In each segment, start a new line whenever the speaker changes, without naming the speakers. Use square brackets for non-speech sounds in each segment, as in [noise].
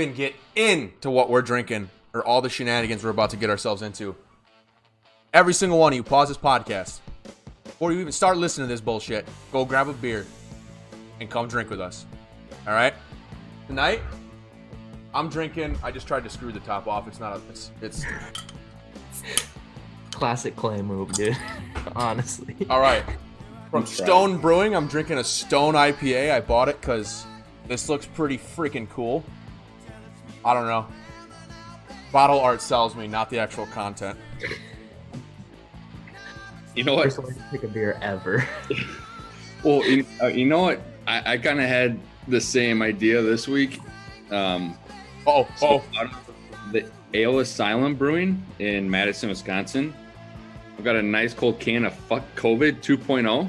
even get into what we're drinking or all the shenanigans we're about to get ourselves into. Every single one of you pause this podcast before you even start listening to this bullshit. Go grab a beer and come drink with us. All right? Tonight, I'm drinking. I just tried to screw the top off. It's not. A, it's it's.
Classic clay move, dude. [laughs] Honestly.
All right. From Stone Brewing, I'm drinking a Stone IPA. I bought it because this looks pretty freaking cool. I don't know. Bottle art sells me, not the actual content.
You know what?
First one to pick a beer ever.
Well, you, uh, you know what? I, I kind of had the same idea this week. Um,
[laughs] Oh,
so
oh,
out of the Ale Asylum Brewing in Madison, Wisconsin. I've got a nice cold can of Fuck COVID 2.0.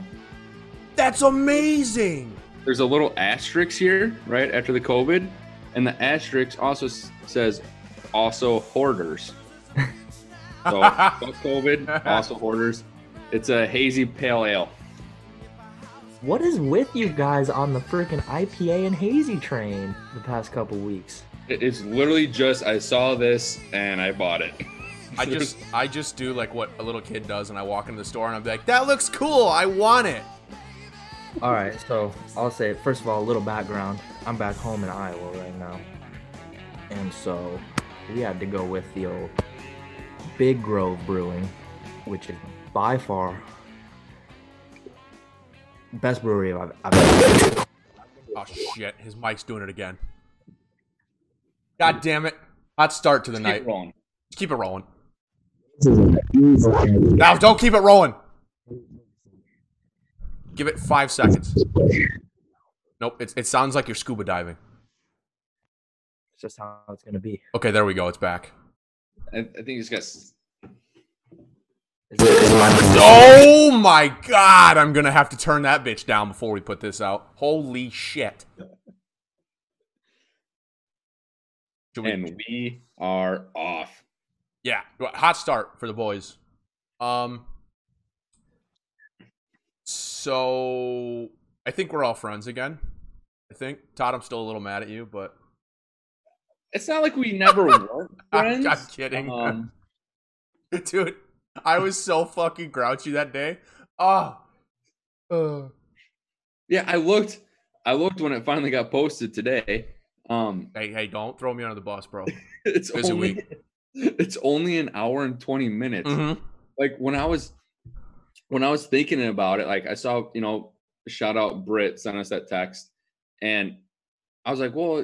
that's amazing.
There's a little asterisk here, right after the COVID, and the asterisk also s- says also hoarders. [laughs] So fuck COVID, also hoarders. It's a hazy pale ale.
[laughs] what is with you guys on the freaking IPA and hazy train the past couple weeks?
It- It's literally just I saw this and I bought it. [laughs]
I just, I just do like what a little kid does, and I walk into the store and I'm like, "That looks cool. I want it."
All right, so I'll say first of all, a little background. I'm back home in Iowa right now, and so we had to go with the old Big Grove Brewing, which is by far best brewery I've, I've
Oh shit, his mic's doing it again. God damn it! Hot start to the night.
Keep rolling.
Keep it rolling.
ever.
No, don't keep it rolling. Give it five seconds. Nope, it, it sounds like you're scuba diving.
It's just how it's gonna be.
Okay, there we go. It's back.
I, I think you just got s-
Oh my god, I'm gonna have to turn that bitch down before we put this out. Holy shit. Should we-
and we are off.
yeah, hot start for the boys. Um so I think we're all friends again. I think. Todd, I'm still a little mad at you, but [laughs]
It's not like we never weren't
I'm,
friends.
I'm kidding.
Um,
Dude, I was so fucking grouchy that day. Oh,
yeah, I looked. I looked when it finally got posted today. Um, [laughs]
hey, hey, don't throw me under the bus, bro.
it's
Busy
only
week.
[laughs] it's only an hour and twenty minutes.
Mhm.
Like when I was when I was thinking about it, like I saw you know shout out Brit sent us that text, and I was like, well,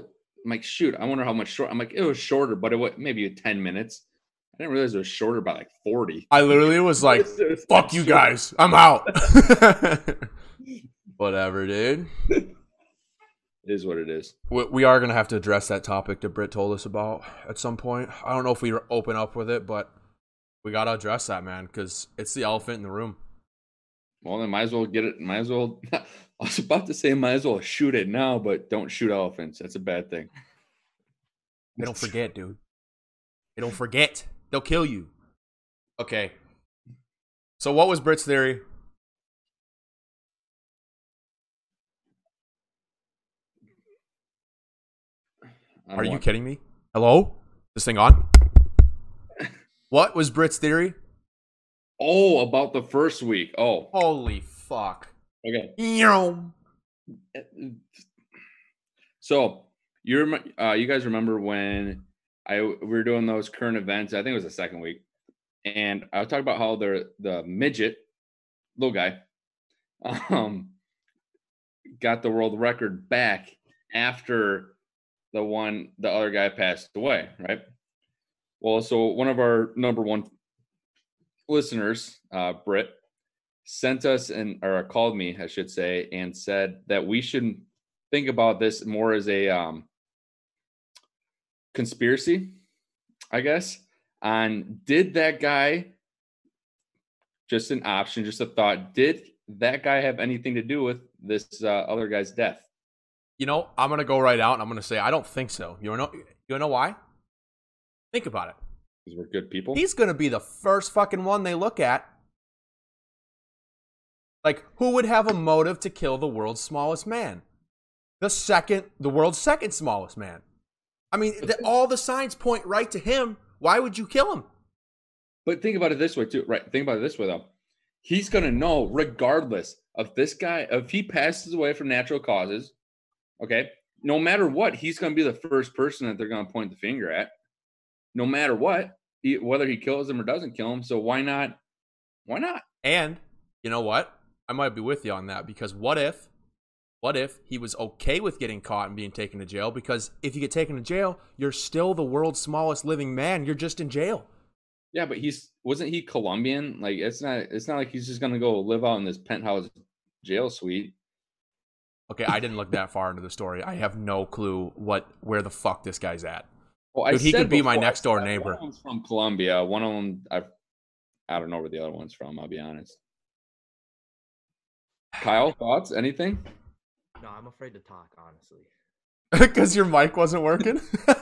I'm like shoot, I wonder how much short. I'm like it was shorter, but it was maybe ten minutes. I didn't realize it was shorter by like forty.
I literally was
[laughs]
like,
It was
fuck you
shorter.
guys. I'm out. [laughs] Whatever, dude.
It is what it is.
We, we are going to have to address that topic that Britt told us about at some point. I don't know if we open up with it, but we got to address that, man, because it's the elephant in the room.
Well, then might as well get it. Might as well. [laughs] I was about to say might as well shoot it now, but don't shoot elephants. That's a bad thing.
They don't forget, dude. They don't forget. They'll kill you. Okay. So, what was Britt's theory?
I don't
Are you
want-
kidding me? Hello? This thing on? What was Britt's theory?
Oh, about the first week. Oh,
Holy fuck.
okay.
Yum.
So you rem- uh, you guys remember when I we were doing those current events? I think it was the second week, and I was talking about how the the midget little guy, [laughs] um, got the world record back after the one the other guy passed away, right? Well, so one of our number one listeners, uh, Britt, sent us and or called me, I should say, and said that we should think about this more as a um, conspiracy, I guess. On did that guy just an option, just a thought? Did that guy have anything to do with this uh, other guy's death?
You know, I'm gonna go right out and I'm gonna say I don't think so. You know, you know why? Think about it.
Because we're good people.
He's gonna be the first fucking one they look at. Like, who would have a motive to kill the world's smallest man? The second, the world's second smallest man. I mean, the, all the signs point right to him. Why would you kill him?
But think about it this way too, right? Think about it this way though. He's gonna know regardless of this guy, if he passes away from natural causes, okay, no matter what, he's gonna be the first person that they're gonna point the finger at. No matter what, he, whether he kills him or doesn't kill him. So why not? Why not?
And you know what? I might be with you on that because what if, what if he was okay with getting caught and being taken to jail? Because if you get taken to jail, you're still the world's smallest living man. You're just in jail.
Yeah, but he's wasn't he Colombian? Like it's not it's not like he's just gonna go live out in this penthouse jail suite.
Okay, I didn't look that far into the story. I have no clue what where the fuck this guy's at. [laughs]
Well,
Dude, he
said
could be my
before, I
next door
said
neighbor.
One of them's from Colombia. One of them, I, I don't know where the other one's from. I'll be honest. Kyle, thoughts? Anything?
No, I'm afraid to talk, honestly.
Because your mic wasn't working. [laughs]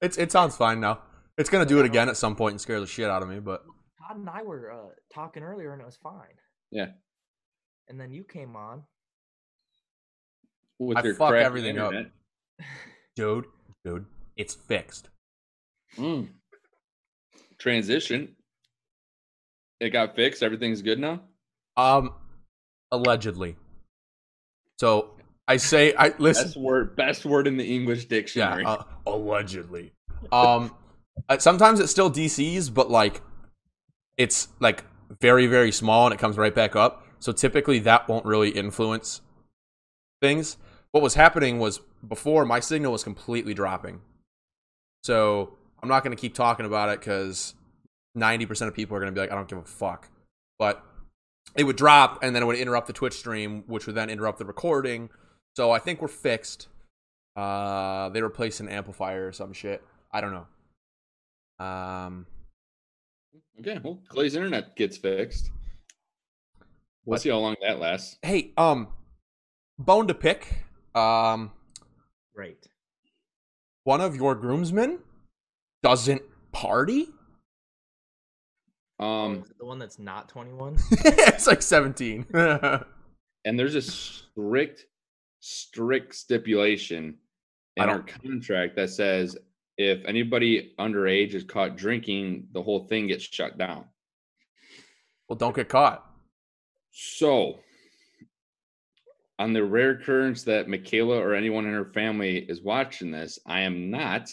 it's it sounds fine now. It's gonna do it again at some point and scare the shit out of me. But
Todd and I were uh, talking earlier, and it was fine.
Yeah.
And then you came on.
With
I
your
fuck
crappy
everything up.
internet.
dude, dude, it's fixed.
Mm. Transition. It got fixed. Everything's good now.
Um, allegedly. So I say I listen.
Best word. Best word in the English
Yeah,
dictionary.
uh, allegedly. Um, uh, sometimes it still DCs, but like, it's like very very small, and it comes right back up. So typically, that won't really influence things. What was happening was before my signal was completely dropping. So I'm not going to keep talking about it because 90% of people are going to be like, I don't give a fuck. But it would drop, and then it would interrupt the Twitch stream, which would then interrupt the recording. So I think we're fixed. Uh, they replaced an amplifier or some shit. I don't know. Um,
okay. Well, Clay's internet gets fixed. We'll
But-
see how long that lasts.
hey, um, bone to pick. Um,
Great.
one of your groomsmen doesn't party. [laughs]
Um.
Is it the one that's not 21?
it's like [laughs] 17. I
and there's a strict, strict stipulation in
I
our contract that says if anybody underage is caught drinking, the whole thing gets shut down.
well, don't get caught.
So, on the rare occurrence that Michaela or anyone in her family is watching this, I am not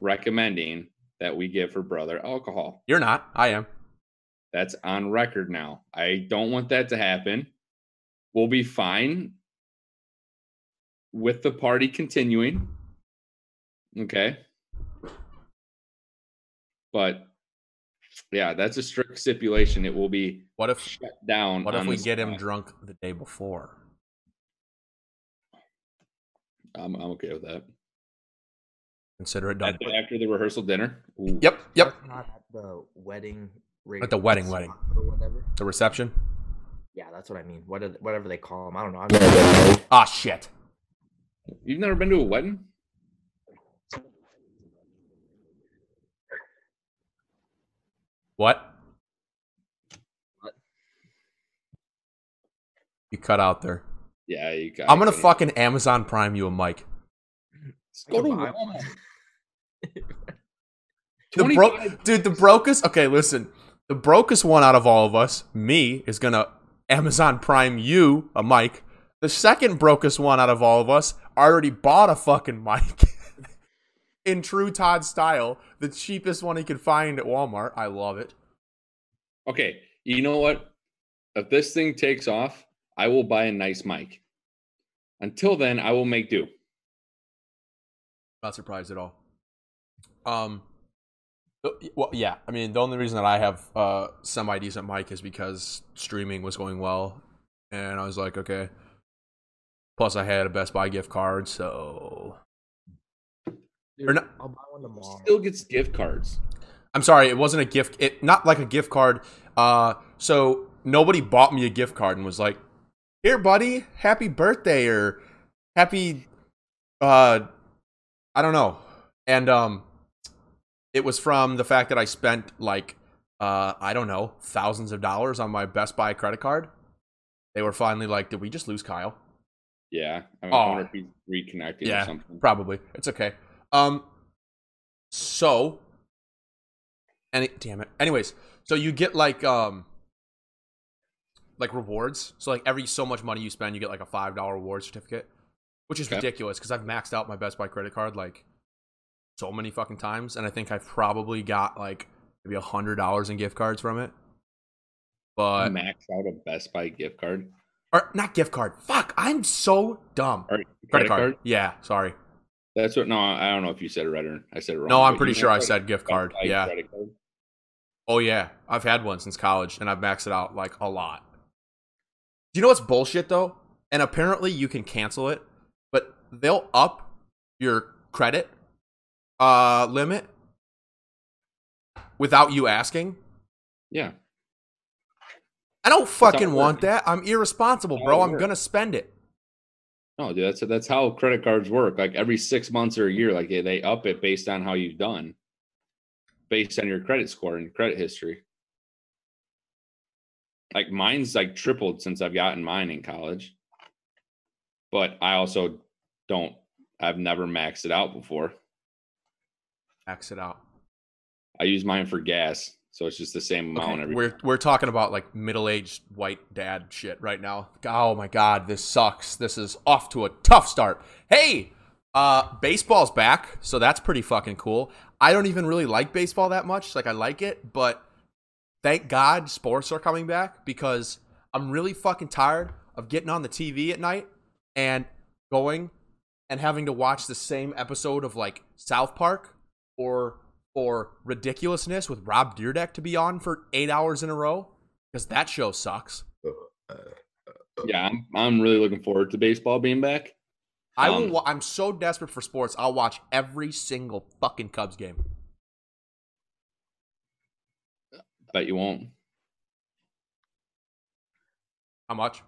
recommending that we give her brother alcohol.
You're not. I am.
That's on record now. I don't want that to happen. We'll be fine with the party continuing. Okay. But yeah, that's a strict stipulation. It will be
What if
shut down.
What if
on
we
the
get him
spot.
drunk the day before?
I'm, I'm okay with that.
Consider it done.
After, after the rehearsal dinner. Ooh.
Yep, yep.
That's Not at the wedding. rig-
At the wedding, wedding.
Or whatever.
The reception.
Yeah, that's what I mean. What are th- whatever they call them. I don't know.
Ah, shit.
You've never been to a wedding?
What?
What?
You cut out there.
Yeah, you got
I'm gonna
it.
fucking Amazon Prime you a mic.
Let's Go to
I can buy
Walmart.
The bro,
25
dude, the brokest. Okay, listen. The brokest one out of all of us, me, is gonna Amazon Prime you a mic. The second brokest one out of all of us already bought a fucking mic. [laughs] In true Todd style, the cheapest one he could find at Walmart. I love it.
Okay, you know what? If this thing takes off, I will buy a nice mic. Until then, I will make do.
Not surprised at all. Um, th- well, yeah. I mean, the only reason that I have uh semi decent mic is because streaming was going well, and I was like, okay. Plus, I had a Best Buy gift card, so
Dude,
Or not-
I'll buy one tomorrow.
Still gets gift cards.
I'm sorry, it wasn't a gift. It not like a gift card. Uh, so nobody bought me a gift card and was like, "Here, buddy, happy birthday or happy," uh, I don't know. And um, it was from the fact that I spent like, uh, I don't know, thousands of dollars on my Best Buy credit card. They were finally like, "Did we just lose Kyle?"
Yeah. I, mean,
Oh.
I wonder if he's reconnecting
Yeah.
or something.
Probably. It's okay. Um so any damn it. Anyways, so you get like um like rewards. So like every so much money you spend, you get like a five dollar reward certificate. Which is
Okay.
ridiculous because I've maxed out my Best Buy credit card like so many fucking times, and I think I've probably got like maybe a hundred dollars in gift cards from it. But
Max out a Best Buy gift card.
or not gift card. Fuck, I'm so dumb.
Or credit,
Credit
card.
card. Yeah, sorry.
That's what. No, I don't know if you said it right or I said it wrong.
No, I'm
but
pretty
you
sure I
maxed out
said gift
a
card.
Best Buy
Yeah.
credit card.
Oh yeah, I've had one since college, and I've maxed it out like a lot. Do you know what's bullshit though? And apparently you can cancel it, but they'll up your credit uh limit without you asking.
Yeah.
I don't
how it
fucking want that. I'm irresponsible,
That's how
bro.
it
I'm
works.
gonna spend it.
No, dude, that's that's how credit cards work. Like every six months or a year, like they, they up it based on how you've done, based on your credit score and credit history. Like mine's like tripled since I've gotten mine in college, but I also don't. I've never maxed it out before.
Max it out.
I use mine for gas, so it's just the same amount
Okay,
every.
We're we're talking about like middle aged white dad shit right now. Oh my god, this sucks. This is off to a tough start. Hey, uh, baseball's back, so that's pretty fucking cool. I don't even really like baseball that much. Like I like it, but thank God sports are coming back because I'm really fucking tired of getting on the TV at night and going and having to watch the same episode of like South Park or or ridiculousness with Rob Deerdeck to be on for eight hours in a row because that show sucks.
Yeah, I'm I'm really looking forward to baseball being back.
I will.
Um,
Wa- I'm so desperate for sports. I'll watch every single fucking Cubs game.
Bet you won't.
How much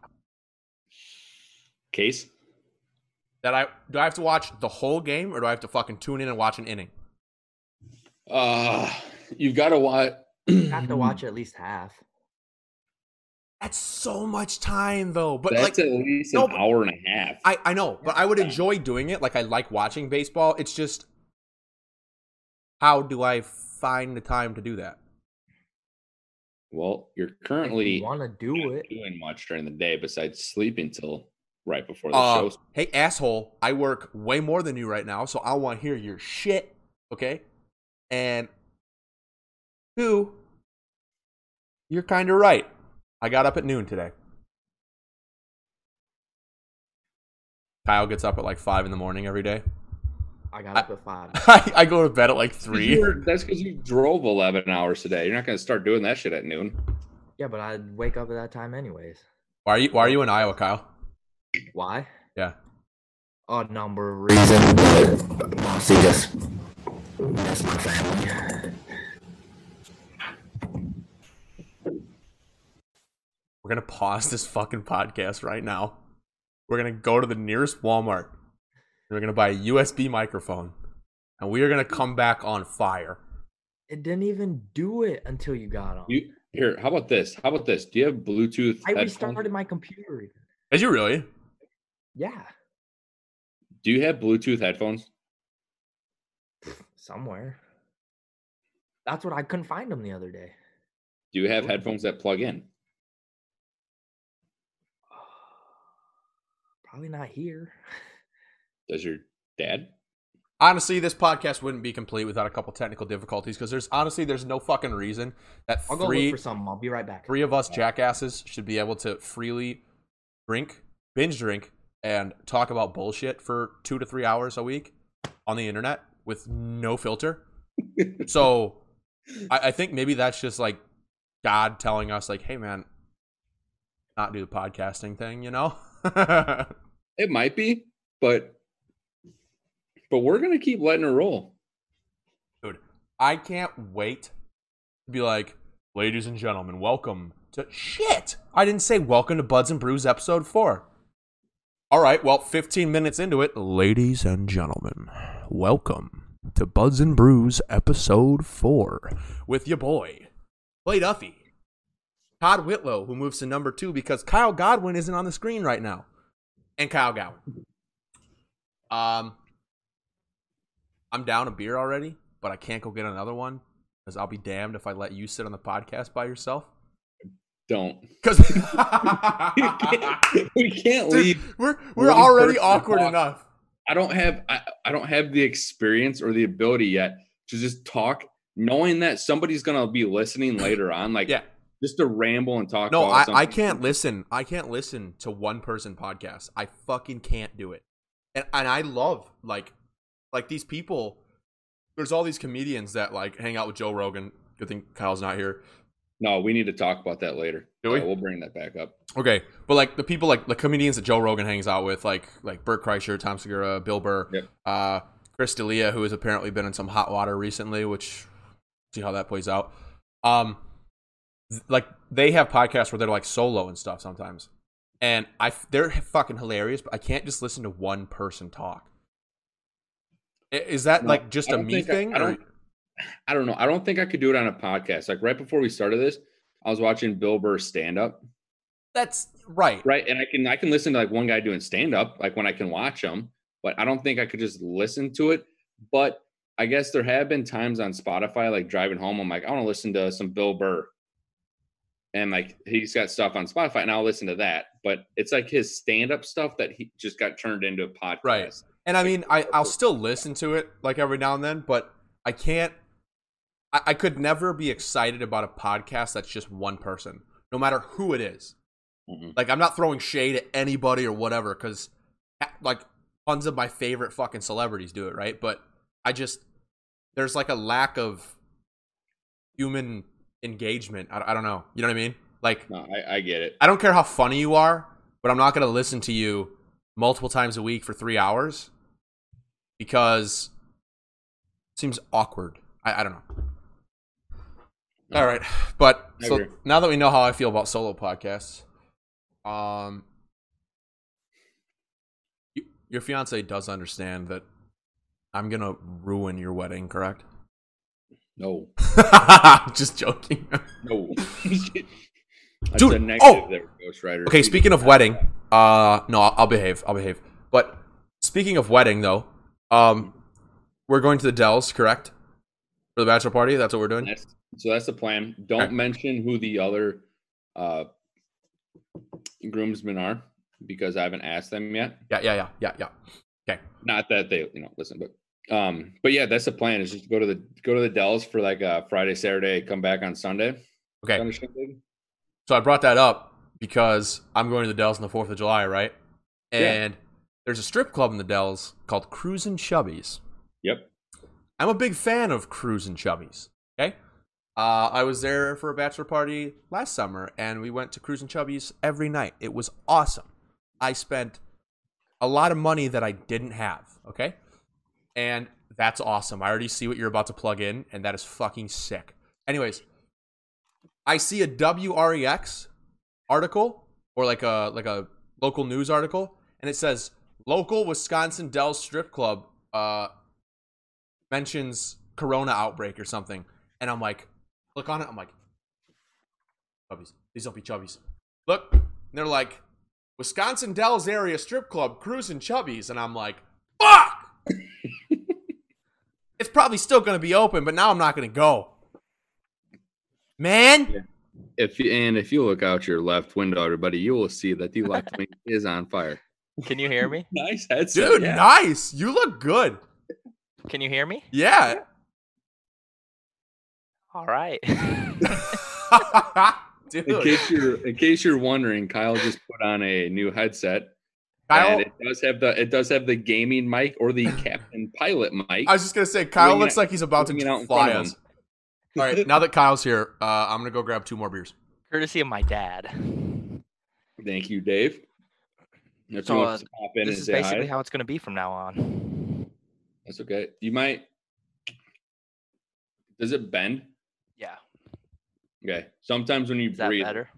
Case.
that I do? I have to watch the whole game, or do I have to fucking tune in and watch an inning?
Uh you've got to [clears throat] watch.
Have
Mm-hmm.
to watch at least half.
That's so much time, though. But like,
That's at least
no,
an
but-
hour and a half.
I, I know, but I would enjoy doing it. Like I like watching baseball. It's just how do I find the time to do that?
well, you're
You
currently
want to do
not
it?
doing much during the day besides sleeping till right before the
Uh,
show.
hey asshole, I work way more than you right now, so I want to hear your shit, okay? And two, you're kind of right. I got up at noon today. Kyle gets up at like five in the morning every day. [laughs]
I got up at five.
I, I go to bed at like three.
You were- That's because you drove 11 hours today. You're not going to start doing that shit at noon.
Yeah, but I'd wake up at that time anyways.
Why are you Why are you in Iowa, Kyle?
Why?
Yeah.
A number of reasons, but mostly just miss my family.
We're gonna pause this fucking podcast right now. We're gonna go to the nearest Walmart. And we're gonna buy a USB microphone, and we are gonna come back on fire.
It didn't even do it until you got on.
You Here, how about this? How about this? Do you have Bluetooth
I
headphones?
restarted my computer. even.
Did you really?
Yeah,
Do you have Bluetooth headphones?
somewhere. That's what I couldn't find them the other day.
Do you have headphones that plug in?
Probably not here.
Does your dad?
Honestly, this podcast wouldn't be complete without a couple technical difficulties because there's honestly there's no fucking reason that
I'll go
three
look for some. I'll be right back.
three of us jackasses should be able to freely drink, binge drink, and talk about bullshit for two to three hours a week on the internet with no filter. so I, I think maybe that's just like God telling us, like, hey, man, not do the podcasting thing, you know? [laughs]
It might be, but but we're going to keep letting it roll.
I can't wait to be like, ladies and gentlemen, welcome to shit. I didn't say welcome to Buds and Brews episode four. All right, well, 15 minutes into it, ladies and gentlemen, welcome to Buds and Brews episode four with your boy, Clay Duffy, Todd Whitlow, who moves to number two because Kyle Godwin isn't on the screen right now. and Kyle Gowan. Um, I'm down a beer already, but I can't go get another one because I'll be damned if I let you sit on the podcast by yourself.
Don't. [laughs]
Because
we can't, we can't leave.
[laughs] we're we're
one
already
person
awkward
talk.
enough.
I don't have I, I don't have the experience or the ability yet to just talk, knowing that somebody's gonna be listening later on, like
Yeah.
just to ramble and talk.
No,
about
I, I
something.
can't listen. I can't listen to one person podcasts. I fucking can't do it. And and I love like like these people. There's all these comedians that like hang out with Joe Rogan. Good thing Kyle's not here.
No, we need to talk about that later.
Do we?
Uh, we'll bring that back up.
Okay, but like the people like the comedians that Joe Rogan hangs out with, like like Burt Kreischer, Tom Segura, Bill Burr,
Yep.
uh, Chris D'elia, who has apparently been in some hot water recently, which see how that plays out. Um, th- like they have podcasts where they're like solo and stuff sometimes, and I f- they're fucking hilarious, but I can't just listen to one person talk. I- Is that
No,
like just
I
a
don't
me
think I-
thing?
I
or-
don't- I don't know. I don't think I could do it on a podcast. Like right before we started this, I was watching Bill Burr stand up.
that's right.
Right. And I can I can listen to like one guy doing stand up, like when I can watch him, but I don't think I could just listen to it. But I guess there have been times on Spotify, like driving home, I'm like, I want to listen to some Bill Burr. And like he's got stuff on Spotify and I'll listen to that. But it's like his stand up stuff that he just got turned into a podcast.
Right. And I mean, I I'll still listen to it like every now and then, but I can't. I, I could never be excited about a podcast that's just one person, no matter who it is.
Mhm.
Like I'm not throwing shade at anybody or whatever, because like tons of my favorite fucking celebrities do it, right? But I just there's like a lack of human engagement. I, I don't know. You know what I mean? Like
No, I, I get it.
I don't care how funny you are, but I'm not going to listen to you multiple times a week for three hours because it seems awkward. I, I don't know. All right, but
I
so
agree.
now that we know how I feel about solo podcasts, um, y- your fiance does understand that I'm gonna ruin your wedding, correct? [laughs]
No.
Just joking. [laughs]
No. That's
Dude,
a negative
oh!
there, Ghost Rider.
Okay, speaking of wedding, uh, no, I'll, I'll behave. I'll behave. But speaking of wedding, though, um, we're going to the Dells, correct? For the bachelor party, that's what we're doing.
That's, so that's the plan. Don't
Okay.
mention who the other uh, groomsmen are because I haven't asked them yet.
Yeah, yeah, yeah, yeah, yeah.
Not that they, you know, listen, but um, but yeah, that's the plan. Is just to go to the go to the Dells for like a Friday, Saturday, come back on Sunday.
Okay.
Kinda shit, dude.
So I brought that up because I'm going to the Dells on the Fourth of July, right?
Yeah.
And there's a strip club in the Dells called Cruisin' Chubby's.
Yep.
I'm a big fan of Cruisin' Chubby's. Okay. Uh, I was there for a bachelor party last summer, and we went to Cruisin' Chubby's every night. It was awesome. I spent a lot of money that I didn't have. Okay. And that's awesome. I already see what you're about to plug in, and that is fucking sick. Anyways, I see a WREX article or like a like a local news article, and it says local Wisconsin Dells strip club uh, mentions Corona outbreak or something, and I'm like, look on it, I'm like, chubbies, these don't be chubbies. Look, and they're like, Wisconsin Dells area strip club cruising chubbies, and I'm like, fuck. [laughs] it's probably still gonna be open, but now I'm not gonna go. Man,
If you, and if you look out your left window, everybody, you will see that the [laughs] left wing is on fire.
Can you hear me?
Nice headset,
dude,
yeah.
nice. You look good.
Can you hear me?
Yeah. [laughs]
All right. [laughs]
Dude,
In case you're in case you're wondering, Kyle just put on a new headset.
Kyle,
And it does have the it does have the gaming mic
[clears throat]
or the captain pilot mic.
I was just gonna say, Kyle
Bring it-
looks like he's about
bring it out
to
in
fly
front of
us. [laughs] All right, now that Kyle's here, uh, I'm gonna go grab two more beers.
Courtesy of my dad.
Thank you, Dave. If
So,
you
uh,
want to pop in
This
and
is
say hi,
basically how it's going to be from now on.
that's okay. You might. Does it bend?
Yeah.
Okay. Sometimes when you
Is that
breathe,
better?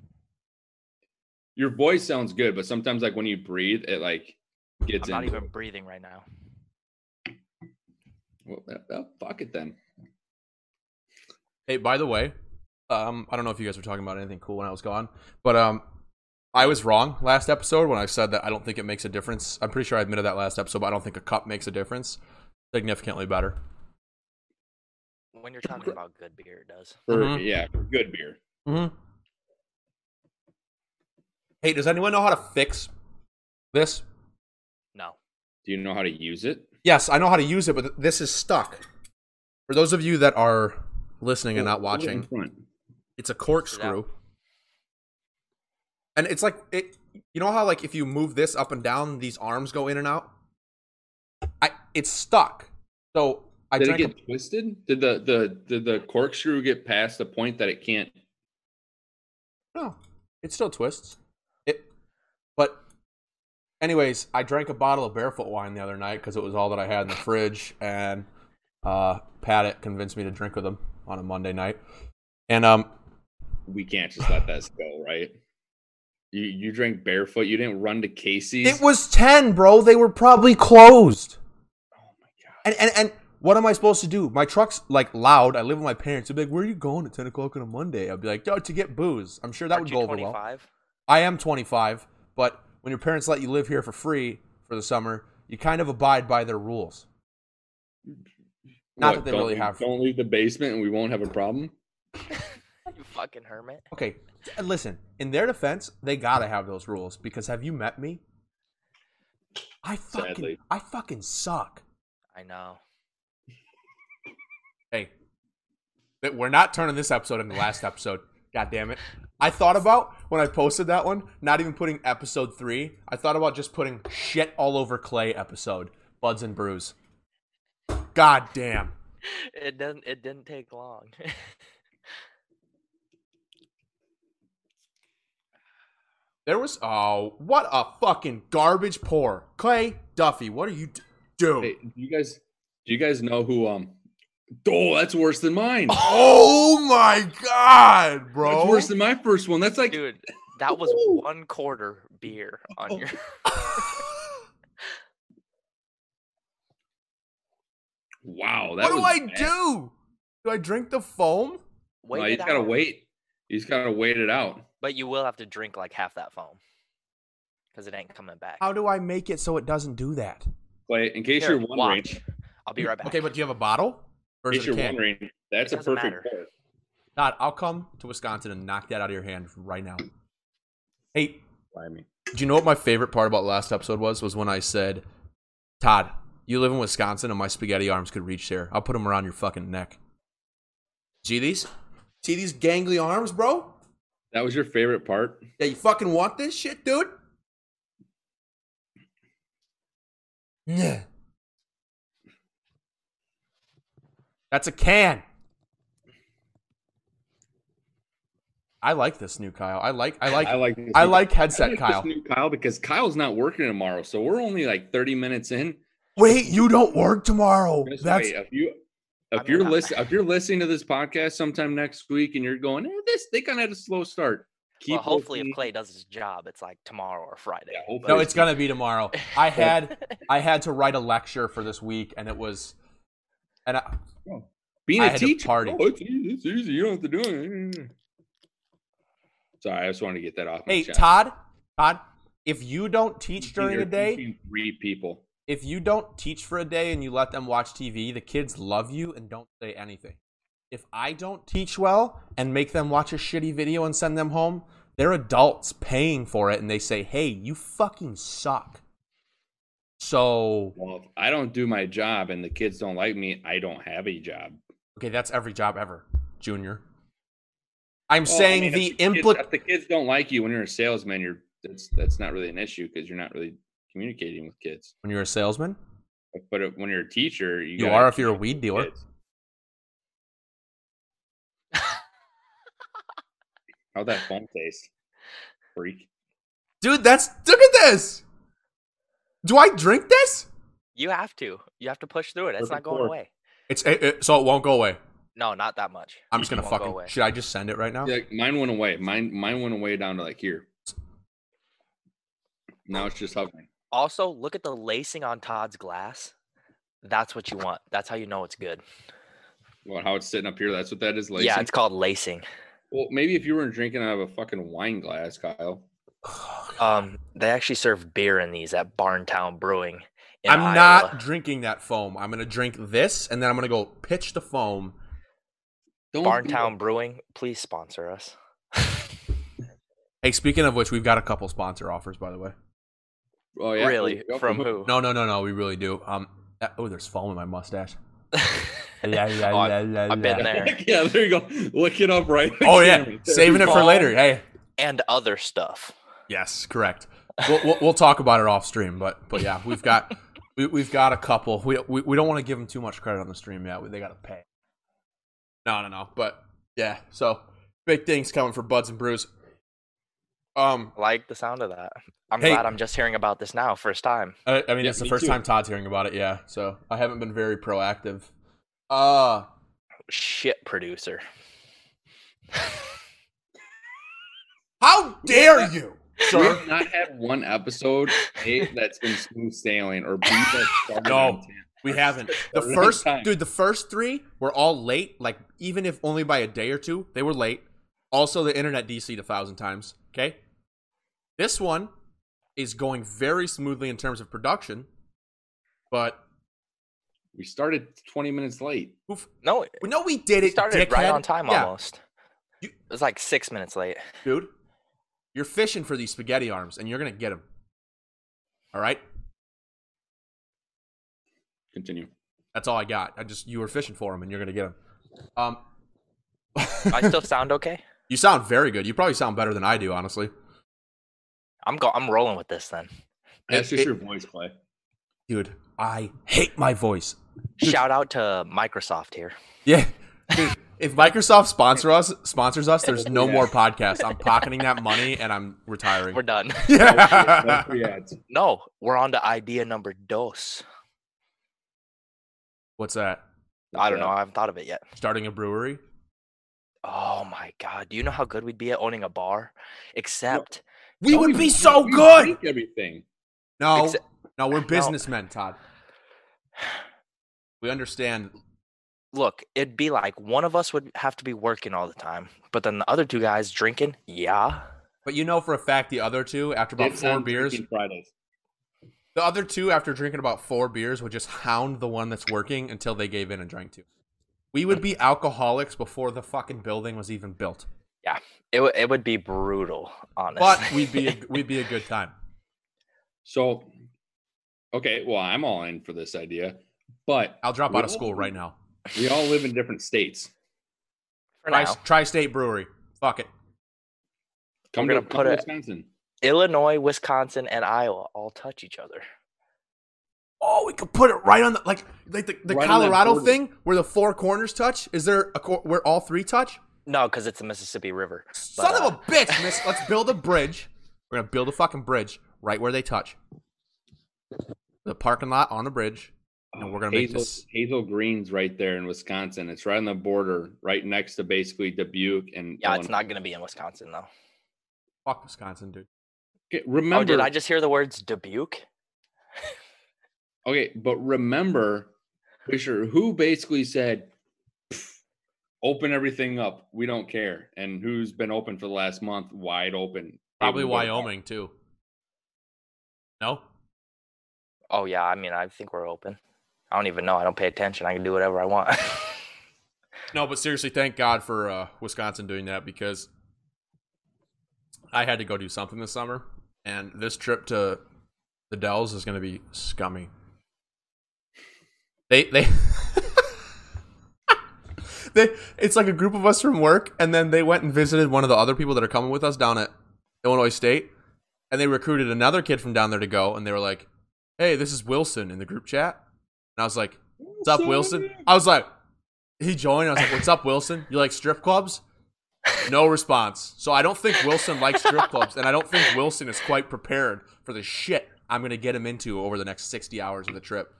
your voice sounds good, but sometimes like when you breathe, it like gets
I'm not
into
even
it.
breathing right now.
Well, well, well, fuck it then.
Hey, by the way, um, I don't know if you guys were talking about anything cool when I was gone, but um, I was wrong last episode when I said that I don't think it makes a difference. I'm pretty sure I admitted that last episode, but I don't think a cup makes a difference. Significantly better.
When you're talking about good beer, it does.
For
Mhm.
yeah, for good beer.
Mm-hmm. Hey, does anyone know how to fix this?
No.
Do you know how to use it?
Yes, I know how to use it, but th- this is stuck. For those of you that are listening and not
Hold it in
watching,
front.
it's a corkscrew. And it's like it you know how like if you move this up and down, these arms go in and out? I it's stuck. So I
Did it
drank
get twisted? Did the the did the corkscrew get past the point that it can't?
a, no. It still twists. It but anyways, I drank a bottle of barefoot wine the other night because it was all that I had in the fridge and uh Paddock convinced me to drink with him on a Monday night. And um
We can't just let that go, right? You you drank barefoot. You didn't run to Casey's.
It was 10, bro. They were probably closed.
oh my god!
And, and, and what am I supposed to do? My truck's like loud. I live with my parents. They'd be like, where are you going at 10 o'clock on a Monday? I'd be like, "Yo, to get booze. I'm sure that would
Aren't
go
you
over well.
25?
I am 25, but when your parents let you live here for free for the summer, you kind of abide by their rules. Not that they
don't
really
leave-
have-
Don't leave the basement, and we won't have a problem.
You fucking hermit.
Okay, t- listen, in their defense, they gotta have those rules because have you met me? I fucking,
Sadly.
I fucking suck.
I know.
hey, that we're not turning this episode into last episode. God damn it. I thought about when I posted that one, not even putting episode three. I thought about just putting shit all over clay episode, buds and brews. God damn.
It doesn't. It didn't take long. [laughs]
There was oh, what a fucking garbage pour. Clay Duffy, what are you d- dude?
Hey, do you guys, do you guys know who? Um, oh, that's worse than mine.
Oh my god, bro. [laughs]
That's worse than my first one. That's like [laughs]
Dude, that was
Ooh. Oh,
one quarter beer on your. [laughs]
wow. That
what do
was
I
bad.
do? Do I drink the foam?
No,
Wait
you
it
just gotta
out,
wait. You just gotta wait it out.
But you will have to drink like half that foam, because it ain't coming back.
How do I make it so it doesn't do that?
Clay, in case
Here,
you're wondering,
watch. I'll be right back.
Okay, but do you have a bottle? Or
in
is
case
it a
you're
can?
wondering, that's
It
a
doesn't
perfect.
matter.
pair.
Todd, I'll come to Wisconsin and knock that out of your hand right now. Hey,
Why me?
do you know what my favorite part about last episode was? Was when I said, Todd, you live in Wisconsin and my spaghetti arms could reach there. I'll put them around your fucking neck. See these? See these gangly arms, bro?
That was your favorite part.
Yeah, you fucking want this shit, dude? Yeah. That's a can. I like this new Kyle. I like I like
I like. this
I
new-
like
I [laughs]
headset
like this
Kyle.
new Kyle because Kyle's not working tomorrow, so we're only like 30 minutes in.
Wait, you don't work tomorrow.
Just
That's
wait, uh, if you
I mean,
if you're
I-
listening if you're listening to this podcast sometime next week and you're going, eh, this they kind of had a slow start. Keep
well, hopefully,
listening.
if Clay does his job, it's like tomorrow or Friday.
Yeah, hopefully
no, it's gonna be tomorrow. I had I had to write a lecture for this week, and it was, and I,
being
I
a
had to
teacher.
party.
oh, it's, easy, it's easy. You don't have to do it. [laughs] Sorry, I just wanted to get that off. my
hey
chest.
Todd, Todd, if you don't teach
Teaching
during
or
the day,
teaching three people.
if you don't teach for a day and you let them watch TV, the kids love you and don't say anything. If I don't teach well and make them watch a shitty video and send them home, they're adults paying for it and they say, hey, you fucking suck. So,
Well, if I don't do my job and the kids don't like me, I don't have a job.
okay, that's every job ever, Junior. I'm
Well, I
saying
mean, if
the
kids-
impli-
if the kids don't like you when you're a salesman, you're that's that's not really an issue because you're not really communicating with kids.
When you're a salesman,
But if, when you're a teacher, you,
you,
gotta
are if you're a
communicate
weed dealer.
with kids. How'd that phone taste, freak?
Dude, that's. Look at this! Do I drink this?
[laughs] You have to. You have to push through it. It's not
Perfect
going
pour.
away.
It's it, it- So it won't go away.
No, not that much.
I'm just
It
gonna
won't go
fucking.
away.
Should I just send it right now?
Yeah, mine went away. Mine mine went away down to like here. Now it's just hovering.
Also, look at the lacing on Todd's glass. That's what you want. That's how you know it's good.
Well, how it's sitting up here. That's what that is. Lacing.
Yeah, it's called lacing.
Well, maybe if you weren't drinking out of a fucking wine glass, Kyle.
Um, they actually serve beer in these at Barntown Brewing. in
I'm
Iowa.
not drinking that foam. I'm gonna drink this, and then I'm gonna go pitch the foam.
Don't do
Barntown Brewing. Please sponsor us.
Hey, speaking of which, we've got a couple sponsor offers, by the way.
that. Oh, yeah.
really?
Go [laughs]
From who?
No, no, no, no. We really do. Um. that- oh, there's foam in my
[laughs]
mustache.
Oh, [laughs] I- I've been there.
[laughs] yeah, there you go. Look it up right.
Oh yeah,
Camera.
saving it for
Foam. [laughs]
later. Hey.
[laughs] and other stuff.
Yes, correct. We'll, we'll, we'll talk about it off stream, but but yeah, we've got we, we've got a couple. We we, we don't want to give them too much credit on the stream yet. They got to pay. No, no, no. But yeah, so big things coming for Buds and Brews. Um,
Like the sound of that. I'm
Hey.
glad I'm just hearing about this now, first time.
I, I mean,
Yeah,
it's the
me
first
too.
time Todd's hearing about it. Yeah, so I haven't been very proactive. Uh
Shit producer.
how dare you,
We
sir?
have not had one episode A that's been smooth sailing or B that's started
No.
on ten.
We haven't. The
Right
first
time.
dude, the first three were all late. Like even if only by a day or two, they were late. Also, the internet DC'd a thousand times. Okay, this one is going very smoothly in terms of production, but
We started 20 minutes late.
No, it
no, we did it.
started right
dickhead.
on time
Yeah,
almost.
You-
It was like six minutes late.
dude. You're fishing for these spaghetti arms, and you're gonna get them. All right,
Continue.
that's all I got. I just you were fishing for them, and you're gonna get them. Um,
I still sound okay?
[laughs] you sound very good. You probably sound better than I do, honestly.
I'm go- I'm rolling with this then.
That's
It-
just
it-
your
[laughs]
voice, Clay.
Dude, I hate my voice.
Shout out to Microsoft here.
Yeah. Dude, if Microsoft sponsor us sponsors us, there's no
Yeah.
more podcasts. I'm pocketing that money and I'm retiring.
We're done.
[laughs]
[laughs]
yeah.
That's [laughs] the ads.
No, we're on to idea number dos.
What's that?
I don't know.
Yeah.
I haven't thought of it yet.
Starting a brewery?
Oh my god! Do you know how good we'd be at owning a bar? Except,
We
No,
would be so
we
good.
Oh, drink Everything.
No.
Exa-
No, we're businessmen, Todd. We understand.
look, it'd be like one of us would have to be working all the time, but then the other two guys drinking. Yeah,
But you know for a fact the other two after about
It's
four
on
beers,
drinking Fridays.
the other two after drinking about four beers would just hound the one that's working until they gave in and drank two. We would be alcoholics before the fucking building was even built.
it w- it would be brutal, honestly.
But we'd
[laughs]
be a, we'd be a good time.
So, okay, well, I'm all in for this idea, but
I'll drop out of school right now.
we all live in different states.
For
Tri-
now,
Tri-State Brewery. Fuck it.
Come
We're
to,
gonna
come
put
to
it-
Wisconsin.
Illinois, Wisconsin, and Iowa all touch each other.
Oh, we could put it right on the like like the, the
Right on that
Colorado
border.
thing where the four corners touch. Is there a cor- where all three touch?
No, because it's the Mississippi River.
Son
But,
of a bitch, miss. Let's build a bridge. We're gonna build a fucking bridge right where they touch. The parking lot on the bridge. And we're gonna make
Oh, Hazel,
this-
Hazel Green's right there in Wisconsin. It's right on the border, right next to basically Dubuque and
Yeah, it's
Illinois.
not gonna be in Wisconsin though.
Fuck Wisconsin, dude.
Okay, remember,
Oh, did I just hear the words Dubuque?
okay, but remember, Fisher, who basically said, "Pff, open everything up. We don't care. And who's been open for the last month, wide open.
Probably
Able to go.
Wyoming too. No,
Oh yeah, I mean I think we're open. I don't even know. I don't pay attention. I can do whatever I want. [laughs]
No, but seriously, thank God for uh, Wisconsin doing that because I had to go do something this summer, and this trip to the Dells is going to be scummy. They they. [laughs] They, it's like a group of us from work, and then they went and visited one of the other people that are coming with us down at Illinois State, and they recruited another kid from down there to go, and they were like, "Hey, this is Wilson in the group chat," and I was like, "What's up, Wilson?" I was like, he joined. I was like, "What's up, Wilson? You like strip clubs?" No response. So I don't think Wilson likes strip clubs, and I don't think Wilson is quite prepared for the shit I'm gonna get him into over the next 60 hours of the trip.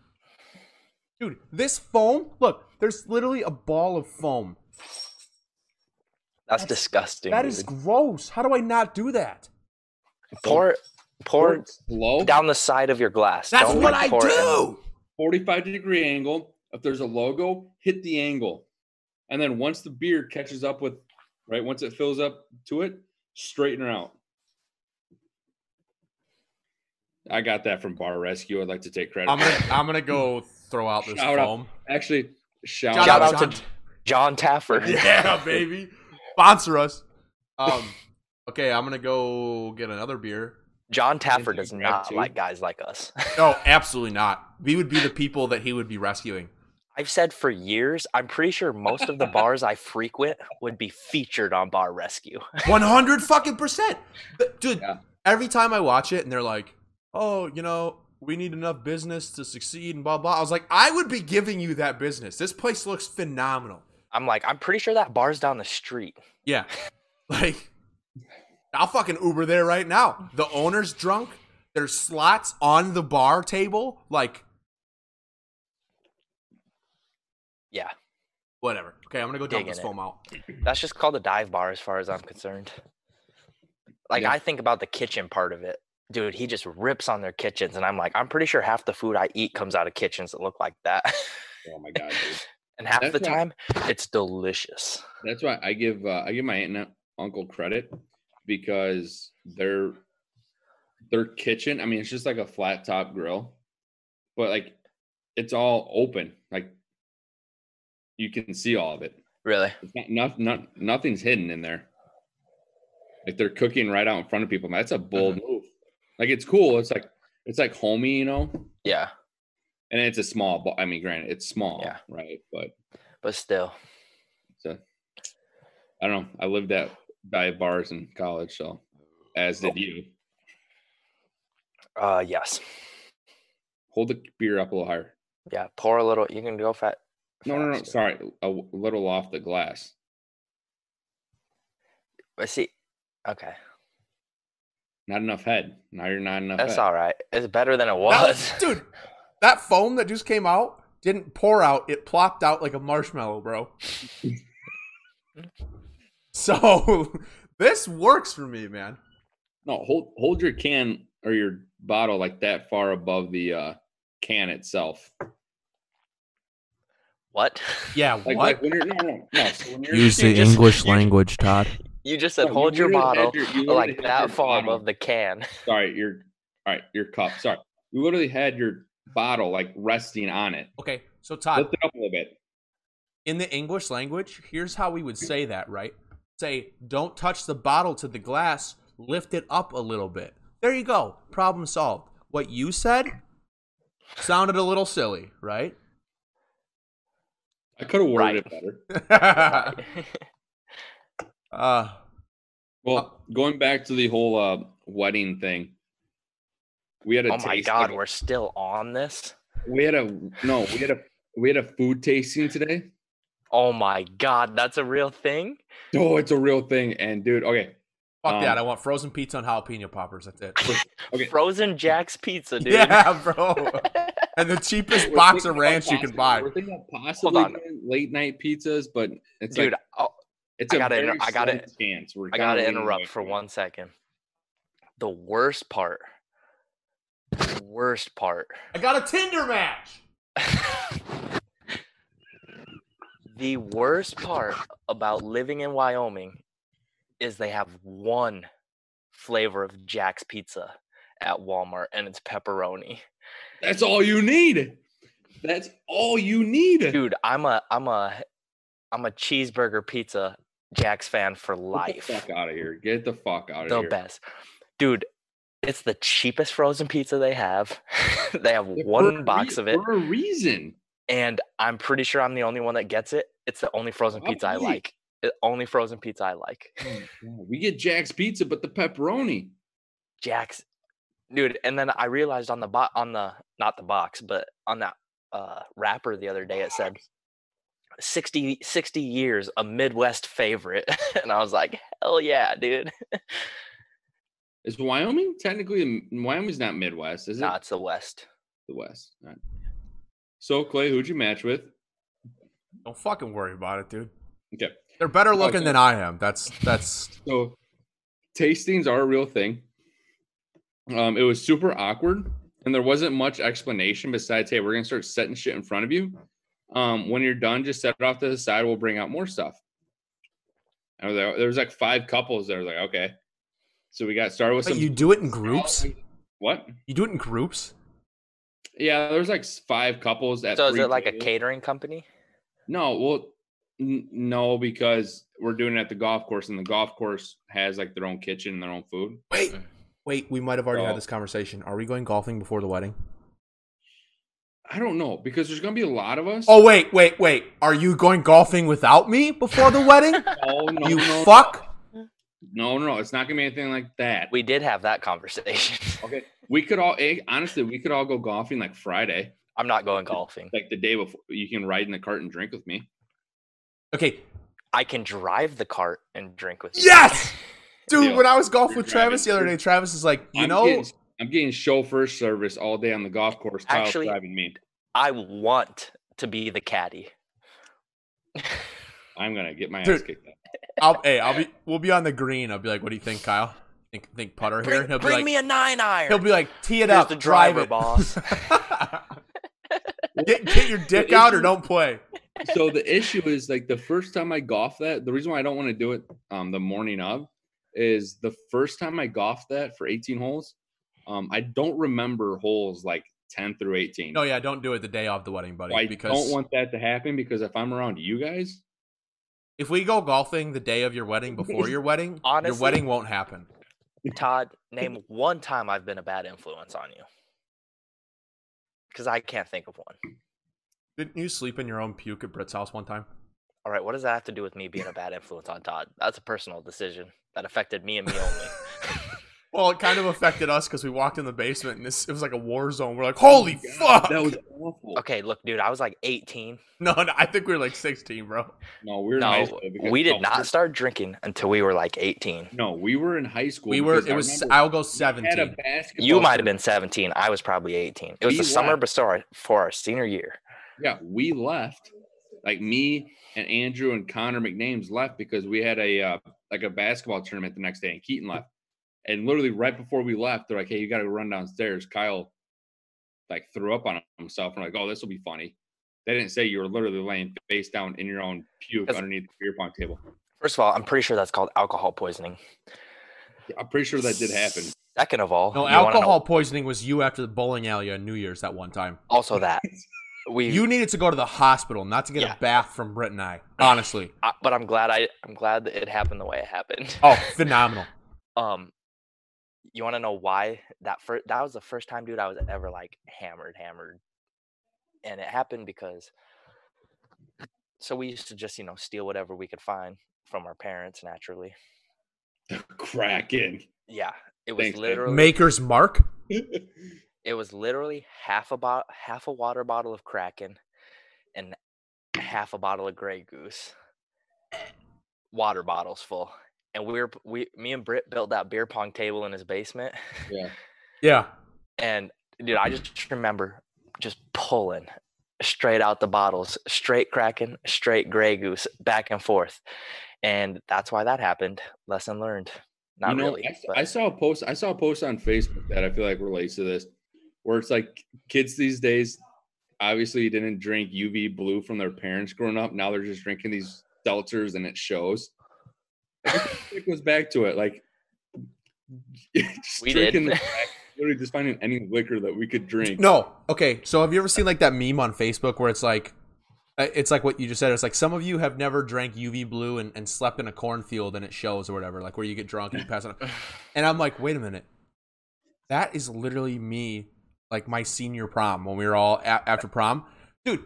Dude, this foam. Look, there's literally a ball of foam.
That's disgusting.
That is
dude.
gross. How do I not do that?
pour pour
Slow.
down the side of your glass.
Oh. That's
Don't,
what
like,
I
pour it in-
do.
45 degree angle. If there's a logo, hit the angle. And then once the beer catches up with, right, once it fills up to it, straighten her out. I got that from Bar Rescue. I'd like to take credit.
I'm
for
gonna
that.
I'm gonna go throw out this
Shout out.
foam.
Actually, shout,
Shout
out.
out
out to-
John-
John Taffer.
[laughs] Yeah, baby. Sponsor us. Um, okay, I'm gonna go get another beer.
[laughs] John
you
Taffer does
grab
not
two?
like guys like us. [laughs]
No, absolutely not. We would be the people that he would be rescuing.
I've said for years, I'm pretty sure
[laughs]
most of the bars I frequent would be featured on Bar Rescue.
One hundred fucking percent, Th- dude.
Yeah.
Every time I watch it, and they're like, "Oh, you know, we need enough business to succeed," and blah blah. I was like, I would be giving you that business. This place looks phenomenal.
I'm like, I'm pretty sure that bar's down the street.
Yeah, [laughs] like I'll fucking Uber there right now. The owner's drunk. There's slots on the bar table. Like,
Yeah.
whatever. Okay, I'm gonna go dump
Digging
this
it.
foam out.
That's just called a dive bar as far as I'm concerned. Like
Yeah.
I think about the kitchen part of it. Dude, he just rips on their kitchens and I'm like, I'm pretty sure half the food I eat comes out of kitchens that look like that.
Oh my god, dude.
[laughs] and half
That's
the
why-
time it's delicious.
That's why I give uh, I give my aunt and uncle credit because their their kitchen. I mean, it's just like a flat top grill, but like it's all open. Like you can see all of it.
Really?
It's not, not, not nothing's hidden in there. Like they're cooking right out in front of people. That's a bold move. Like it's cool. It's like it's like homey, you know.
Yeah.
And it's a small. bu- I mean, granted, it's small,
Yeah.
right? But
But still.
So I don't know. I lived at dive bars in college, so as
Oh.
did you.
Uh yes.
Hold the beer up a little higher.
Yeah. Pour a little you can go fat.
No, no, no.
faster.
Sorry, a w- little off the glass.
But see okay.
Not enough head. Now you're not enough.
That's
head.
all right. It's better than it
That
[laughs]
was. [laughs]
dude? That foam that just came out didn't pour out; it plopped out like a marshmallow, bro. [laughs] so [laughs] this works for me, man.
No, hold hold your can or your bottle like that far above the uh, can itself.
What?
Yeah,
Like, like when you're no, no, no. So when you're
Use
the Dude, just- English you-
language, Todd.
You just
no,
said
Oh, you
hold your
literally had
bottle
your- you literally
like
had your
that far
bottle-
above the
[laughs]
can. [laughs]
Sorry, your all right, your cup. Sorry, you literally had your bottle like resting on it.
Okay, so Todd,
Lift it up a little bit.
in the English language, here's how we would say that, right? Say, don't touch the bottle to the glass, lift it up a little bit. There you go. Problem solved. What you said sounded a little silly, right? [laughs]
I could have worded
Right.
it better.
uh,
Well,
Uh,
going back to the whole uh, wedding thing, we had a
oh my
taste-
god, we're still on this.
we had a no, we had a we had a food tasting today.
Oh my god, that's a real thing.
Oh, it's a real thing. And dude, okay,
fuck
Um,
that. I want frozen pizza and jalapeno poppers. That's
[laughs]
it. [laughs]
Okay.
Frozen Jack's
[laughs]
Pizza, dude.
Yeah, bro. and the cheapest
we're
box
thinking
of
about
ranch you can
possibly-
buy.
We're thinking about possibly
on.
doing late night pizzas, but it's
dude,
like
oh,
it's
I
a
gotta
very
inter- I gotta-
slim chance. We're
I gotta
kinda leaning
interrupt
away
for
from it.
one second. The worst part. The worst part.
I got a Tinder match.
the worst part about living in Wyoming is they have one flavor of Jack's Pizza at Walmart, and it's
[laughs]
pepperoni.
That's all you need. That's all you need.
dude i'm a i'm a i'm a cheeseburger pizza jack's fan for
Get
life
the fuck out of here. Get the fuck out of
the
here.
best dude it's the cheapest frozen pizza they have [laughs] they have
For a
one
rea-
box of it
for a reason.
and i'm pretty sure i'm the only one that gets it it's the only frozen pizza i
Probably.
like The only frozen pizza i like
Oh, God. We get Jack's Pizza, but the pepperoni.
jack's dude and then i realized on the bo- on the not the box but on that uh wrapper the other day it said 60 60 years a midwest favorite [laughs] and i was like hell yeah dude
Is Wyoming technically M- Wyoming's not Midwest, is it?
no it's the west
The West. All right. So Clay, who'd you match with?
Don't fucking worry about it, dude.
Okay.
They're better looking
Okay.
than I am. That's that's
So tastings are a real thing. Um, it was super awkward, and there wasn't much explanation besides, "Hey, we're gonna start setting shit in front of you. Um, when you're done, just set it off to the side. We'll bring out more stuff." And I was like- there was like five couples that were like, "Okay." So we got started with
But
some
you do it in groups?
What?
You do it in groups?
Yeah, there's like s- five couples at.
So is
three
it like a
tables.
catering company?
No, well, n- no, because we're doing it at the golf course, and the golf course has like their own kitchen and their own food.
Wait, wait. We might have already
Oh.
had this conversation. Are we going golfing before the wedding?
I don't know because there's gonna be a lot of us.
Oh wait, wait, wait. Are you going golfing without me before the
[laughs]
wedding?
no, Oh, no,
you
no,
fuck.
no, no, no, it's not gonna be anything like that.
We did have that conversation. [laughs]
okay, we could all eh, honestly, we could all go golfing like Friday,
I'm not going golfing.
like the day before. You can ride in the cart and drink with me.
Okay,
I can drive the cart and drink with you.
[laughs]
Yes! dude.
Yeah.
When I was golfing
You're
with Travis the
driving.
other day, Travis is like, you
I'm
know,
getting, I'm getting chauffeur service all day on the golf course. Kyle's
Actually-
driving me.
[laughs] I want to be the caddy.
I'm gonna get my ass
Dude.
kicked. out.
I'll, hey, I'll be, we'll be on the green. I'll be like, what do you think, Kyle? Think, think putter here?
Bring,
And he'll be
bring
like,
me a nine iron.
he'll be like, tee it
Here's
up,
the
drive
driver,
it.
boss.
[laughs] get, get your dick out or don't play.
so the issue is like the first time I golf that, the reason why I don't want to do it um the morning of is the first time I golfed that for 18 holes, um, I don't remember holes like 10 through 18.
No, yeah, don't do it the day of the wedding, buddy.
So I
because
don't want that to happen because if I'm around you guys,
if we go golfing the day of your wedding before your wedding, your
Honestly-
wedding won't happen.
Todd, name one time I've been a bad influence on you. Because I can't think of one.
Didn't you sleep in your own puke at Britt's house one time?
All right, what does that have to do with me being a bad influence on Todd? That's a personal decision that affected me and me
[laughs]
only.
Well, it kind of affected us because we walked in the basement and this, it was like a war zone. We're like, holy fuck!
Oh that was awful.
okay, look, dude, I was like 18.
[laughs] no, no, I think we were like 16, bro.
No, we were in high
No,
school because-
we
no,
did
we-
not start drinking until we were like 18.
No, we were in high school.
We were.
because
It
I
was.
remember
I'll go
we had a
17.
basketball
You might have
tournament.
been 17. I was probably 18. It was
We
the summer
left.
before our, for our senior year.
Yeah, we left. Like me and Andrew and Connor McNames left because we had a uh, like a basketball tournament the next day, and Keaton left. And literally right before we left, they're like, "Hey, you got to run downstairs." Kyle like threw up on himself, and we're like, "Oh, this will be funny." They didn't say you were literally laying face down in your own puke
'Cause-
underneath the beer pong table.
First of all, I'm pretty sure that's called alcohol poisoning.
I'm pretty sure that did happen.
Second of all,
No,
you wanna know-
alcohol poisoning was you after the bowling alley on New Year's that one time.
Also, that we
You needed to go to the hospital, not to get
Yeah.
a bath from Britt and I. Honestly,
I, but I'm glad I I'm glad that it happened the way it happened. [laughs]
oh,
[laughs]
phenomenal.
Um, you want to know why that first that was the first time, dude, I was ever like hammered, hammered, and it happened because so we used to just you know steal whatever we could find from our parents naturally.
Cracking.
Yeah, it was
Thanks, man.
literally
Maker's Mark.
it was literally half a bo- half a water bottle of Kraken and half a bottle of Grey Goose. Water bottles full. And we were p- we me and Britt built that beer pong table in his basement. [laughs]
Yeah.
Yeah,
And dude, I just remember just pulling straight out the bottles, straight Kraken, straight Grey Goose, back and forth. And that's why that happened. Lesson learned. Not
you know,
really.
I, s-
but-
I saw a post. I saw a post on Facebook that I feel like relates to this, where it's like kids these days obviously didn't drink UV blue from their parents growing up. Now they're just drinking these seltzers, and it shows. it goes back to it, like [laughs] just
we
drinking,
[laughs] did.
literally just finding any liquor that we could drink.
No. Okay. So have you ever seen like that meme on Facebook where it's like, uh, it's like what you just said. It's like some of you have never drank UV blue and, and slept in a cornfield and it shows or whatever, like where you get drunk and you pass out. And I'm like, wait a minute. That is literally me, like my senior prom when we were all a- after prom. Dude,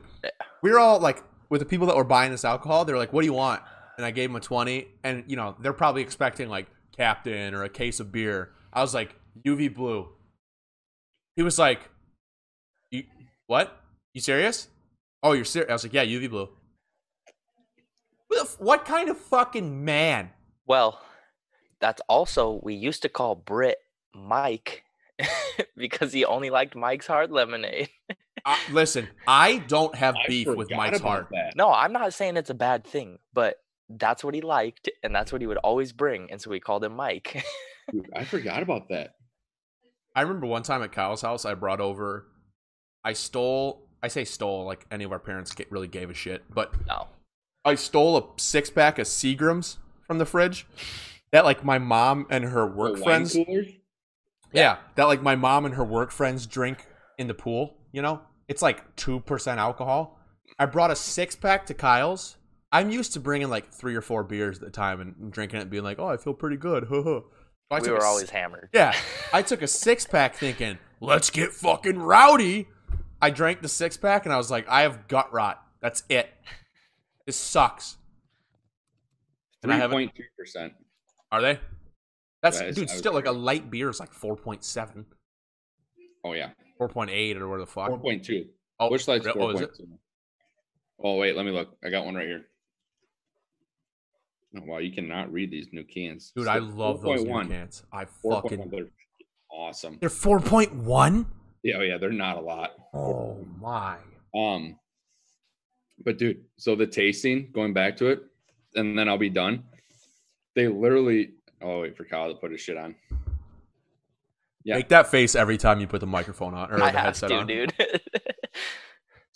we were all like, with the people that were buying this alcohol, they're like, what do you want? And I gave them a 20. And, you know, they're probably expecting like Captain or a case of beer. I was like, UV blue. He was like, you what? You serious? Oh, you're serious? I was like, yeah, UV blue. What, the f- what kind of fucking man?
Well, that's also we used to call Brit Mike [laughs] because he only liked Mike's hard lemonade. [laughs]
I, listen, I don't have
I
beef with
forgot
Mike's
about
heart.
That.
No, I'm not saying it's a bad thing, but that's what he liked and that's what he would always bring and so we called him Mike. [laughs]
Dude, I forgot about that.
I remember one time at Kyle's house, I brought over, I stole, I say stole, like any of our parents get, really gave a shit, but
no.
I stole a six pack of Seagrams from the fridge that like my mom and her
The
work
wine
friends
cooler?
Yeah. that like my mom and her work friends drink in the pool. You know, it's like two percent alcohol. I brought a six pack to Kyle's. I'm used to bringing like three or four beers at a time and drinking it, and being like, "Oh, I feel pretty good." [laughs] so I
we
took a
were
s-
always hammered.
yeah, I took a six pack thinking, let's get fucking rowdy. I drank the six pack and I was like, I have gut rot. That's it. This sucks. And I
Three
haven't.
point two percent.
Are they? That's
Yeah, it's-
dude.
I was-
Still, like a light beer is like 4.7,
Oh yeah,
4.8 or whatever the fuck.
four point two.
Oh,
Which light's
re-
four
is
point
it?
two? Oh wait, let me look. I got one right here. Oh, wow, you cannot read these new cans,
Dude, I love those new cans. I
Four point
fucking.
one. They're awesome.
They're 4.1.
Yeah, oh, yeah, they're not a lot.
Oh my.
Um, but dude, so the tasting, going back to it, and then I'll be done. They literally. Oh wait, for Kyle to put his shit on. Yeah.
Make that face every time you put the microphone on or the
I have
headset
to,
on.
dude. [laughs]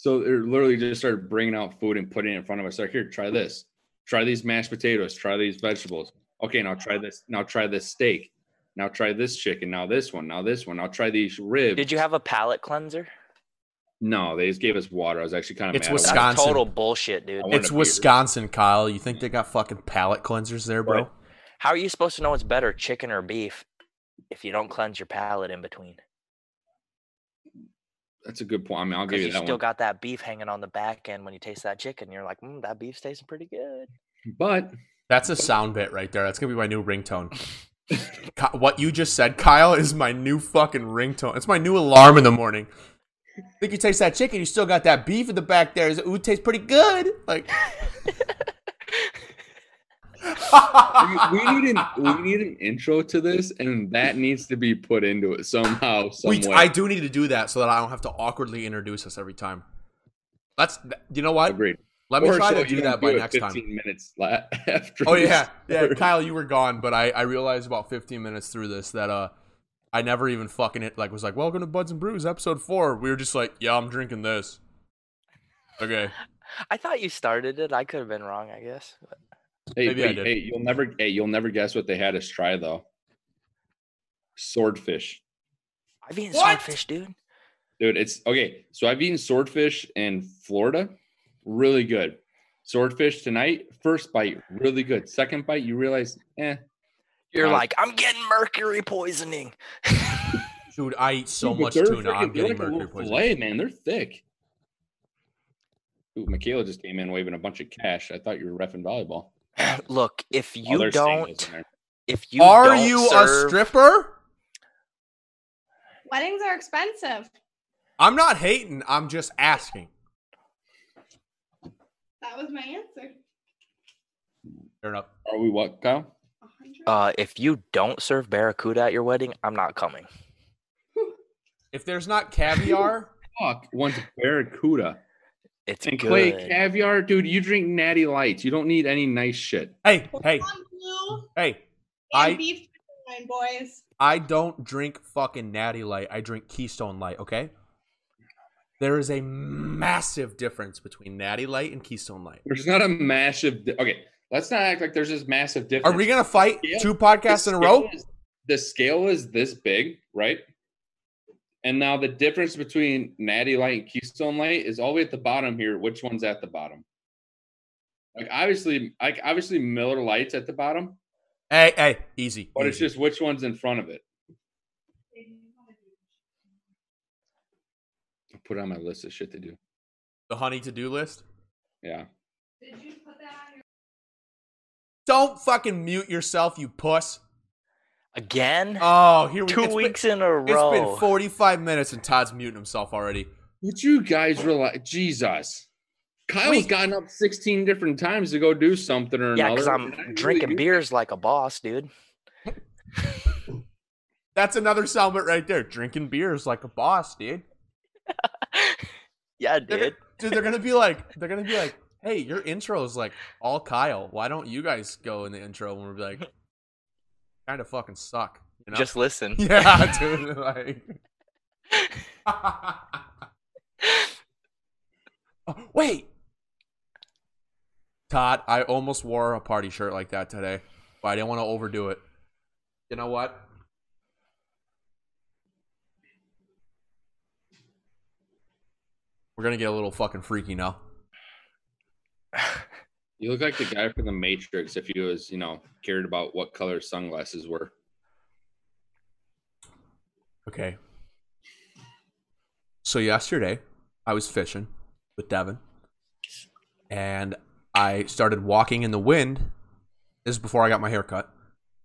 So they literally just started bringing out food and putting it in front of us. Like, here, try this. Try these mashed potatoes. Try these vegetables. Okay, now try this. Now try this steak. Now try this chicken. Now this one. Now this one. Now try these ribs.
Did you have a palate cleanser?
No, they just gave us water. I was actually kind of
It's
mad. I
Wisconsin.
wanted-
That's total bullshit, dude.
I wanted
It's
a beer.
Wisconsin, Kyle. You think they got fucking palate cleansers there, bro?
Right.
How are you supposed to know what's better, chicken or beef, if you don't cleanse your palate in between?
That's a good point. I mean, I'll give
Because
you,
you
that
still
one.
got that beef hanging on the back end when you taste that chicken. You're like, mm, that beef's tasting pretty good.
but
That's a sound bit right there. That's gonna be my new ringtone. Ki- what you just said, Kyle, is my new fucking ringtone. It's my new alarm in the morning. Think you taste that chicken? You still got that beef in the back there. Is it ooh tastes pretty good? Like
[laughs] we, we need an [laughs] we need an intro to this, and that needs to be put into it somehow, some
we,
way.
I do need to do that so that I don't have to awkwardly introduce us every time. That's th- you know what?
Agreed.
Let me
Or
try
so
to
you
do
don't
that by
it
next time.
15 minutes la- [laughs] after.
Oh
we
yeah, yeah.
start.
Kyle, you were gone, but I I realized about 15 minutes through this that uh I never even fucking it like was like welcome to Buds and Brews episode four. We were just like yeah, I'm drinking this. Okay,
I thought you started it. I could have been wrong, I guess. But
Hey,
Maybe I
wait,
did.
hey, you'll never, hey, you'll never guess what they had us try though. Swordfish,
I've eaten
What?
swordfish, dude.
dude. It's okay. So I've eaten swordfish in Florida, really good. Swordfish tonight, first bite, really good. Second bite, you realize, eh,
You're
Wow.
like, I'm getting mercury poisoning.
dude, I eat so
Dude, but
much
they're
tuna.
freaking-
I'm
they're
getting
like a
mercury
little
poisoning.
Filet, man, they're thick. Ooh, Michaela just came in waving a bunch of cash. I thought you were refing volleyball.
[laughs] Look, if
Oh,
you
there's singles
don't,
in there.
if you
Are
don't
you a
serve-
stripper?
Weddings are expensive.
I'm not hating. I'm just asking.
That was my answer.
Fair enough.
Are we what, Kyle?
A hundred.
Uh, if you don't serve barracuda at your wedding, I'm not coming.
If there's not caviar, [laughs]
Fuck, once Barracuda.
It's
And
good.
Clay, caviar, dude, you drink natty lights. You don't need any nice shit.
hey, hey,
One blue and
hey. I
beef wine, boys.
I don't drink fucking Natty Light. I drink Keystone Light, okay? There is a massive difference between Natty Light and Keystone Light.
There's not a massive. Di- okay, let's not act like there's this massive difference.
Are we going to fight
Yeah.
two podcasts in a
The
row?
scale is- the scale is this big, right? And now the difference between Natty Light and Keystone Light is all the way at the bottom here. Which one's at the bottom? Like obviously, like obviously Miller Light's at the bottom,
Hey, hey, easy.
but it's
easy.
just which one's in front of it. I'll put it on my list of shit to do.
the honey to do list.
Yeah.
Did you put that on your
Don't fucking mute yourself, you puss.
Again?
Oh, here we
Two
it's been-
weeks in a row.
it's been 45 minutes and Todd's muting himself already.
Would you guys realize? Jesus. Kyle's
Wait.
gotten up 16 different times to go do something or
yeah,
another.
because I'm
And I really
drinking
do-
beers like a boss, dude.
That's another soundbite right there. Drinking beers like a boss, dude. They're
Yeah, dude.
gonna- dude, they're gonna be like, they're gonna be like, hey, your intro is like all Kyle. Why don't you guys go in the intro and we'll be like, kind of fucking suck, you know? [laughs]
Just [laughs] listen.
yeah, dude. Like, Oh, [laughs] wait, Todd, I almost wore a party shirt like that today, but I didn't want to overdo it. You know what? We're gonna get a little fucking freaky now.
You look like the guy from The Matrix if he was, you know, cared about what color sunglasses were.
Okay. So yesterday, I was fishing with Devin, and I started walking in the wind. This is before I got my hair cut,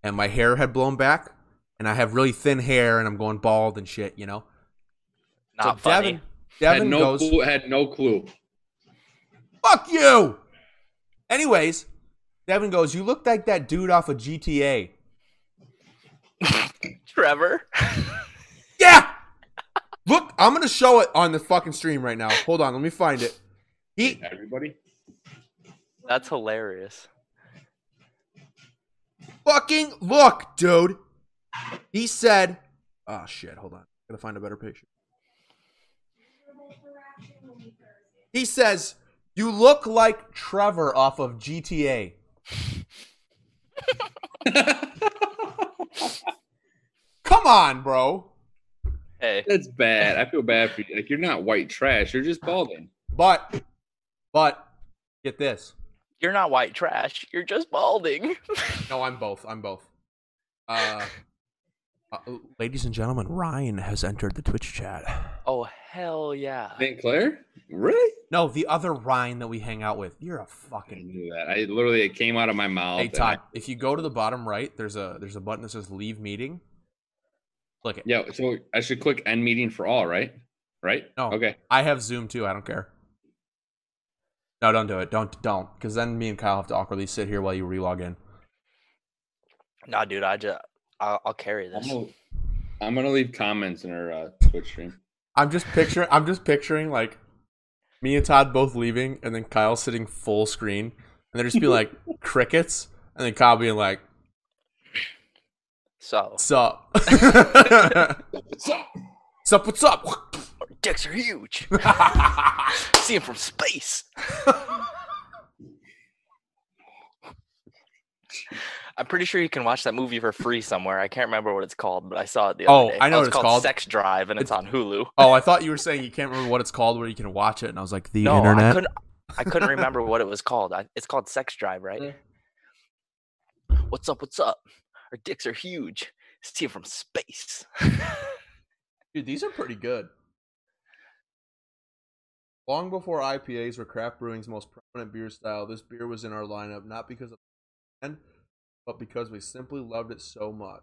and my hair had blown back, and I have really thin hair, and I'm going bald and shit, you know. So
Not funny.
Devin, Devin
had no
goes,
clue, had no clue.
"Fuck you." Anyways, Devin goes, "You look like that dude off of GTA."
[laughs] Trevor.
Yeah. Look, I'm gonna show it on the fucking stream right now. Hold on, let me find it. He
Everybody.
That's hilarious.
fucking look, dude. He said, "Oh shit, hold on, gotta find a better picture." He says, "You look like Trevor off of GTA." Come on, bro.
Hey,
That's bad. I feel bad for you. Like you're not white trash. You're just balding.
But, but, get this.
you're not white trash. You're just balding. [laughs]
No, I'm both. I'm both. Uh, uh, ladies and gentlemen, Ryan has entered the Twitch chat.
Oh hell yeah.
St. Clair? Really?
No, the other Ryan that we hang out with. You're a
I
fucking
knew that. I literally it came out of my mouth.
Hey
and
Todd, if you go to the bottom right, there's a there's a button that says leave meeting. Click it.
I- yeah, so I should click end meeting for all, right? Right?
No.
Okay.
I have Zoom too, I don't care. No, don't do it. Don't don't because then me and Kyle have to awkwardly sit here while you relog in.
Nah, dude, I just I'll, I'll carry
I'm
this.
gonna, I'm gonna leave comments in our uh, Twitch stream.
I'm just picturing I'm just picturing like me and Todd both leaving and then Kyle sitting full screen and there just be like crickets and then Kyle being like,
So
Sup.
What's up?
Sup, what's up? [laughs]
our dicks are huge. [laughs] See 'em from
[laughs]
space. I'm pretty sure you can watch that movie for free somewhere. I can't remember what it's called, but I saw it the other
Oh,
day.
I know
Oh,
what it's called.
Sex Drive, and it's, on Hulu.
oh, I thought you were saying you can't remember what it's called where you can watch it and I was like, the
no, I
internet.
couldn't. I couldn't remember what it was called. I, it's called Sex Drive, right? What's up? What's up? Our dicks are huge. See 'em from space. [laughs]
Dude, these are pretty good. Long before IPAs were craft brewing's most prominent beer style, this beer was in our lineup not because of the brand, but because we simply loved it so much.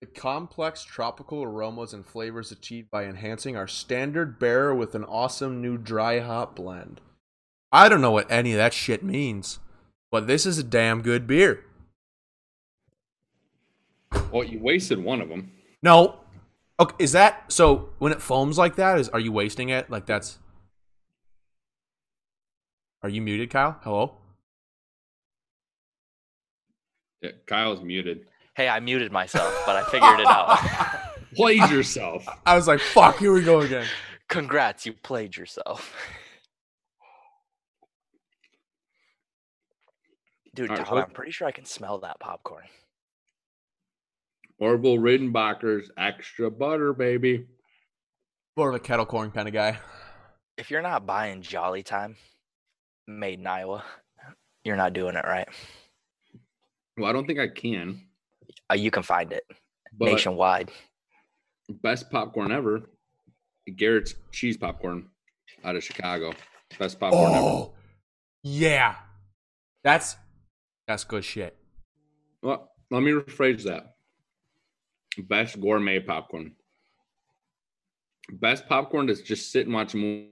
The complex tropical aromas and flavors achieved by enhancing our standard bearer with an awesome new dry hop blend. I don't know what any of that shit means, but this is a damn good beer.
Well, you wasted one of them.
No. Okay, is that so? When it foams like that, is are you wasting it? Like that's. Are you muted, Kyle? Hello.
Yeah, Kyle's muted.
Hey, I muted myself, but I figured
[laughs]
it out.
Played yourself.
I was like, "Fuck, here we go again."
Congrats, you played yourself. [laughs] Dude,
All right,
Todd,
hold-
I'm pretty sure I can smell that popcorn.
Orville Redenbacher's extra butter, baby.
More of a kettle corn kind of guy.
If you're not buying Jolly Time, made in Iowa, you're not doing it right.
Well, I don't think I can.
Uh, you can find it
But
nationwide.
best popcorn ever, Garrett's cheese popcorn out of Chicago. Best popcorn ever.
Oh, yeah. That's that's good shit.
Well, let me rephrase that. Best gourmet popcorn. Best popcorn to just sit and watch a mo-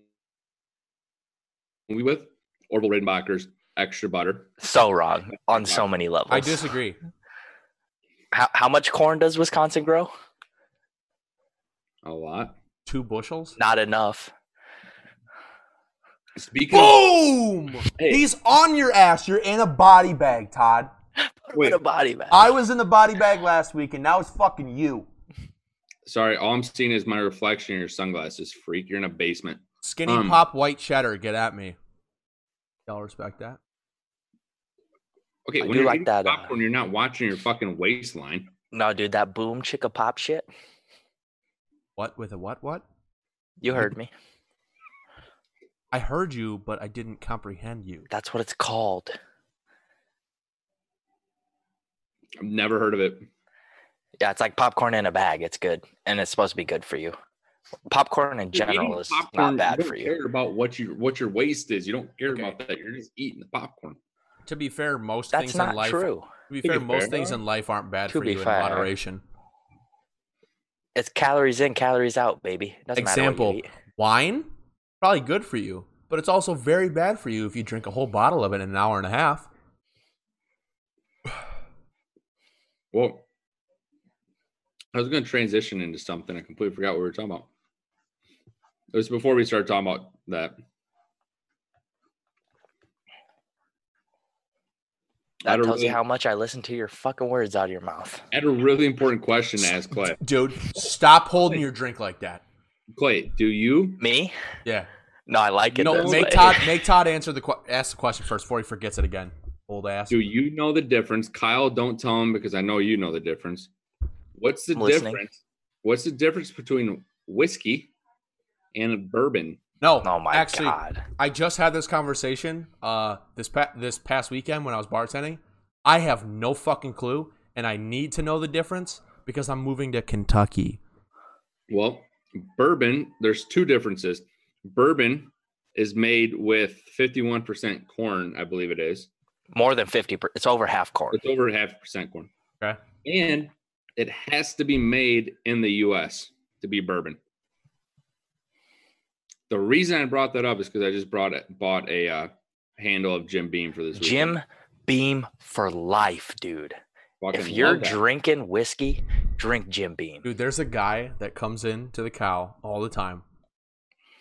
movie with Orville Redenbacher's extra butter.
So wrong on so many levels.
I disagree.
How, how much corn does Wisconsin grow?
A lot.
Two bushels.
Not enough.
Speaking
Oh,
of,
Boom!
Hey.
He's on your ass. You're in a body bag, Todd.
Put 'em
Wait.
in a body bag.
I was in the body bag last week, and now it's fucking you.
sorry, all I'm seeing is my reflection in your sunglasses, freak. You're in a basement.
Skinny
Um,
pop white cheddar, get at me. Y'all respect that?
Okay,
I
when
do
you're
like
eating
that, uh,
popcorn, you're not watching your fucking waistline.
no, dude, that boom chicka pop shit.
What with a what what?
You heard me.
I heard you, but I didn't comprehend you.
That's what it's called.
I've never heard of it.
Yeah, it's like popcorn in a bag. It's good, and it's supposed to be good for you. Popcorn in
You're eating
general is not
popcorn,
bad
don't
for you.
Care about what your what your waste is. You don't care
Okay.
about that. You're just eating the popcorn.
To be fair, most
That's
things
not
in life.
true.
To be
To be
fair, most
fair.
things in life aren't bad
To
for
be
you
fair.
in moderation.
It's calories in, calories out, baby. Doesn't matter what
Example:
you eat.
wine, probably good for you, but it's also very bad for you if you drink a whole bottle of it in an hour and a half.
Well, I was going to transition into something. I completely forgot what we were talking about. It was before we started talking about that. I
That
don't
tells you
really-
how much I listen to your fucking words out of your mouth.
I had a really important question to ask Clay.
Dude, stop holding your drink like that.
Clay, do you?
Me?
Yeah.
No, I like it.
No,
this
make
way.
Todd make Todd answer the que- ask the question first before he forgets it again. Old ass.
Do you know the difference? Kyle, don't tell him because I know you know the difference. What's the
I'm listening.
difference? What's the difference between whiskey and bourbon?
No,
[laughs] Oh my
actually,
god.
I just had this conversation uh this pa- this past weekend when I was bartending. I have no fucking clue, and I need to know the difference because I'm moving to Kentucky.
Well, bourbon, there's two differences. Bourbon is made with 51% corn, I believe it is.
More than 50%. It's over half corn.
It's over half percent corn.
Okay.
And it has to be made in the US to be bourbon. The reason I brought that up is because I just brought it, bought a uh, handle of Jim Beam for this.
Jim Beam for life, dude.
weekend.
If
Fucking
you're
love that.
drinking whiskey, drink Jim Beam.
Dude, there's a guy that comes in to the cow all the time.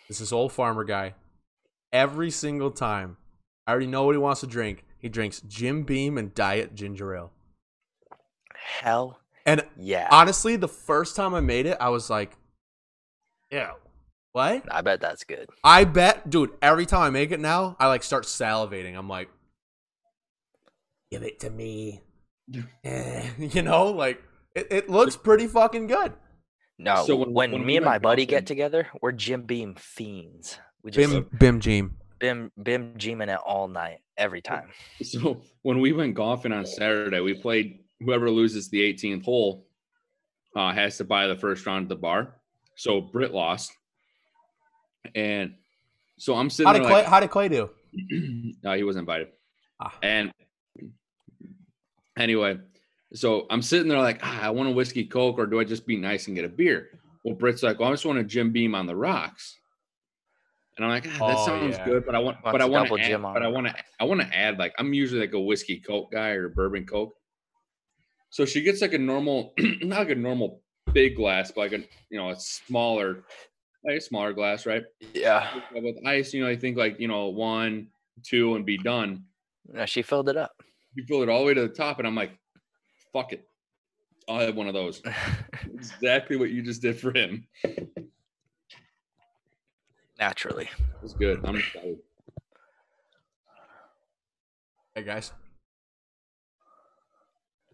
This is old farmer guy. Every single time, I already know what he wants to drink. He drinks Jim Beam and Diet Ginger Ale.
Hell
And
yeah.
honestly, the first time I made it, I was like, "Yeah, what?"
I bet that's good.
I bet, dude. Every time I make it now, I like start salivating. I'm like, "Give it to me," Eh, [laughs] you know, like it, it looks pretty fucking good.
No,
So
when,
when- when
me
we
and my
went
buddy get
golfing-
together, we're Jim Beam fiends. We just
Bim, bim, Jeem.
bim bim Beaming it all night, every time.
[laughs] So when we went golfing on Saturday, we played whoever loses the 18th hole uh, has to buy the first round at the bar. So Britt lost, and so I'm sitting
How
there
did Clay,
like,
how did Clay do?
[clears throat] no, he wasn't invited.
Ah.
And anyway, so I'm sitting there like, ah, I want a whiskey coke, or do I just be nice and get a beer? Well, Britt's like, well, I just want a Jim Beam on the rocks. And I'm like, ah, that
Oh,
sounds
yeah.
good, but I want,
Wants
but I
a
want
double
to, add,
Jim on
but I
the
want to, I want to add, like, I'm usually like a whiskey coke guy or bourbon coke. So she gets like a normal, [clears throat] not like a normal big glass, but like a, you know, a smaller, like a smaller glass, right?
Yeah.
With ice, you know, I think like you know one, two, and be done.
No, she filled it up.
You fill it all the way to the top, and I'm like, fuck it, I'll have one
[laughs]
of those. exactly what you just did for him.
Naturally.
It was good. I'm excited.
Hey guys,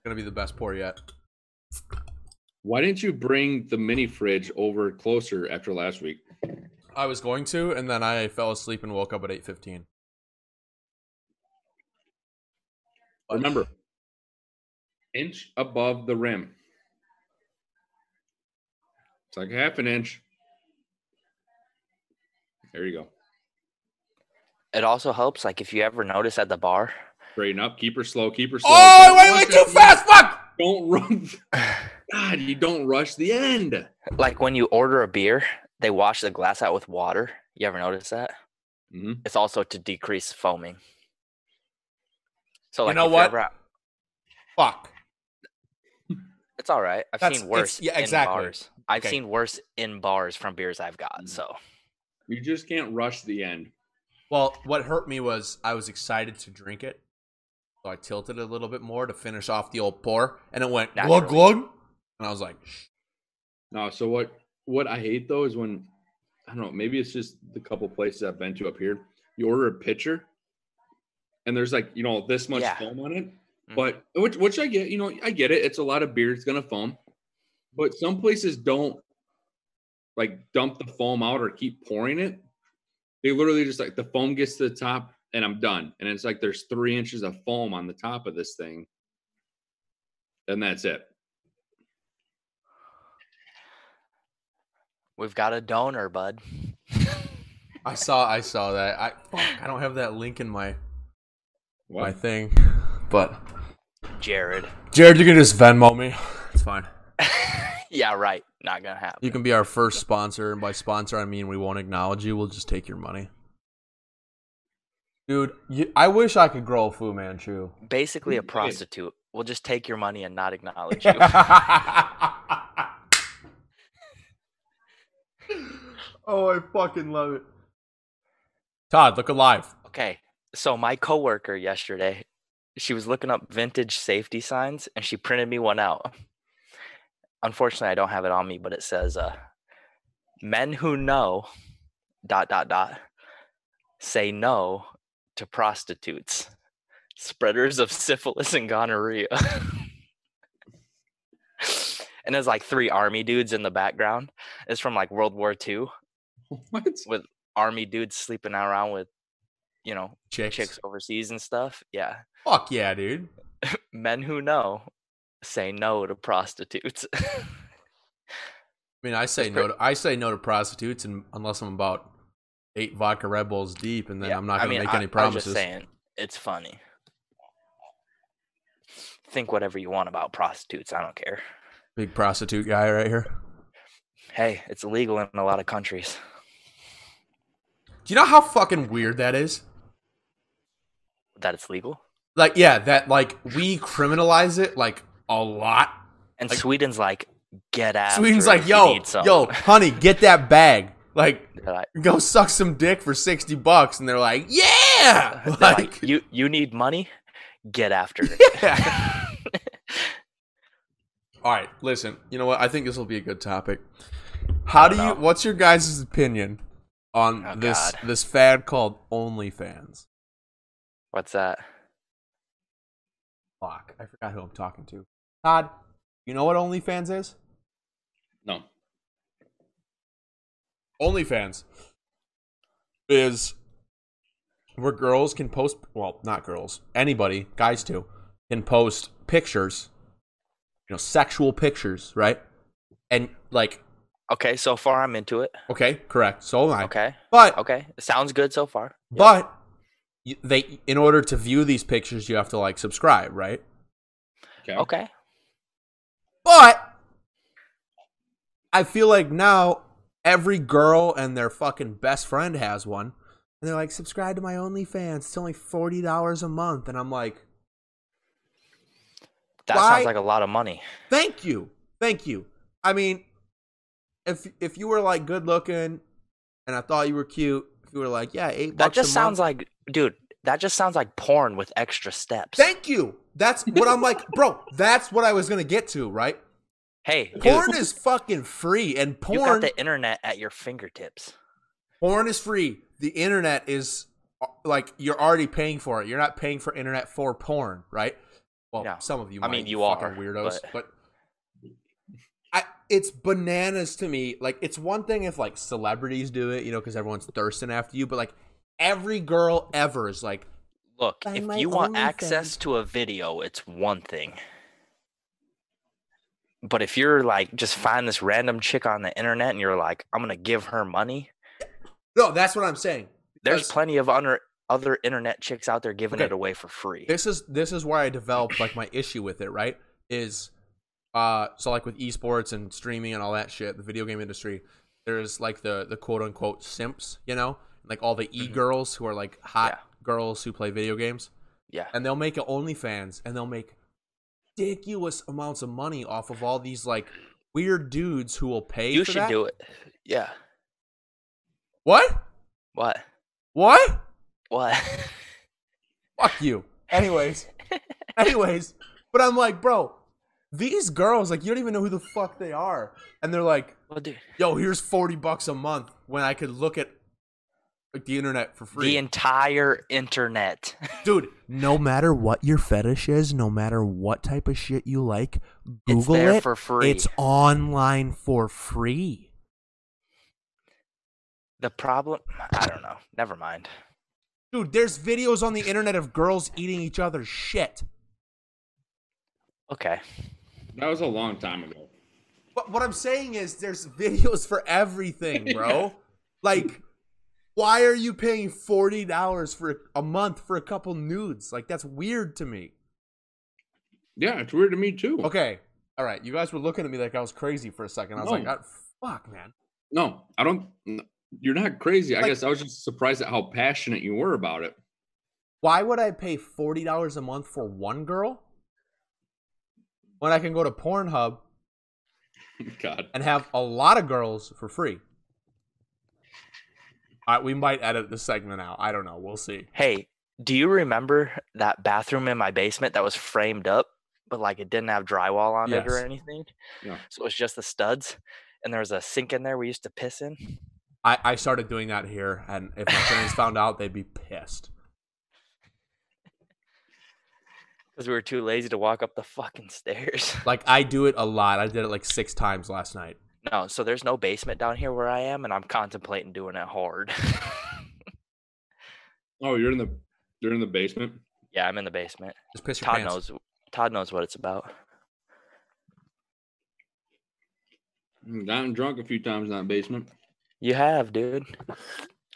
gonna be the best pour yet.
Why didn't you bring the mini fridge over closer after last week?
I was going to, and then I fell asleep and woke up at eight fifteen.
Remember, inch above the rim. It's like half an inch. There you go.
It also helps, like if you ever notice at the bar,
Straighten up. Keep her slow. Keep her slow.
Oh, I
Don't rush
went way
it.
too fast. Fuck.
Don't run. God, you don't rush the end.
like when you order a beer, they wash the glass out with water. You ever notice that?
Mhm.
It's also to decrease foaming. So
You
like
know
if you're
what?
ever at-
Fuck.
It's all right. I've
That's-
seen
it's-
worse.
yeah,
in
exactly.
bars. I've
Okay. Mm.
seen worse in bars from beers I've got.
Mhm.
So
You just can't rush the end.
Well, what hurt me was I was excited to drink it, so I tilted a little bit more to finish off the old pour, and it went glug
Naturally.
glug, and I was like, "Shh."
No, so what what I hate though is when I don't know, maybe it's just the couple places I've been to up here. You order a pitcher and there's like, you know, this much
Yeah.
foam on it.
Mhm.
But which which I get, you know, I get it. It's a lot of beer, it's gonna foam. But some places don't like dump the foam out or keep pouring it. They literally just like the foam gets to the top and I'm done. And it's like there's three inches of foam on the top of this thing. And that's it.
We've got a donor, bud.
I saw I saw that. I fuck, I don't have that link in my my
What?
thing. But
Jared.
Jared, you can just Venmo me. It's fine.
[laughs] yeah, right. Not gonna happen.
You can be our first sponsor, and by sponsor I mean we won't acknowledge you. We'll just take your money. Dude, you, I wish I could grow a Fu Manchu.
Basically, a
Dude.
prostitute. We'll just take your money and not
[laughs]
acknowledge you.
oh, Oh, I fucking love it. Todd, look alive.
Okay. So my coworker yesterday, she was looking up vintage safety signs and she printed me one out. Unfortunately, I don't have it on me, but it says uh men who know dot dot dot say no to prostitutes, spreaders of syphilis and gonorrhea. [laughs] and there's like three army dudes in the background. It's from like World War II.
[laughs] What?
Army dudes sleeping around with, you know,
Chicks.
chicks overseas and stuff. Yeah.
Fuck yeah, dude.
Men who know say no to prostitutes. [laughs]
I mean, I say
That's
no.
pretty-
To, I say no to prostitutes, and unless I'm about eight vodka Red Bulls deep, and then
Yeah,
I'm not
I
gonna
mean,
make
I-
any
I
promises.
was just saying, it's funny. Think whatever you want about prostitutes. I don't care.
Big prostitute guy right here.
Hey, it's illegal in a lot of countries.
Do you know how fucking weird that is?
That it's legal.
Like, yeah, that like we criminalize it like a lot.
And
Like-
Sweden's like, get out.
Sweden's like, yo, yo, honey, get that bag. Like, [laughs]
Like, [laughs]
go suck some dick for sixty bucks, and they're like, yeah,
[laughs] they're like,
like,
you, you need money? Get
[laughs]
after it.
yeah. All right, listen. You know what? I think this will be a good topic. How do you?
don't know.
What's your guys' opinion on
Oh,
this
God.
this fad called OnlyFans?
What's that?
Fuck, I forgot who I'm talking to. Todd, you know what OnlyFans is?
No.
OnlyFans is where girls can post. Well, not girls. Anybody, guys too, can post pictures. You know, sexual pictures, right? And like,
Okay, so far I'm into it.
okay, correct. So am I.
Okay,
But
okay. Sounds good so far.
But you, they, in order to view these pictures, you have to like subscribe, right?
Okay.
Okay.
But I feel like now every girl and their fucking best friend has one, and they're like, subscribe to my OnlyFans. It's only forty dollars a month, and I'm like,
That
Why-
sounds like a lot of money.
thank you, thank you. I mean, if if you were like good looking, and I thought you were cute, if you were like, yeah, eight
That
bucks.
just
a
sounds
month,
like, dude, that just sounds like porn with extra steps.
Thank you. That's what I'm like, bro. That's what I was gonna get to,
[laughs]
right?
hey, dude,
porn is fucking free and
you got
porn
the internet at your fingertips.
porn is free the internet is uh, like you're already paying for it you're not paying for internet for porn right well
No.
some of you
I
might,
mean, you
fucking
are,
weirdos but, I, it's bananas to me like it's one thing if like celebrities do it you know because everyone's thirsting after you but like every girl ever is like
Look,
Buy
if
my
you want
OnlyFans.
access to a video, it's one thing. But if you're like just find this random chick on the internet and you're like, I'm gonna give her money,
no that's what i'm saying
there's
Because-
plenty of under, other internet chicks out there giving
Okay.
it away for free.
this is this is where I developed like my issue with it, right? Is uh so like with esports and streaming and all that shit, the video game industry, there's like the the quote unquote simps, you know? Like all
Mm-hmm.
the e girls who are like hot girls who play video games.
Yeah.
And they'll make an OnlyFans and they'll make ridiculous amounts of money off of all these like weird dudes who will pay
You
for
should
that.
do it. Yeah.
What?
What?
What?
What? [laughs]
Fuck you. Anyways, anyways, but I'm like, bro, these girls, like, you don't even know who the fuck they are, and they're like,
well, dude,
yo, here's forty bucks a month when I could look at like, the internet for free,
the entire internet.
dude. No matter what your fetish is, no matter what type of shit you like,
it's
Google
there
it.
for free.
It's online for free.
The problem, I don't know. Never mind.
Dude, there's videos on the internet of girls eating each other's shit.
Okay.
That was a long time ago.
But what I'm saying is there's videos for everything, bro. Like why are you paying $40 for a month for a couple nudes? Like that's weird to me.
Yeah, it's weird to me too.
Okay. All right. You guys were looking at me like I was crazy for a second. I was like,
No.
"Ah, fuck, man.
No, I don't. n- You're not crazy. I
Like-
guess I was just surprised at how passionate you were about it. [laughs]
Why would I pay $40 a month for one girl when I can go to Pornhub
God.
and have a lot of girls for free? All right, we might edit this segment out. I don't know. We'll see.
Hey, do you remember that bathroom in my basement that was framed up, but like it didn't have drywall on it or
Yes.
anything?
Yeah.
So it was just the studs, and there was a sink in there we used to piss in.
I, I started doing that here, and if my parents found out, they'd be pissed.
because we were too lazy to walk up the fucking stairs. [laughs]
Like, I do it a lot. I did it like six times last night.
No, so there's no basement down here where I am, and I'm contemplating doing it hard. [laughs]
Oh, you're in the you're in the basement.
yeah, I'm in the basement.
Just piss your
Todd
pants.
knows. Todd knows what it's about.
I've Gotten drunk a few times in that basement.
You have, dude.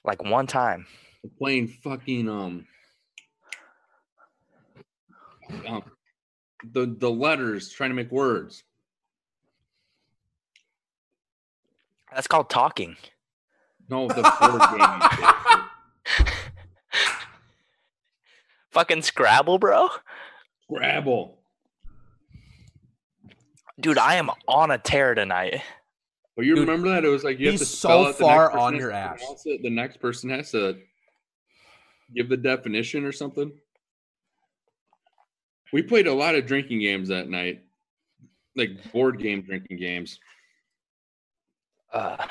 Like one time.
Playing fucking um, um the the letters, trying to make words.
That's called talking.
No, the word game.
[laughs]
you shit.
Fucking Scrabble, bro.
Scrabble.
Dude, I am on a tear tonight.
But you
Dude,
remember that it was like you have
he's
to
so
spell it, the next
far
person
on
has
your
to
ass.
pronounce it, The next person has to give the definition or something. We played a lot of drinking games that night, like board game drinking games.
Uh,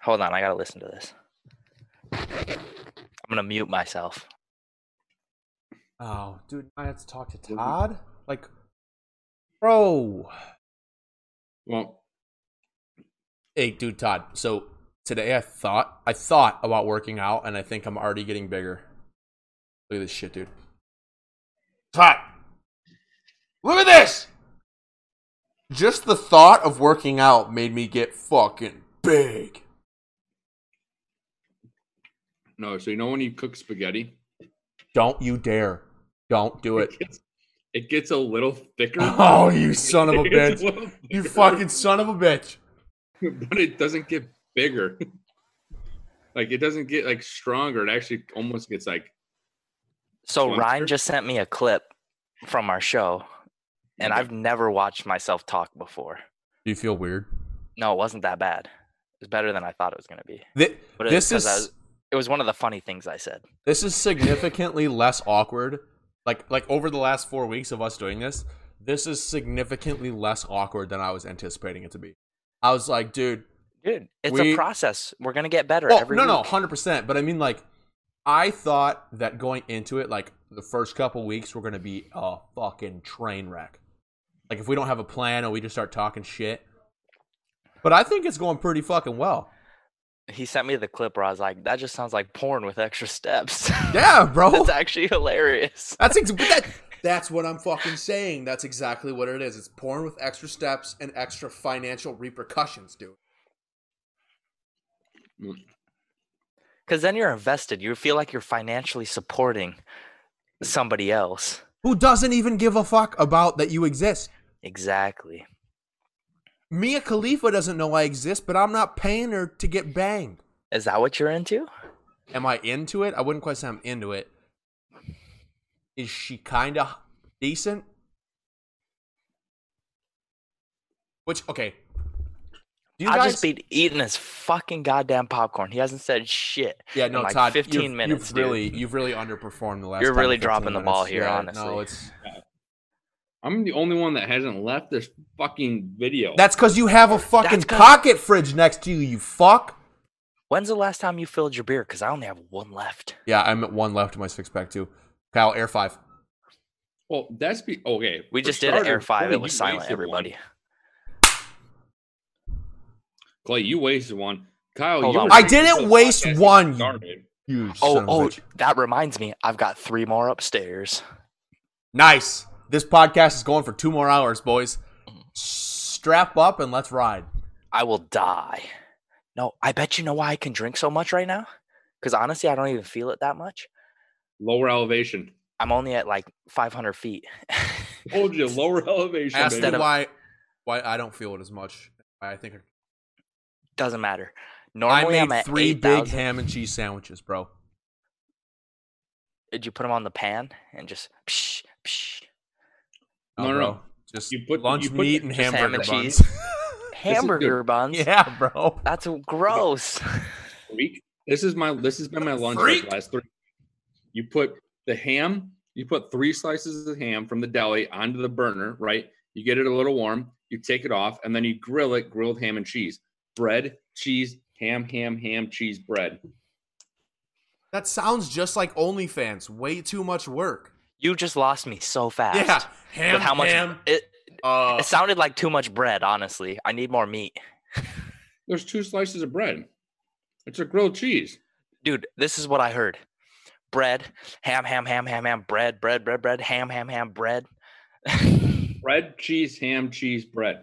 hold on, I gotta listen to this. I'm gonna mute myself.
Oh, dude, I have to talk to Todd? Like, bro.
Well,
Hey, dude, Todd. So today I thought I thought about working out, and I think I'm already getting bigger. Look at this shit, dude. Todd, look at this. Just the thought of working out made me get fucking big.
no. So you know when you cook spaghetti,
Don't you dare! Don't do it.
it gets, it gets a little thicker.
Oh, you [laughs] son of a
[laughs] It gets
bitch!
little [laughs]
You
thicker,
fucking son of a bitch!
But it doesn't get bigger. [laughs] like it doesn't get like stronger. It actually almost gets like
So
Sure.
Ryan just sent me a clip from our show, and
Okay.
I've never watched myself talk before.
Do you feel weird?
No, it wasn't that bad. It was better than I thought it was gonna be.
Th-
But it-
this
'cause
is
I was- It was one of the funny things I said.
This is significantly less awkward. Like like over the last four weeks of us doing this, this is significantly less awkward than I was anticipating it to be. I was like, dude,
Dude, it's
We-
a process. We're gonna get better
oh,
every
no, no,
week.
hundred percent. But I mean, like, I thought that going into it, like the first couple weeks, were gonna be a fucking train wreck. Like if we don't have a plan and we just start talking shit. But I think it's going pretty fucking well.
He sent me the clip where I was like, "That just sounds like porn with extra steps." [laughs]
Yeah, bro.
That's actually hilarious.
[laughs] That's ex- but that, that's what I'm fucking saying. That's exactly what it is. It's porn with extra steps and extra financial repercussions, dude.
Because then you're invested. You feel like you're financially supporting somebody else.
Who doesn't even give a fuck about that you exist?
Exactly.
Mia Khalifa doesn't know I exist, but I'm not paying her to get banged.
Is that what you're into?
Am I into it? I wouldn't quite say I'm into it. Is she kind of decent? Which okay. Do you
I'll
guys
just be eating his fucking goddamn popcorn. He hasn't said shit.
Yeah, no,
like
Todd.
15
you've- you've,
minutes, dude.
really, you've really underperformed the last.
You're
10 to
really
15
dropping the ball
minutes.
here,
Yeah, No,
honestly.
it's
I'm the only one that hasn't left this fucking video.
that's because you have a fucking
'cause-
pocket fridge next to you. You fuck.
When's the last time you filled your beer? Because I only have one left.
Yeah, I'm at one left in my six pack too. Kyle, air five.
well, that's be okay.
We
for
just did an air
starters,
five.
Clay,
It was
you
silent,
wasted one.
everybody.
Clay, you wasted one. Kyle,
Hold
you
on.
were
I
speaking
didn't
for the
waste
podcast
one.
that started.
You
Oh,
son of a
oh,
bitch.
that reminds me. I've got three more upstairs.
nice. This podcast is going for two more hours, boys. Strap up and let's ride.
I will die. No, I bet you know why I can drink so much right now. Because honestly, I don't even feel it that much.
Lower elevation.
I'm only at like 500 feet. [laughs]
Told you, lower [laughs] elevation.
Ask me
Instead
baby.
of-
why, why I don't feel it as much. I think
Doesn't matter.
I
Normally, I'm
made
at
three big
8,000.
ham and cheese sandwiches, bro.
Did you put them on the pan and just psh,
[laughs]
psh.
No,
No, no,
bro.
no.
Just
You put-
lunch
you put-
meat and
Just ham
hamburger
and
buns. [laughs]
hamburger buns?
yeah, bro.
That's gross. [laughs]
freak. This is my this has been my lunch for
Freak.
the last three. You put the ham, you put three slices of ham from the deli onto the burner, right? You get it a little warm, you take it off, and then you grill it, grilled ham and cheese. Bread, cheese, ham, ham, ham, cheese, bread.
That sounds just like OnlyFans. Way too much work.
you just lost me so fast.
Yeah, ham,
With how much
ham.
it,
Uh,
it sounded like too much bread, honestly. I need more meat.
There's two slices of bread. It's a grilled cheese.
Dude, this is what I heard. Bread, ham, ham, ham, ham, ham, bread, bread, bread, bread, ham, ham, ham, bread.
Bread, cheese, ham, cheese, bread.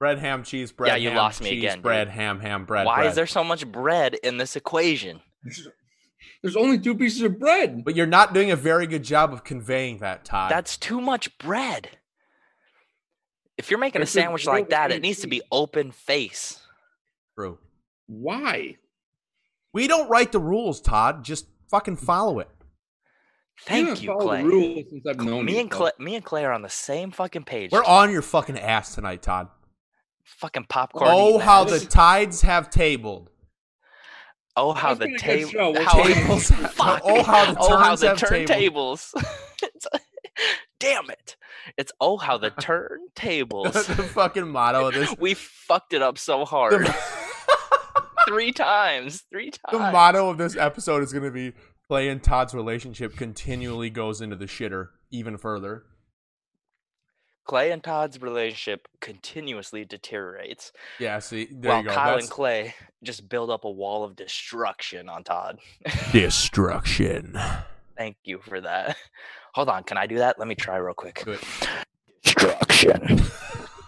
bread, ham, cheese, bread.
Yeah, you
ham,
lost me
cheese,
again, dude.
Bread, ham, ham, bread.
Why
bread.
is there so much bread in this equation?
There's only two pieces of bread.
But you're not doing a very good job of conveying that, Todd.
That's too much bread. If you're making a
This is
sandwich like
grilled
that, it
ham
needs to be
cheese.
open face.
true.
Why?
We don't write the rules, Todd. Just fucking follow it.
Thank
haven't
you,
followed
Clay.
The rules since I've known
Me
you,
and
bro.
Clay, me and Clay are on the same fucking page.
We're
just
on your fucking ass tonight, Todd.
fucking popcorn.
Oh,
eating
how
ass.
the tides have tabled.
oh how
That's
the
been a good show.
table
We'll
how,
tables-
[laughs] fuck.
oh, how the
oh how
turns
the
have tabled.
turntables. [laughs] It's- Damn it! It's oh how the turntables.
[laughs] the fucking motto of
[laughs]
this.
we fucked it up so hard
The, [laughs]
three times. Three times.
the motto of this episode is going to be Clay and Todd's relationship continually goes into the shitter even further.
Clay and Todd's relationship continuously deteriorates,
Yeah, see, there
while
you go.
Kyle
That's
and Clay just build up a wall of destruction on Todd. [laughs]
destruction.
Thank you for that. Hold on, can I do that? Let me try real quick.
Do it.
Destruction.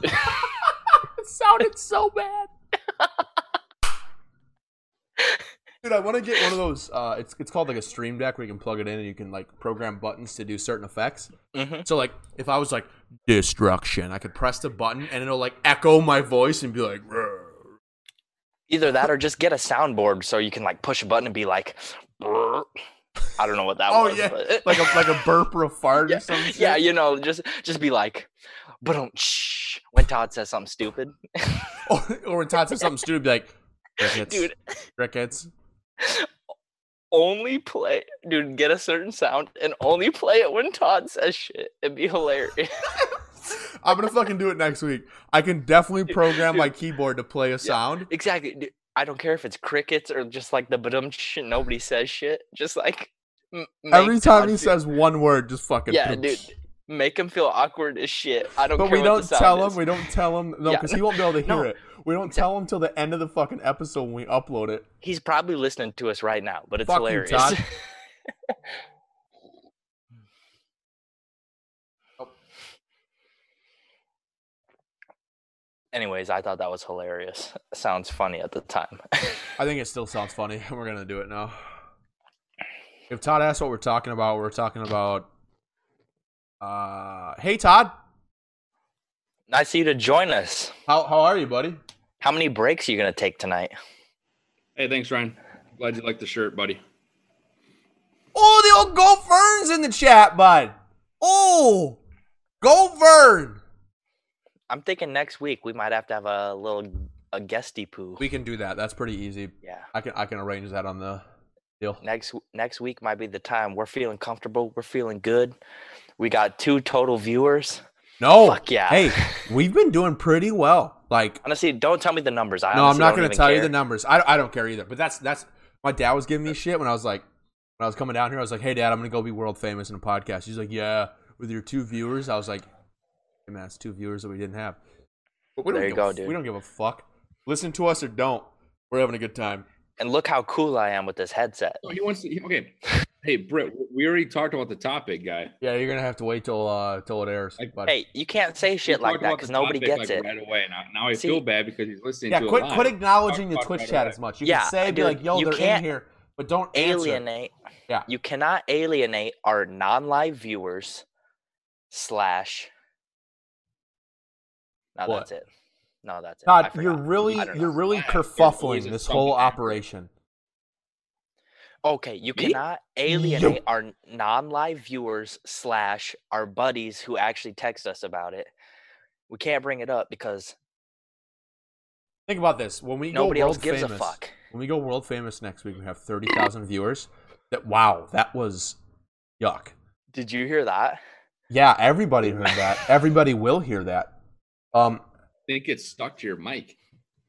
It sounded so bad. Dude, I want to get one of those. Uh, it's it's called like a stream deck where you can plug it in and you can like program buttons to do certain effects.
hmm
So like, if I was like destruction, I could press the button and it'll like echo my voice and be like, "Rrr."
Either that or just get a soundboard so you can like push a button and be like, "Brrr." I don't know what that
Oh,
was.
yeah,
but-
like a like
[laughs]
a burp or a fart
yeah,
or something.
yeah, you know, just just be like, but don't shh when Todd says something stupid.
Or, or when Todd says something stupid, be like, crickets,
Dude,
crickets.
only play dude, get a certain sound and only play it when Todd says shit. It'd be hilarious.
I'm gonna fucking do it next week. I can definitely
Dude,
program
dude.
my keyboard to play a sound.
Exactly. dude. I don't care if it's crickets or just like the badum shit. Nobody says shit. Just like m- make
Every time
Todd
he
feel-
says one word, just fucking
Yeah, dude. Make him feel awkward as shit. I don't.
But
care
we
what
don't
the sound
tell
is.
him. We don't tell him. No,
Yeah,
because he won't be able to hear
[laughs] no.
it. We don't tell him till the end of the fucking episode when we upload it.
He's probably listening to us right now, but it's
Fuck you,
hilarious. [laughs]
Todd.
Oh. Anyways, I thought that was hilarious. Sounds funny at the time.
I think it still sounds funny. [laughs] We're gonna do it now. If Todd asks what we're talking about, we're talking about. Uh, hey Todd,
nice of you to join us.
how how are you, buddy?
How many breaks are you gonna take tonight?
Hey, thanks, Ryan. Glad you liked the shirt, buddy.
Oh, the old Go Vern's in the chat, bud. Oh, Go Vern.
I'm thinking next week we might have to have a little a guesty poo.
We can do that. That's pretty easy.
yeah.
I can I can arrange that on the deal.
Next next week might be the time. We're feeling comfortable. We're feeling good. We got two total viewers.
No.
Fuck yeah.
Oh, Hey, we've been doing pretty well. Like,
Honestly, don't tell me the numbers. I
no, I'm
honestly
not
don't
going to
even
tell you
care.
the numbers. I, I don't care either. But that's that's my dad was giving me shit when I was like when I was coming down here. I was like, hey, dad, I'm going to go be world famous in a podcast. He's like, yeah, with your two viewers. I was like, hey, man, that's two viewers that we didn't have. But we don't
There you
give a
go,
f-
dude.
We don't give a fuck. Listen to us or don't. We're having a good time.
And look how cool I am with this headset.
Oh, he wants to. he- okay. Hey, Britt, we already talked about the topic, guy.
Yeah, you're gonna have to wait till uh till it airs.
Like-
But
Hey, you can't say
We
shit like
talked
that
about
because
the
nobody
topic,
gets
like,
it.
right away. Now, now I
See-
feel bad because he's listening
yeah,
to
quit
it
quit
live.
acknowledging the
Talk about
Twitch
it
chat
right
as much. You can
Yeah,
say be
dude,
like, yo,
you
they're in
can't
here, but don't answer.
alienate.
Yeah.
You cannot alienate our non-live viewers. Slash. No,
What?
that's it. No, that's it. I
Todd, you're
forgot.
really
I don't know.
you're really
Yeah, there's always
kerfuffling
a
this whole
something.
operation.
Okay, you
Me?
cannot alienate our non-live viewers slash our buddies who actually text us about it. We can't bring it up because
Think about this. When we
nobody
go
else
world
gives
famous,
a fuck.
when we go world famous next week, we have thirty thousand viewers. That wow, that was yuck.
Did you hear that?
Yeah, everybody heard
[laughs]
that. everybody will hear that. Um, [laughs]
I think it's stuck to your mic.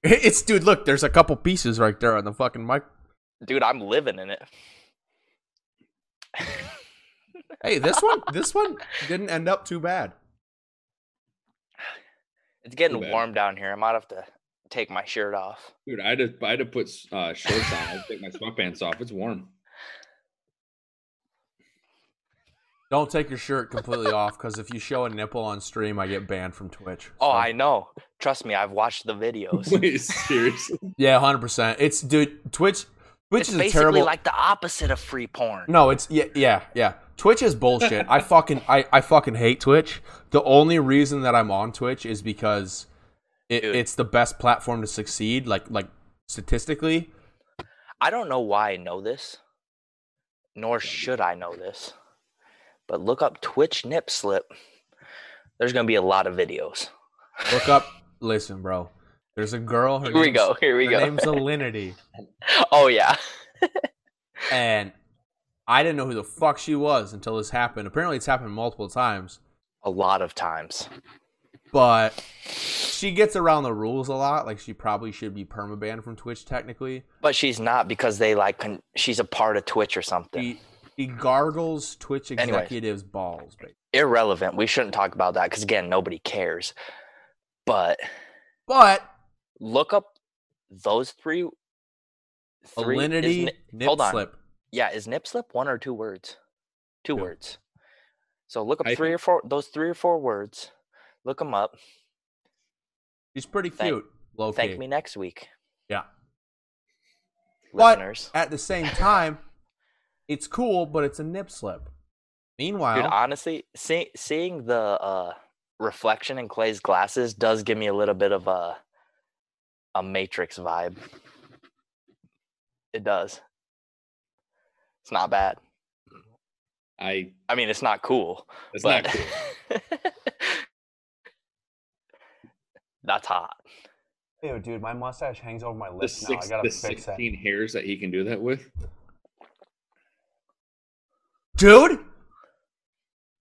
it's dude. Look, there's a couple pieces right there on the fucking mic.
Dude, I'm living in it. [laughs]
Hey, this
[laughs]
one, this one didn't end up too bad.
It's getting
bad.
warm down here. I might have to take my shirt off.
Dude, I had to, I had to put uh, shorts on. I had to take my sweatpants off. It's warm. [laughs]
Don't take your shirt completely [laughs] off because if you show a nipple on stream, I get banned from Twitch.
Oh,
So-
I know. Trust me, I've watched
[laughs]
the videos.
Wait, seriously?
yeah, hundred percent. It's dude, Twitch. Twitch
it's
is a
basically
terrible.
like the opposite of free porn.
No, it's yeah, yeah, yeah. Twitch is bullshit. I fucking I, I fucking hate Twitch. The only reason that I'm on Twitch is because it,
Dude.
it's the best platform to succeed. Like like statistically,
I don't know why I know this, nor should I know this, but look up Twitch Nip Slip. There's going to be a lot of videos.
look up. Listen, bro. There's a girl. Her
Here we
name's-
go. Here we
Her
go.
name's Alinity,
[laughs] Oh, yeah.
and I didn't know who the fuck she was until this happened. Apparently, it's happened multiple times.
A lot of times.
but she gets around the rules a lot. Like she probably should be permabanned from Twitch technically.
But she's not because they like, con- she's a part of Twitch or something.
She she gargles Twitch
Anyways.
executives' balls. ba-
Irrelevant. We shouldn't talk about that because, again, nobody cares. But
But
look up those three. three is
Alinity
ni-
nip
hold on.
slip.
yeah, is nip slip one or two words? Two
Two.
words. So look up
I-
three or four those three or four words. Look them up.
She's pretty cute.
Thank-
low
Thank
key.
me next week.
Yeah. But-
Listeners.
At the same time, it's cool, but it's a nip slip. Meanwhile,
Dude, honestly, see, seeing the uh, reflection in Clay's glasses does give me a little bit of a a Matrix vibe. It does. It's not bad.
I.
I mean, it's not cool,
That's
but
not cool.
[laughs] that's hot.
Ew, dude, my mustache hangs over my [laughs]
The,
lips
six, the 16 hairs that he can do that with. [laughs]
dude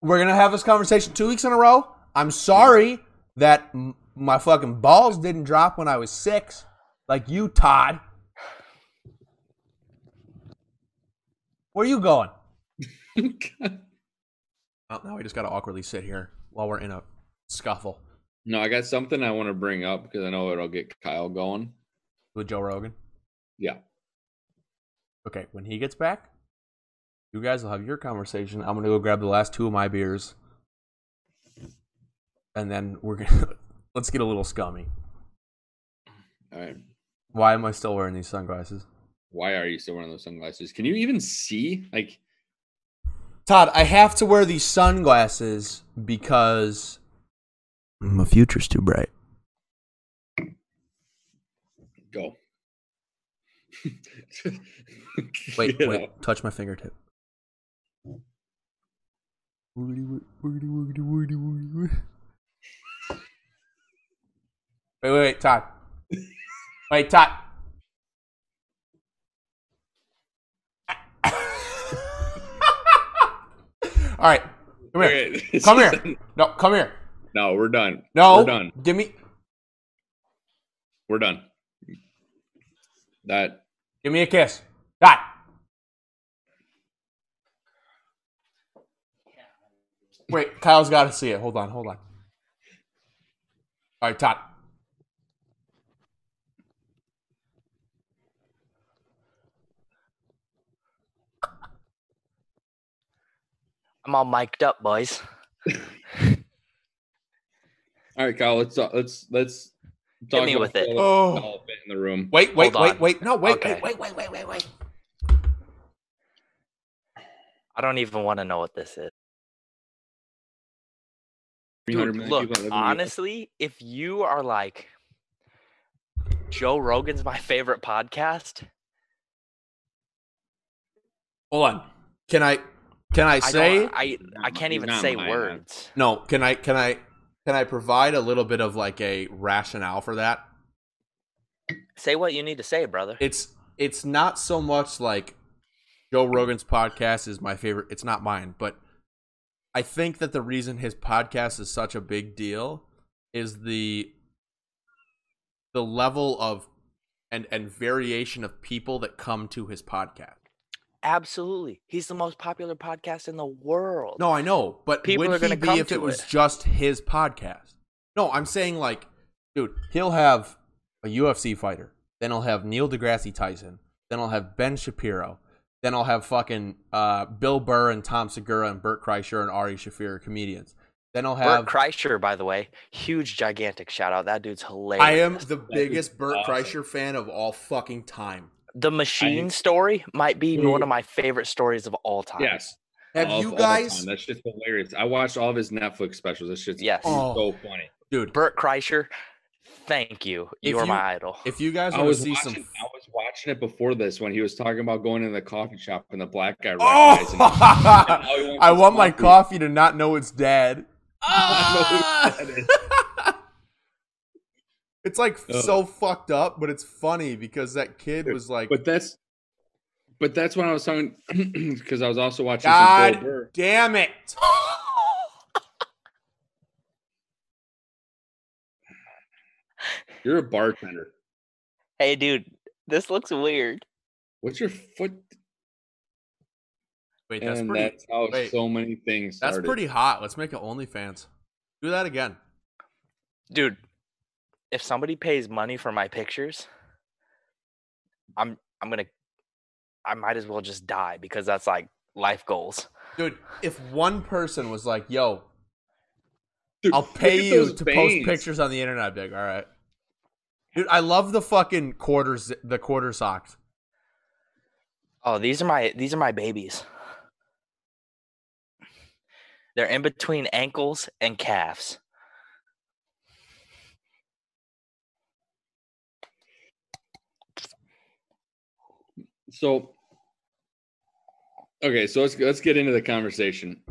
we're gonna have this conversation two weeks in a row i'm sorry that m- my fucking balls didn't drop when i was six like you todd where you going oh now we just gotta awkwardly sit here while we're in a scuffle
no, I got something I want to bring up because I know it'll get Kyle going.
with joe rogan
Yeah.
okay when he gets back you guys will have your conversation i'm gonna go grab the last two of my beers and then we're gonna [laughs] let's get a little scummy
All right.
Why am I still wearing these sunglasses?
Why are you still wearing those sunglasses? Can you even see? Like,
Todd, I have to wear these sunglasses because my future's too bright.
go.
[laughs]
[laughs]
Wait,
Get
wait,
up.
touch my fingertip. Wiggity wig- wiggity wiggity wiggity wiggity wig. Wait, wait, wait, Todd. Wait, Todd. [laughs] All right, come here.
Okay, this
Come
is-
here. No, come here.
[laughs] No, we're done.
No,
We're done.
give me
We're done. That
Give me a kiss. Dot. Wait, Kyle's got to see it. Hold on, hold on. All right, Todd.
I'm all mic'd up, boys.
All right, Kyle. Let's talk, let's let's talk
me
about
with it.
the
Oh.
elephant in the room.
Wait, wait,
Hold
wait,
on.
wait. No, wait,
Okay.
wait, wait, wait, wait, wait, wait.
I don't even want to know what this is.
300
Dude,
million
look,
people that live in the US.
honestly, if you are like Joe Rogan's my favorite podcast,
Hold on. Can I can I
I
say
don't, I I
Not-
can't even
not
say
mine, man.
words.
No, can I can I can I provide a little bit of like a rationale for that?
Say what you need to say, brother.
It's it's not so much like Joe Rogan's podcast is my favorite. It's not mine, but I think that the reason his podcast is such a big deal is the the level of and and variation of people that come to his podcast.
Absolutely, he's the most popular podcast in the world.
No, I know, but
People
would
are gonna
he be
come
if
to
it was
it.
just his podcast? No, I'm saying like, dude, he'll have a UFC fighter, then he'll have Neil deGrasse Tyson, then he'll have Ben Shapiro, then he'll have fucking uh, Bill Burr and Tom Segura and Burt Kreischer and Ari Shafir comedians. Then he'll have
Bert Kreischer, by the way, huge, gigantic shout out. That dude's hilarious.
I am the
is
biggest Burt
awesome.
Kreischer fan of all fucking time.
the machine story might be one
Mm.
of my favorite stories of all time.
Yes.
Have
Of all
you
time.
guys,
That shit's hilarious. I watched all of his Netflix specials. That shit's
Yes.
Oh.
so funny.
dude?
Bert Kreischer, thank you. You
If
are
you-
my idol.
If you guys
I
want to
was
see
watching.
some,
I was watching it before this when he was talking about going in the coffee shop and the black guy. recognized
[laughs]
him. And
oh,
all he wants
I
is
want my coffee to not know it's dad.
[laughs]
Ah!
I know who that is.
It's like
Oh.
so fucked up, but it's funny because that kid was like,
But that's, but that's when I was talking [clears throat] because I was also watching some
God
Bill Burr.
damn it.
You're a bartender.
hey, dude, this looks weird.
What's your foot?
Wait, that's
and
pretty
that's how
wait.
so many things.
that's
started.
pretty hot. Let's make it OnlyFans. Do that again.
Dude, if somebody pays money for my pictures, I'm I'm gonna I might as well just die because that's like life goals.
Dude, if one person was like, yo,
Dude,
I'll
look
pay
at
you
those
to
veins.
post pictures on the internet, I'd be like, all right. Dude, I love the fucking quarters the quarter socks.
Oh, these are my these are my babies. They're in between ankles and calves.
So, okay, so let's let's get into the conversation.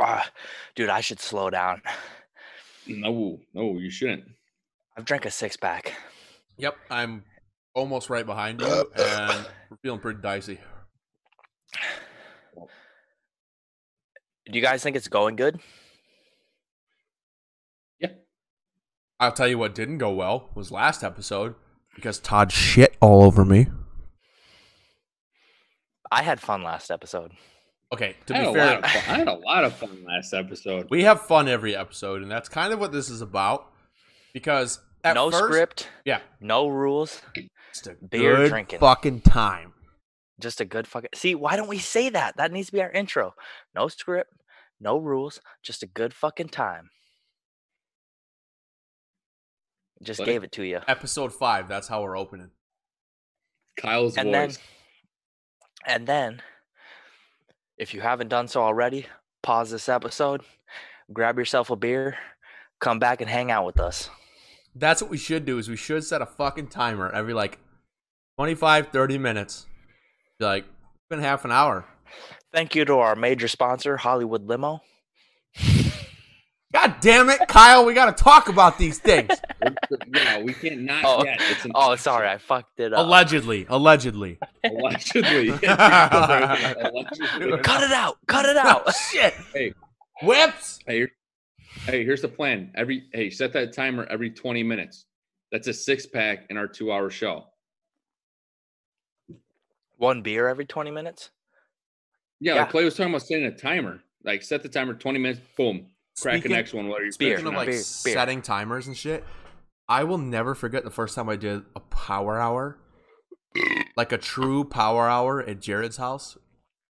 Ah, dude, I should slow down.
No, no, you shouldn't.
I've drank a six pack.
Yep. I'm almost right behind you and we're feeling pretty dicey.
Do you guys think it's going good?
I'll tell you what didn't go well was last episode because Todd shit all over me.
I had fun last episode.
Okay, to
I had,
be
a
fair,
lot of fun. I had a lot of fun last episode.
we have fun every episode, and that's kind of what this is about. Because at
no
first,
script,
yeah,
no rules,
just a
Beer
good
drinking.
fucking time.
just a good fucking. See, why don't we say that? That needs to be our intro. No script, no rules, just a good fucking time. Just
Like-
gave it to you.
Episode five. That's how we're opening.
Kyle's
and then
voice. [laughs]
and then if you haven't done so already pause this episode grab yourself a beer come back and hang out with us
That's what we should do. Is we should set a fucking timer every like 25, 30 minutes. Be like, it's been half an hour.
thank you to our major sponsor hollywood limo
God damn it, Kyle. We got to talk about these
[laughs]
things.
yeah, we can't not
Oh,
yet. It's an
oh sorry i fucked it up
allegedly, allegedly. [laughs]
Allegedly. [laughs] Allegedly.
[laughs] cut it out cut it
Oh,
out [laughs]
shit.
Hey.
Whips.
Hey, here- hey, here's the plan. Every hey, set that timer every 20 minutes. That's a six pack in our two hour show.
one beer every 20 minutes
Yeah,
Yeah.
like Clay was talking about setting a timer. Like set the timer 20 minutes, boom. Crack
Speaking-
the next one, whether you're
Beer.
finishing
Speaking of
or
like
not.
Beer, beer.
setting timers and shit, I will never forget the first time I did a power hour, like a true power hour at Jared's house.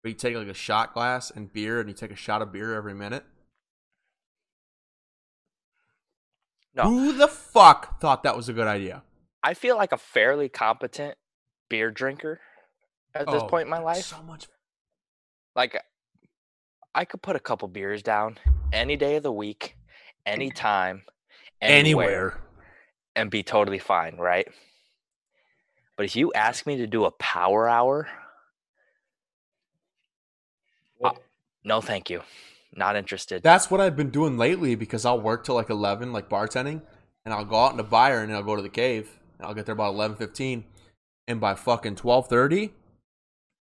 But you take like a shot glass and beer, and you take a shot of beer every minute.
No.
Who the fuck thought that was a good idea?
I feel like a fairly competent beer drinker at this
Oh,
point in my life.
So much.
Like, I could put a couple beers down any day of the week, anytime, anywhere.
Anywhere.
and be totally fine, right? But if you ask me to do a power hour,
Well,
no, thank you. Not interested.
That's what I've been doing lately because I'll work till like eleven, like bartending, and I'll go out in the buyer and I'll go to the cave. And I'll get there about eleven fifteen, and by fucking twelve thirty,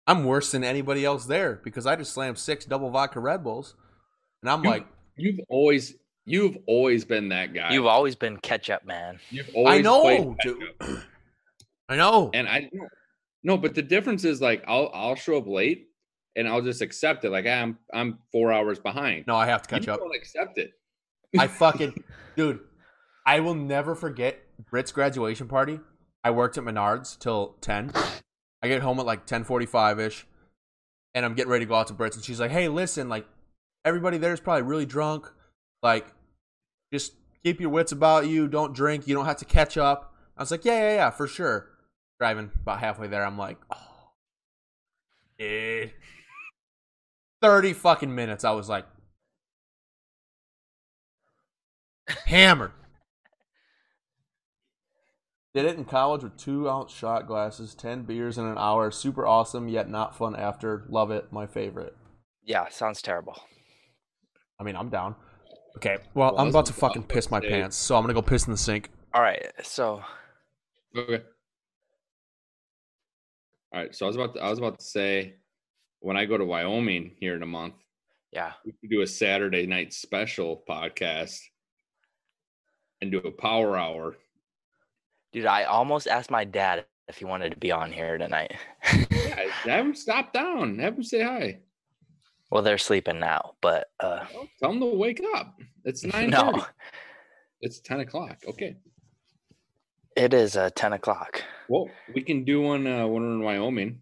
I'm worse than anybody else there because I just slammed six double vodka Red Bulls, and I'm
You-
like,
you've always you've always been that guy.
You've always been catch up, man.
You've
I
always played
know, dude. [clears throat] I know.
and I don't- no, but the difference is like I'll I'll show up late and I'll just accept it. Like "Ah, I'm I'm four hours behind.
no, I have to
you
catch up.
don't accept it.
I fucking, dude, I will never forget Brit's graduation party. I worked at Menards till ten. I get home at like ten forty five ish, and I'm getting ready to go out to Brit's, and she's like, "Hey, listen, like everybody there is probably really drunk. Like, just keep your wits about you. Don't drink. You don't have to catch up." I was like, "Yeah, yeah, yeah, for sure." Driving about halfway there, I'm like, "Oh, dude." Thirty fucking minutes. I was like, hammered. Did it in college with two ounce shot glasses, 10 beers in an hour. Super awesome, yet not fun after. Love it. My favorite.
Yeah, sounds terrible.
I mean, I'm down. Okay. Well,
Well,
I'm
this
about
is
to fucking
awesome,
piss my
dude.
pants, so I'm going to go piss in the sink.
All right, so
Okay. All right. So I was about to, I was about to say when I go to Wyoming here in a month,
yeah,
we could do a Saturday night special podcast and do a power hour.
dude, I almost asked my dad if he wanted to be on here tonight. [laughs]
Yeah, have them stop down. Have them say hi.
well, they're sleeping now, but uh, [laughs]
Tell them to wake up. It's nine.
no,
It's ten o'clock. Okay.
it is uh, ten o'clock.
Well, we can do one uh, when we're in Wyoming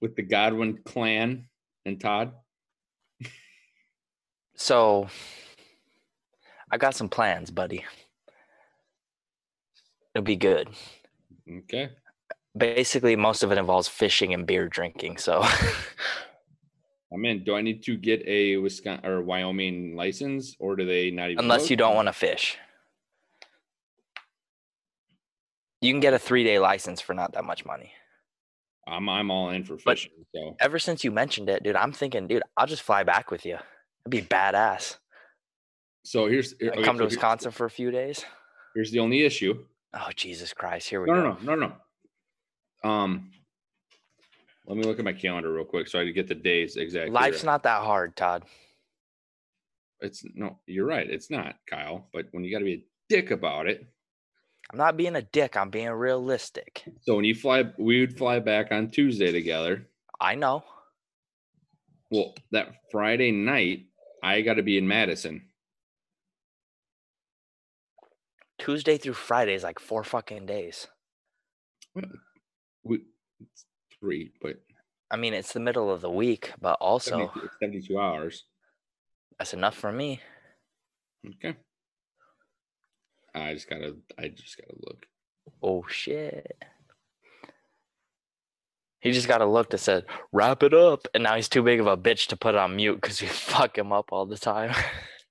with the Godwin clan and Todd.
So I got some plans, buddy. It'll be good.
Okay.
Basically, most of it involves fishing and beer drinking. So [laughs]
I'm in. Do I need to get a Wisconsin or Wyoming license, or do they not even?
unless you
look?
don't want to fish. You can get a three day license for not that much money.
I'm I'm all in for
But-
fishing. so
Ever since you mentioned it, dude, I'm thinking, dude, I'll just fly back with you. It'd be badass.
so here's
I
here- okay,
come to
so here's-
Wisconsin for a few days.
Here's the only issue.
Oh, Jesus Christ. Here we
No,
go.
no, no, no, no. Um, let me look at my calendar real quick so I can get the days exactly.
Life's
right.
not that hard, Todd.
It's no. You're right. It's not, Kyle. But when you got to be a dick about it.
I'm not being a dick. I'm being realistic.
So when you fly, we would fly back on Tuesday together.
I know.
Well, that Friday night, I got to be in Madison.
Tuesday through Friday is like four fucking days.
We it's three, but
I mean, it's the middle of the week, but also
72 it's 72 hours.
that's enough for me.
Okay. I just gotta. I just gotta
[sighs]
look.
Oh shit. He just got a look that said, wrap it up. And now he's too big of a bitch to put on mute because we [laughs] fuck him up all the time.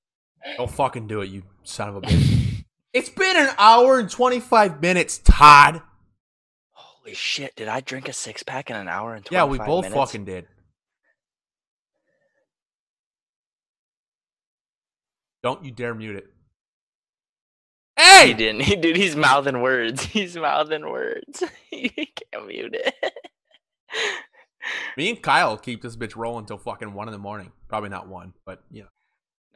[laughs]
Don't fucking do it, you son of a bitch. [laughs] it's been an hour and 25 minutes, Todd.
Holy shit. Did I drink a six pack in an hour and 25
Yeah, we both
minutes?
fucking did. Don't you dare mute it.
He
Hey!
didn't. [laughs] He, dude, he's mouthing words. [laughs] He's mouthing words. [laughs] he can't mute it. [laughs]
Me and Kyle keep this bitch rolling till fucking one in the morning. Probably not one, but you know.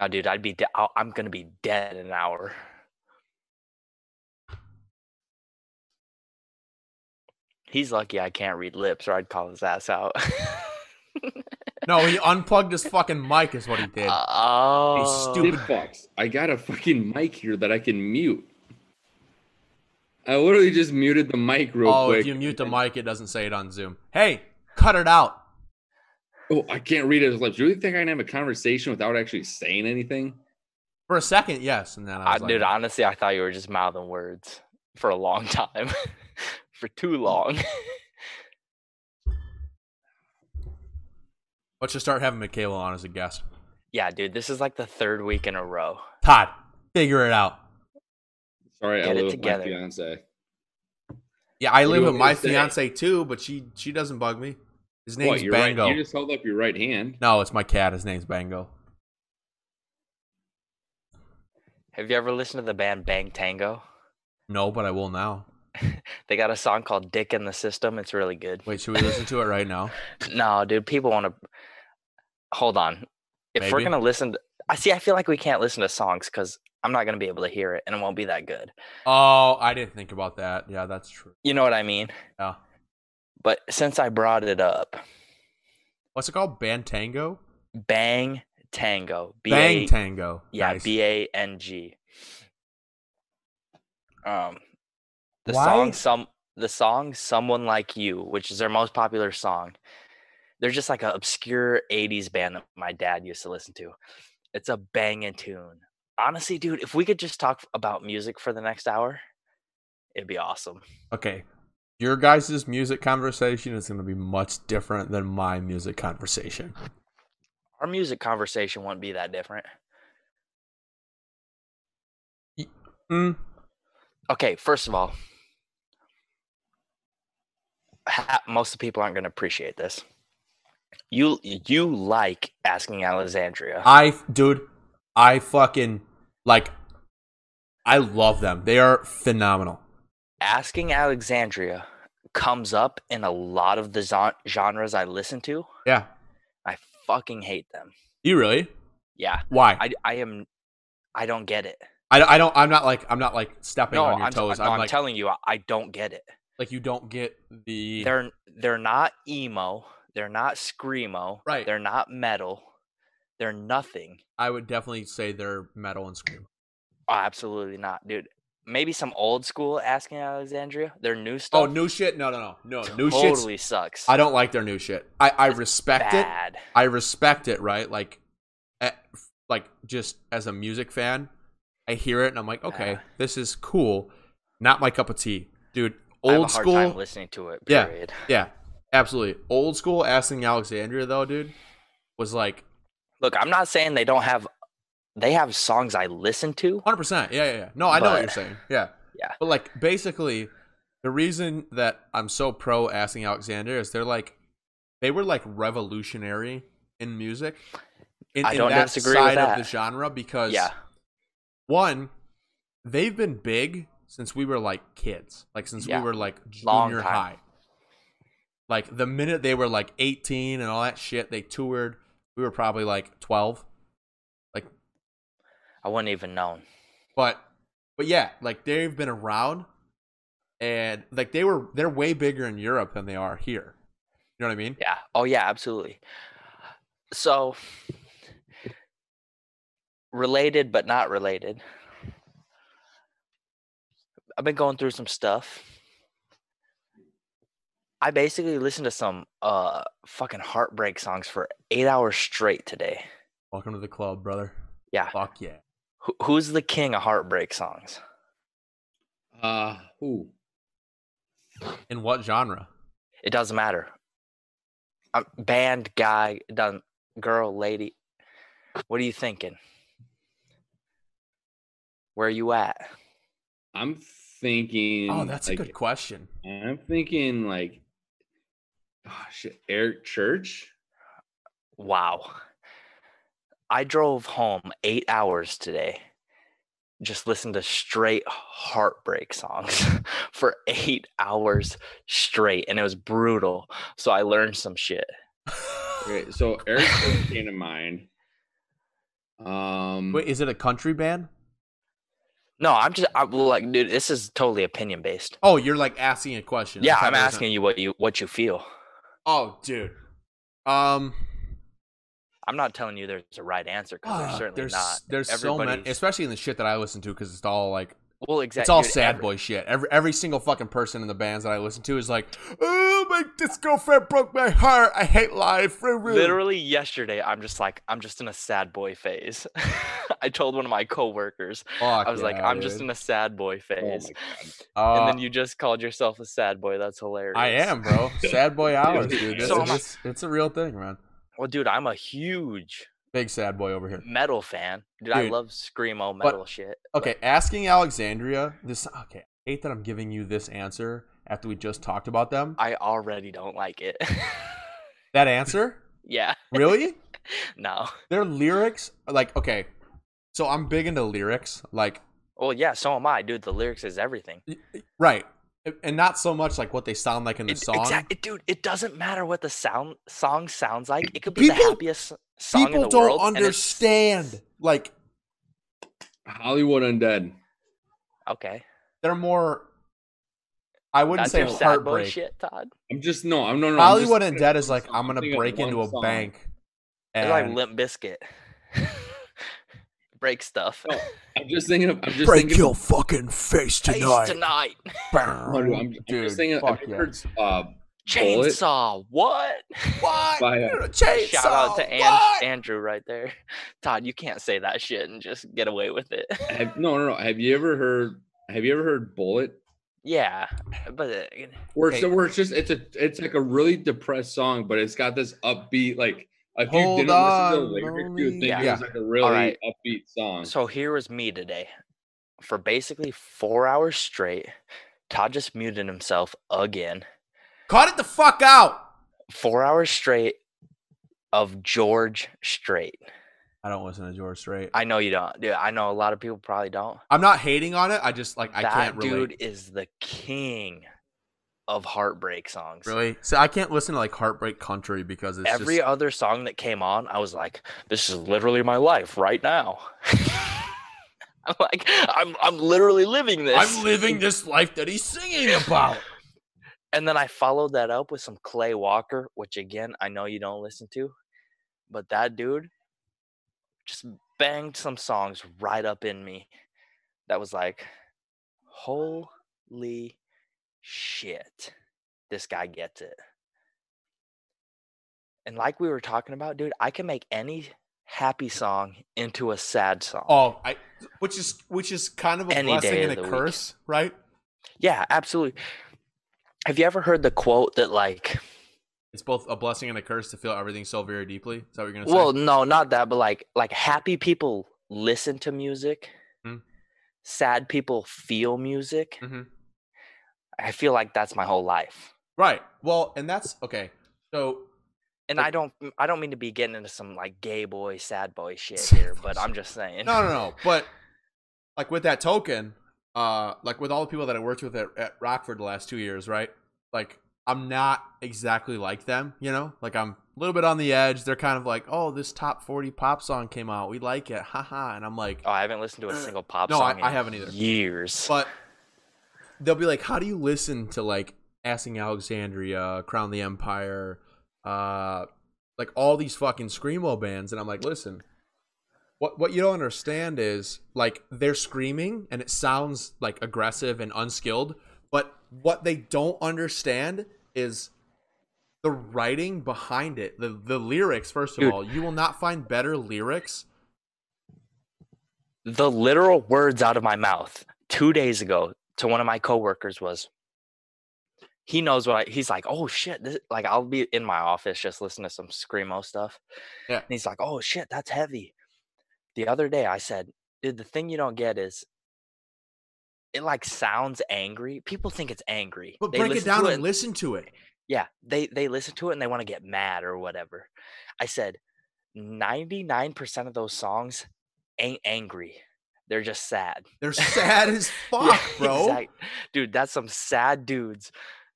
No, dude, I'd be. De- I'll- I'm gonna be dead in an hour. He's lucky I can't read lips, or I'd call his ass out. [laughs]
No, he unplugged his fucking mic is what he did.
Uh, oh,
stupid-
Dip box. I got a fucking mic here that I can mute. I literally just muted the mic real
oh,
quick.
if you mute the mic, it doesn't say it on Zoom. Hey, cut it out.
Oh, I can't read his lips. You really think I can have a conversation without actually saying anything?
For a second, yes, and then I
I,
was like,
dude, honestly, I thought you were just mouthing words for a long [laughs] time, for too long. [laughs]
let's just start having Michaela on as a guest.
yeah, dude, this is like the third week in a row.
Todd, figure it out.
Sorry, I
Get it
live with my
together.
fiance.
Yeah, I
What do
live
you
with
want me
my
to say?
fiance too, but she she doesn't bug me. His name's
What? You're right.
Bango.
You just held up your right hand.
No, it's my cat. His name's Bango.
Have you ever listened to the band Bang Tango?
No, but I will now.
They got a song called Dick in the System. It's really good.
Wait, should we listen to it right now?
No, dude, people want to. Hold on. If we're
Maybe.
gonna listen, to... I see. I feel like we can't listen to songs because I'm not gonna be able to hear it, and it won't be that good.
Oh, I didn't think about that. Yeah, that's true.
You know what I mean?
Yeah.
But since I brought it up,
What's it called? Bantango?
Bang Tango. B
Bang
A
Tango.
Yeah,
Nice.
B A N G. Um, the
Why-
song some the song "Someone Like You," which is their most popular song. They're just like an obscure '80s band that my dad used to listen to. It's a banging tune. Honestly, dude, if we could just talk about music for the next hour, it'd be awesome.
Okay. Your guys' music conversation is going to be much different than my music conversation.
Our music conversation wouldn't be that different.
Mm,
Okay, first of all, ha- most of the people aren't going to appreciate this. You you like asking Alexandria?
I, dude, I fucking, like, I love them. They are phenomenal.
asking Alexandria comes up in a lot of the zo- genres I listen to.
Yeah.
I fucking hate them.
You really?
Yeah,
Why?
I I am. I don't get it.
I, I don't, I'm not like, I'm not like stepping
No,
on your
I'm,
toes.
no,
I'm,
I'm
like,
telling you, I, I don't get it.
like you don't get the,
They're they're not emo. They're not screamo.
Right.
They're not metal. They're nothing.
I would definitely say they're metal and scream.
Oh, absolutely not, dude. Maybe some old school asking Alexandria. Their new stuff
Oh, new shit? No, no, no, no. New shit.
totally sucks.
I don't like their new shit. I, I
It's
respect it.
Bad.
I respect it, right? Like, eh, like just as a music fan, I hear it and I'm like, okay,
Yeah.
this is cool. Not my cup of tea, dude.
I have a
Old
hard time
school,
listening to it.
Yeah.
Period.
yeah, absolutely. Old school. Asking Alexandria though, dude, was like
Look, I'm not saying they don't have. They have songs I listen to.
100. percent Yeah, yeah, yeah. No, I know what
But-
you're saying. Yeah,
Yeah.
But like, basically, the reason that I'm so pro asking Alexandria is they're like, they were like revolutionary in music. In,
I
in
don't
that
disagree with
side
that.
of the genre because
Yeah,
one, they've been big since we were like kids, like since
Yeah.
we were like
Long
junior
time.
high. Like the minute they were like 18 and all that shit, they toured. We were probably like 12,
I wouldn't even know.
but but yeah, like they've been around, and like they were they're way bigger in Europe than they are here. You know what I mean?
Yeah. Oh yeah, absolutely. So, related but not related. I've been going through some stuff. I basically listened to some uh fucking heartbreak songs for eight hours straight today.
Welcome to the club, brother.
Yeah.
Fuck yeah.
Who, who's the king of heartbreak songs?
Uh, ooh.
In what genre?
It doesn't matter. Um, band, guy, done, girl, lady. What are you thinking? Where you at?
I'm thinking.
Oh, that's a
like,
good question. [laughs]
I'm thinking like, oh shit, Eric Church.
Wow. I drove home eight hours today. Just listened to straight heartbreak songs [laughs] for eight hours straight, and it was brutal. So I learned some shit.
Okay, so
[laughs]
Eric Church came to mind. Um,
Wait, is it a country band?
No, I'm just I'm like, dude, this is totally opinion based.
Oh, you're like asking a question. I
Yeah,
thought
I'm
it was a-
asking you what you what you feel.
Oh, dude. Um,
I'm not telling you there's a right answer because
ah,
there's certainly
there's
not.
there's so many,
Everybody's-
especially in the shit that I listen to, because it's all like
Well, exactly.
It's all sad boy shit. Every every single fucking person in the bands that I listen to is like, "Oh, my this girlfriend broke my heart. I hate life."
Literally yesterday, I'm just like, I'm just in a sad boy phase. [laughs] I told one of my coworkers,
Fuck
I was like,
yeah,
I'm just
dude.
in a sad boy
Oh my
phase.
Uh,
and then you just called yourself a sad boy. That's hilarious.
I am,
[laughs]
bro. Sad boy hours, dude. It's,
So am I.
it's, it's a real thing, man.
Well, dude, I'm a huge
Big sad boy over here.
metal fan. Dude, I
Dude,
love screamo metal shit.
Okay, asking Alexandria this. Okay, I hate that I'm giving you this answer after we just talked about them.
I already don't like it. [laughs]
That answer,
yeah. [laughs]
really?
No.
Their lyrics, are like, okay. So I'm big into lyrics, like
Well, yeah, so am I, dude. The lyrics is everything.
right, and not so much like what they sound like in the
It-
song.
exact- it- dude, it doesn't matter what the sound song sounds like. It could be the
People-
happiest s- song in
People
the
don't
world. and it's-
understand. Like
Hollywood Undead.
Okay.
they're more. I wouldn't
That's
say
your sad boy
heartbreak.
shit, Todd.
I'm just no. I'm no no. I'm just
Hollywood and
thinking
Dead
of
is
one
like
song.
I'm gonna
thinking of
break
one
into a
song.
bank.
It's like
and-
Limp Biscuit. [laughs] Break stuff.
Oh,
No, I'm just thinking of. I'm just
break
thinking
your fucking face
Face
tonight.
tonight.
Of, I'm, I'm
Dude,
just thinking. Of,
fuck
I've
yeah.
heard uh, Bullet.
Chainsaw. What?
What?
by uh,
Chainsaw,
Shout out to An-
what?
Andrew right there. Todd, you can't say that shit and just get away with it.
Eh.
have, no no no. Have you ever heard? Have you ever heard Bullet?
[laughs] yeah, but uh,
Where it's,
Okay.
where it's just it's a it's like a really depressed song, but it's got this upbeat like. If you
Hold
didn't
on,
listen to the lyrics, you would think
lonely-
it was like a really
right.
upbeat song.
so here was me today for basically four hours straight. Todd just muted himself again.
Cut it the fuck out.
Four hours straight of George Strait.
I don't listen to George Strait. I,
I know you don't, dude. I know a lot of people probably don't.
am not hating on it. I just like I
that
can't relate.
dude is the king of heartbreak songs.
Really? So I can't listen to like Heartbreak Country because it's
Every
just,
other song that came on, I was like, "This is literally my life right now." [laughs] I'm like, I'm I'm literally living this.
I'm living this life that he's
[laughs]
singing about.
And then I followed that up with some Clay Walker, which again I know you don't listen to, but that dude just banged some songs right up in me. That was like, holy shit, this guy gets it. And like we were talking about, dude, I can make any happy song into a sad song.
Oh, I which is which is kind of a
Any
blessing
day
and
of
a
the week.
curse, right?
Yeah, absolutely. Have you ever heard the quote that like
It's both a blessing and a curse to feel everything so very deeply. Is that what you're gonna say?
Well, no, not that, but like like happy people listen to music.
Mhm.
Sad people feel music.
Mhm.
I feel like that's my whole life.
right. Well, and that's okay. So
And
Like-
I don't I don't mean to be getting into some like gay boy, sad
[laughs]
boy shit here, but I'm just saying.
No, no, no. But like with that token, uh, like with all the people that I worked with at, at Rockford the last two years, right? Like I'm not exactly like them, you know. Like I'm a little bit on the edge. They're kind of like, oh, this top forty pop song came out. We like it, haha. And I'm like,
Oh, I haven't listened to a single pop
Uh, no,
song
I, I
in
haven't either.
years.
But they'll be like, how do you listen to like Asking Alexandria, Crown the Empire, uh, like all these fucking screamo bands? And I'm like, listen, what what you don't understand is like they're screaming and it sounds like aggressive and unskilled, but what they don't understand is the writing behind it, the the lyrics. First of
Dude.
all, you will not find better lyrics.
the literal words out of my mouth two days ago to one of my coworkers was he knows what I, he's like oh shit this, like i'll be in my office just listening to some screamo stuff
Yeah.
and he's like oh shit that's heavy the other day i said dude the thing you don't get is it like sounds angry people think it's angry
But
They
break it
listen to
down and
and-
listen to it.
yeah they they listen to it and they want to get mad or whatever i said 99% of those songs ain't angry they're just sad [laughs]
They're [laughs] sad as fuck,
Yeah,
bro.
exact- dude that's some sad dudes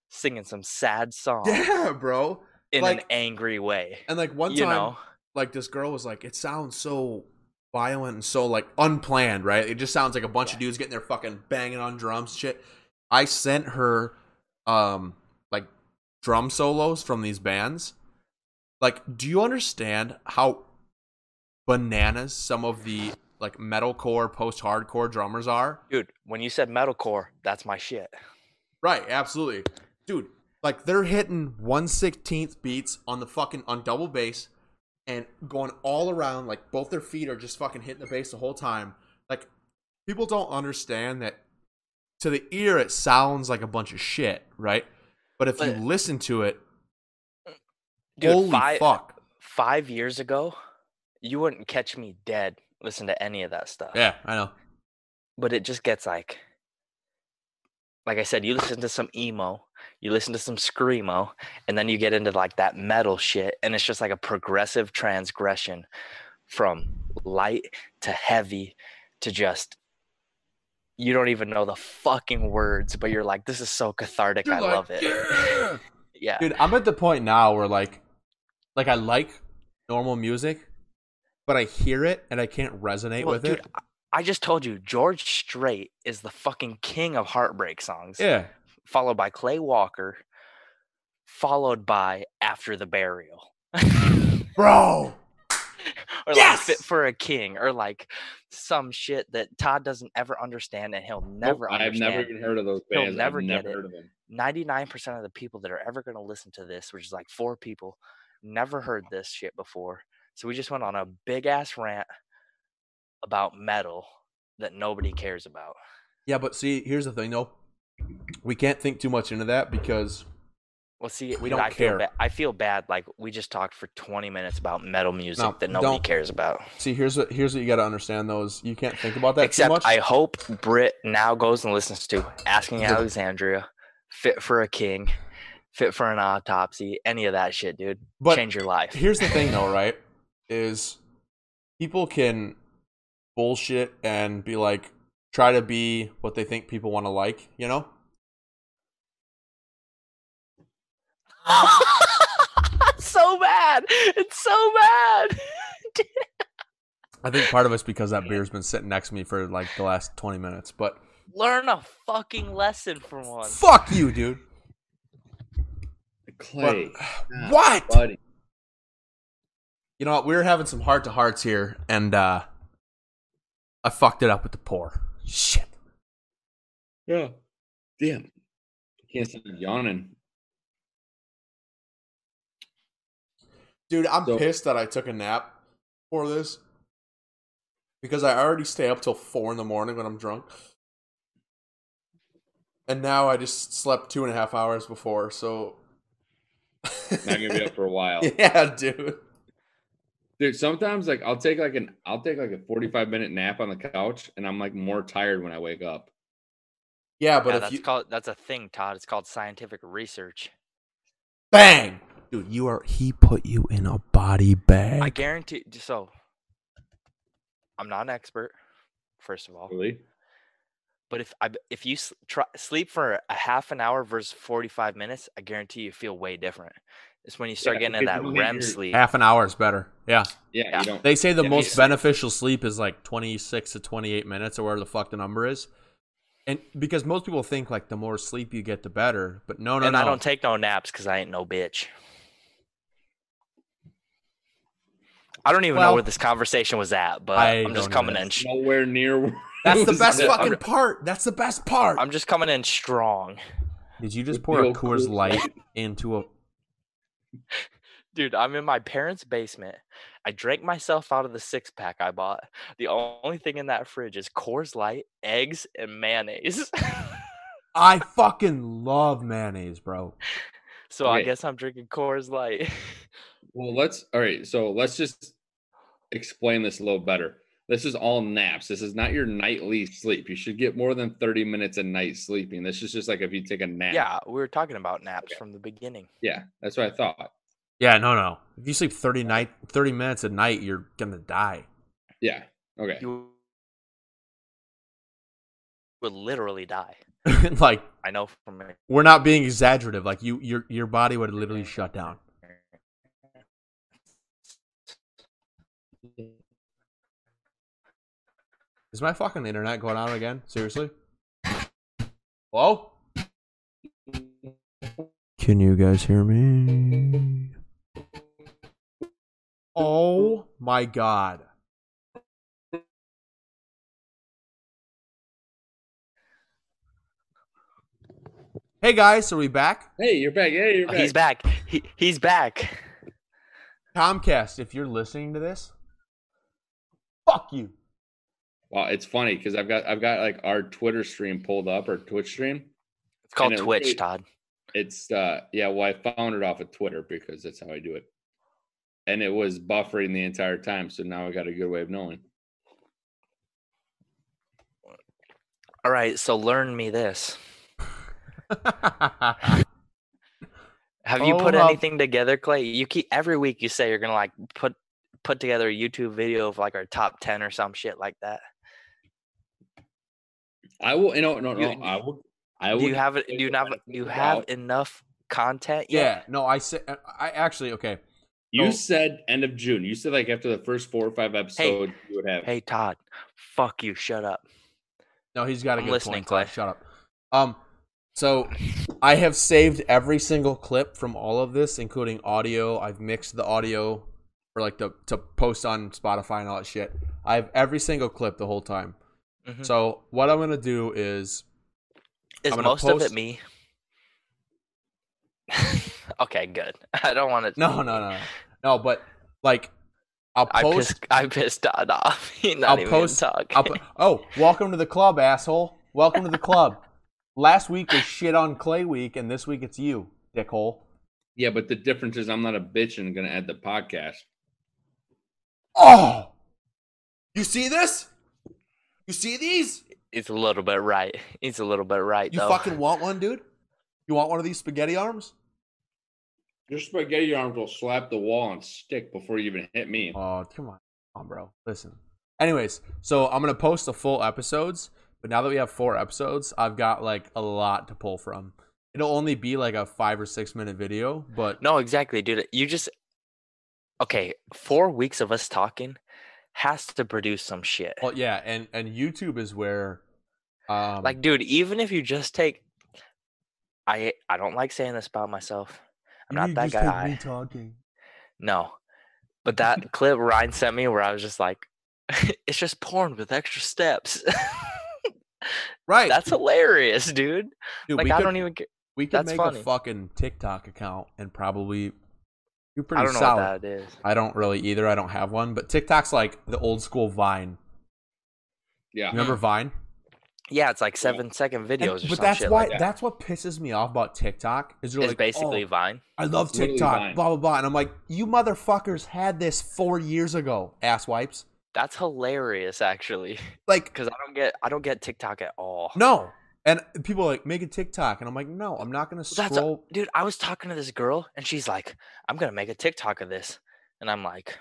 singing some sad songs
Yeah, bro.
in an
like-
angry way
And like one
you
time,
know
like this girl was like, "It sounds so violent and so like unplanned, right? It just sounds like a bunch of dudes getting their fucking banging on drums, and shit." I sent her, um, like drum solos from these bands. Like, do you understand how bananas some of the like metalcore, post-hardcore drummers are.
Dude, when you said metalcore, that's my shit.
Right, absolutely. Dude, like they're hitting 116th beats on the fucking on double bass and going all around like both their feet are just fucking hitting the bass the whole time. Like people don't understand that to the ear it sounds like a bunch of shit, right? But if you
But-
listen to it,
Dude,
holy
five,
fuck.
five years ago, you wouldn't catch me dead listen to any of that stuff.
Yeah, I know.
But it just gets like like I said, you listen to some emo, you listen to some screamo, and then you get into like that metal shit, and it's just like a progressive transgression from light to heavy to just you don't even know the fucking words, but you're like, this is so cathartic. I love it. yeah.
Dude, I'm at the point now where like like I like normal music, but I hear it and I can't resonate
Well,
with
dude,
it.
I- I just told you, George Strait is the fucking king of heartbreak songs,
Yeah.
followed by Clay Walker, followed by After the Burial. or
Bro.
like Fit
Yes!
for a King, or like some shit that Todd doesn't ever understand and he'll
Nope,
never
I've
understand.
never even heard of those
He'll
bands.
never
I've
get
never
it.
heard of them.
99% of the people that are ever going to listen to this, which is like four people, never heard this shit before. So we just went on a big ass rant about metal that nobody cares about.
Yeah, but see, here's the thing though. We can't think too much into that because
Well, see,
We
we
don't
don't I
care.
Feel ba- I feel bad. Like we just talked for 20 minutes about metal music
No,
that nobody
don't.
cares about.
see here's what here's what you gotta understand though is you can't think about that too
Except
much.
I hope Brit now goes and listens to Asking Alexandria, Fit for a King, Fit for an Autopsy, any of that shit, dude.
But
Change your life.
here's the thing though, right? Is people can bullshit and be like try to be what they think people want to like, you know?
[laughs] so bad. It's so bad.
I think part of it's because that beer's been sitting next to me for like the last 20 minutes, but
Learn a fucking lesson from one.
fuck you, dude. But- [sighs]
Clay, nah,
what?
buddy.
You know what? We were having some heart to hearts here, and uh, I fucked it up with the pour. Shit.
Yeah. Damn. Can't stop yawning.
Dude, I'm
So-
pissed that I took a nap for this because I already stay up till four in the morning when I'm drunk. And now I just slept two and a half hours before, so.
Not gonna
[laughs]
be up for a while.
yeah, dude.
Dude, sometimes like I'll take like an I'll take like a 45 minute nap on the couch and I'm like more tired when I wake up.
Yeah, but
Yeah,
if
that's
you
called that's a thing, Todd. It's called scientific research.
bang, dude, you are he put you in a body bag.
I guarantee. So, I'm not an expert, first of all.
Really?
But if I b- if you s- try, sleep for a half an hour versus 45 minutes, I guarantee you feel way different. It's when you start getting into
because
that
you don't get
REM
your-
sleep.
Half an hour is better. Yeah,
Yeah,
Yeah.
you don't
they say the
Yeah,
most
yeah.
beneficial sleep is like 26 to 28 minutes or whatever the fuck the number is. And because most people think like the more sleep you get, the better. But no, no,
and
no.
I don't take no naps because I ain't no bitch. I don't even
Well,
know where this conversation was at, but
I
I'm just
don't
coming
either.
in. sh-
nowhere near where
That's the
it
best
was.
fucking part. That's the best part.
I'm just coming in strong,
Did you just
With
pour
the
a
old
Coors
Coors
Light into a?
dude. I'm in my parents' basement. I drank myself out of the six pack I bought. The only thing in that fridge is Coors Light, eggs, and mayonnaise. [laughs]
I fucking love mayonnaise, bro.
so I
Okay.
guess I'm drinking Coors Light. [laughs]
Well, let's all right. So let's just explain this a little better. This is all naps. This is not your nightly sleep. You should get more than 30 minutes a night sleeping. This is just like if you take a nap.
Yeah, we were talking about naps from the beginning.
Yeah. That's what I thought.
Yeah, no, no. If you sleep 30 night, 30 minutes a night, you're gonna die. [laughs]
Yeah. Okay.
You would literally die.
like
I know from my
we're not being exaggerative. Like you, your your body would literally shut down. Is my fucking internet going out again? Seriously? Hello? Can you guys hear me? Oh my god. Hey guys, so we back?
Hey, you're back. Yeah, you're
Oh,
back.
he's back. He, he's back.
Comcast, if you're listening to this, fuck you. [laughs]
Wow, it's funny because I've got I've got like our Twitter stream pulled up or Twitch stream.
It's called
it
Twitch,
really-
Todd.
It's uh yeah, well I found it off of Twitter because that's how I do it. And it was buffering the entire time, so now I got a good way of knowing.
All right, so learn me this. Have you put
Hold up.
anything together, Clay? You keep every week you say you're gonna like put put together a YouTube video of like our top ten or some shit like that.
I will you know no no
You-
I will I will
Do you have it? Do you
figure
have
that
do you
out.
have enough content? yet?
yeah, no, I said, I actually, okay.
you
no.
said end of June. You said like after the first four or five episodes you would have
Hey Todd, fuck you. Shut up.
No, he's got a
I'm
good
listening,
point. Todd.
Clay.
Shut up. Um, so I have saved every single clip from all of this, including audio. I've mixed the audio for like the to post on Spotify and all that shit. I have every single clip the whole time.
Mhm.
So what I'm gonna do is [laughs]
Is
Mm-hmm. I'm gonna
most of
post-
it me? [laughs] okay, good. [laughs] I don't want to.
no, no, no, no, no. But like, I'll
I
post.
pissed. I pissed Todd off. [laughs] He's not
I'll
even
post-
gonna talk.
I'll
[laughs]
pu- oh, welcome to the club, asshole. Welcome to the
[laughs]
club. Last week was shit on Clay week, and this week it's you, dickhole.
Yeah, but the difference is I'm not a bitch and gonna add the podcast.
Oh, you see this? You see these?
He's a little bit right. [laughs] He's a little bit right
You
though.
fucking want one, dude? You want one of these spaghetti arms?
Your spaghetti arms will slap the wall and stick before you even hit me.
Oh, come on, come on, bro. Listen. Anyways, so I'm gonna post the full episodes, but now that we have four episodes, I've got like a lot to pull from. It'll only be like a five or six minute video, but
[laughs] No, exactly, dude. You just okay. Four weeks of us talking has to produce some shit.
well, yeah, and and YouTube is where, um,
Like, dude, even if you just take, I I don't like saying this about myself. I'm not that guy.
talking.
No,
[laughs]
but that clip Ryan sent me where I was just like, [laughs] it's just porn with extra steps. [laughs]
Right,
That's hilarious, dude.
dude,
like,
we
I
could-
don't even. ca-
We could
That's
make a
funny.
fucking TikTok account and probably you're pretty
I don't know
solid.
what that is.
I don't really either. I don't have one, but TikTok's like the old school Vine.
Yeah.
Remember Vine?
Yeah, it's like seven second
And-
Mm. videos or
but
some
that's
shit
why
like that.
that's what pisses me off about TikTok is you're
It's
like,
basically
oh,
Vine.
I love
Literally
TikTok,
Vine.
blah blah blah, and I'm like, you motherfuckers had this four years ago, asswipes.
That's hilarious, actually,
Like,
because I don't get I don't get TikTok at all.
no. And people are like make a TikTok, and I'm like, no, I'm not gonna
That's a-
scroll. [laughs]
dude, I was talking to this girl and she's like, I'm gonna make a TikTok of this. And I'm like,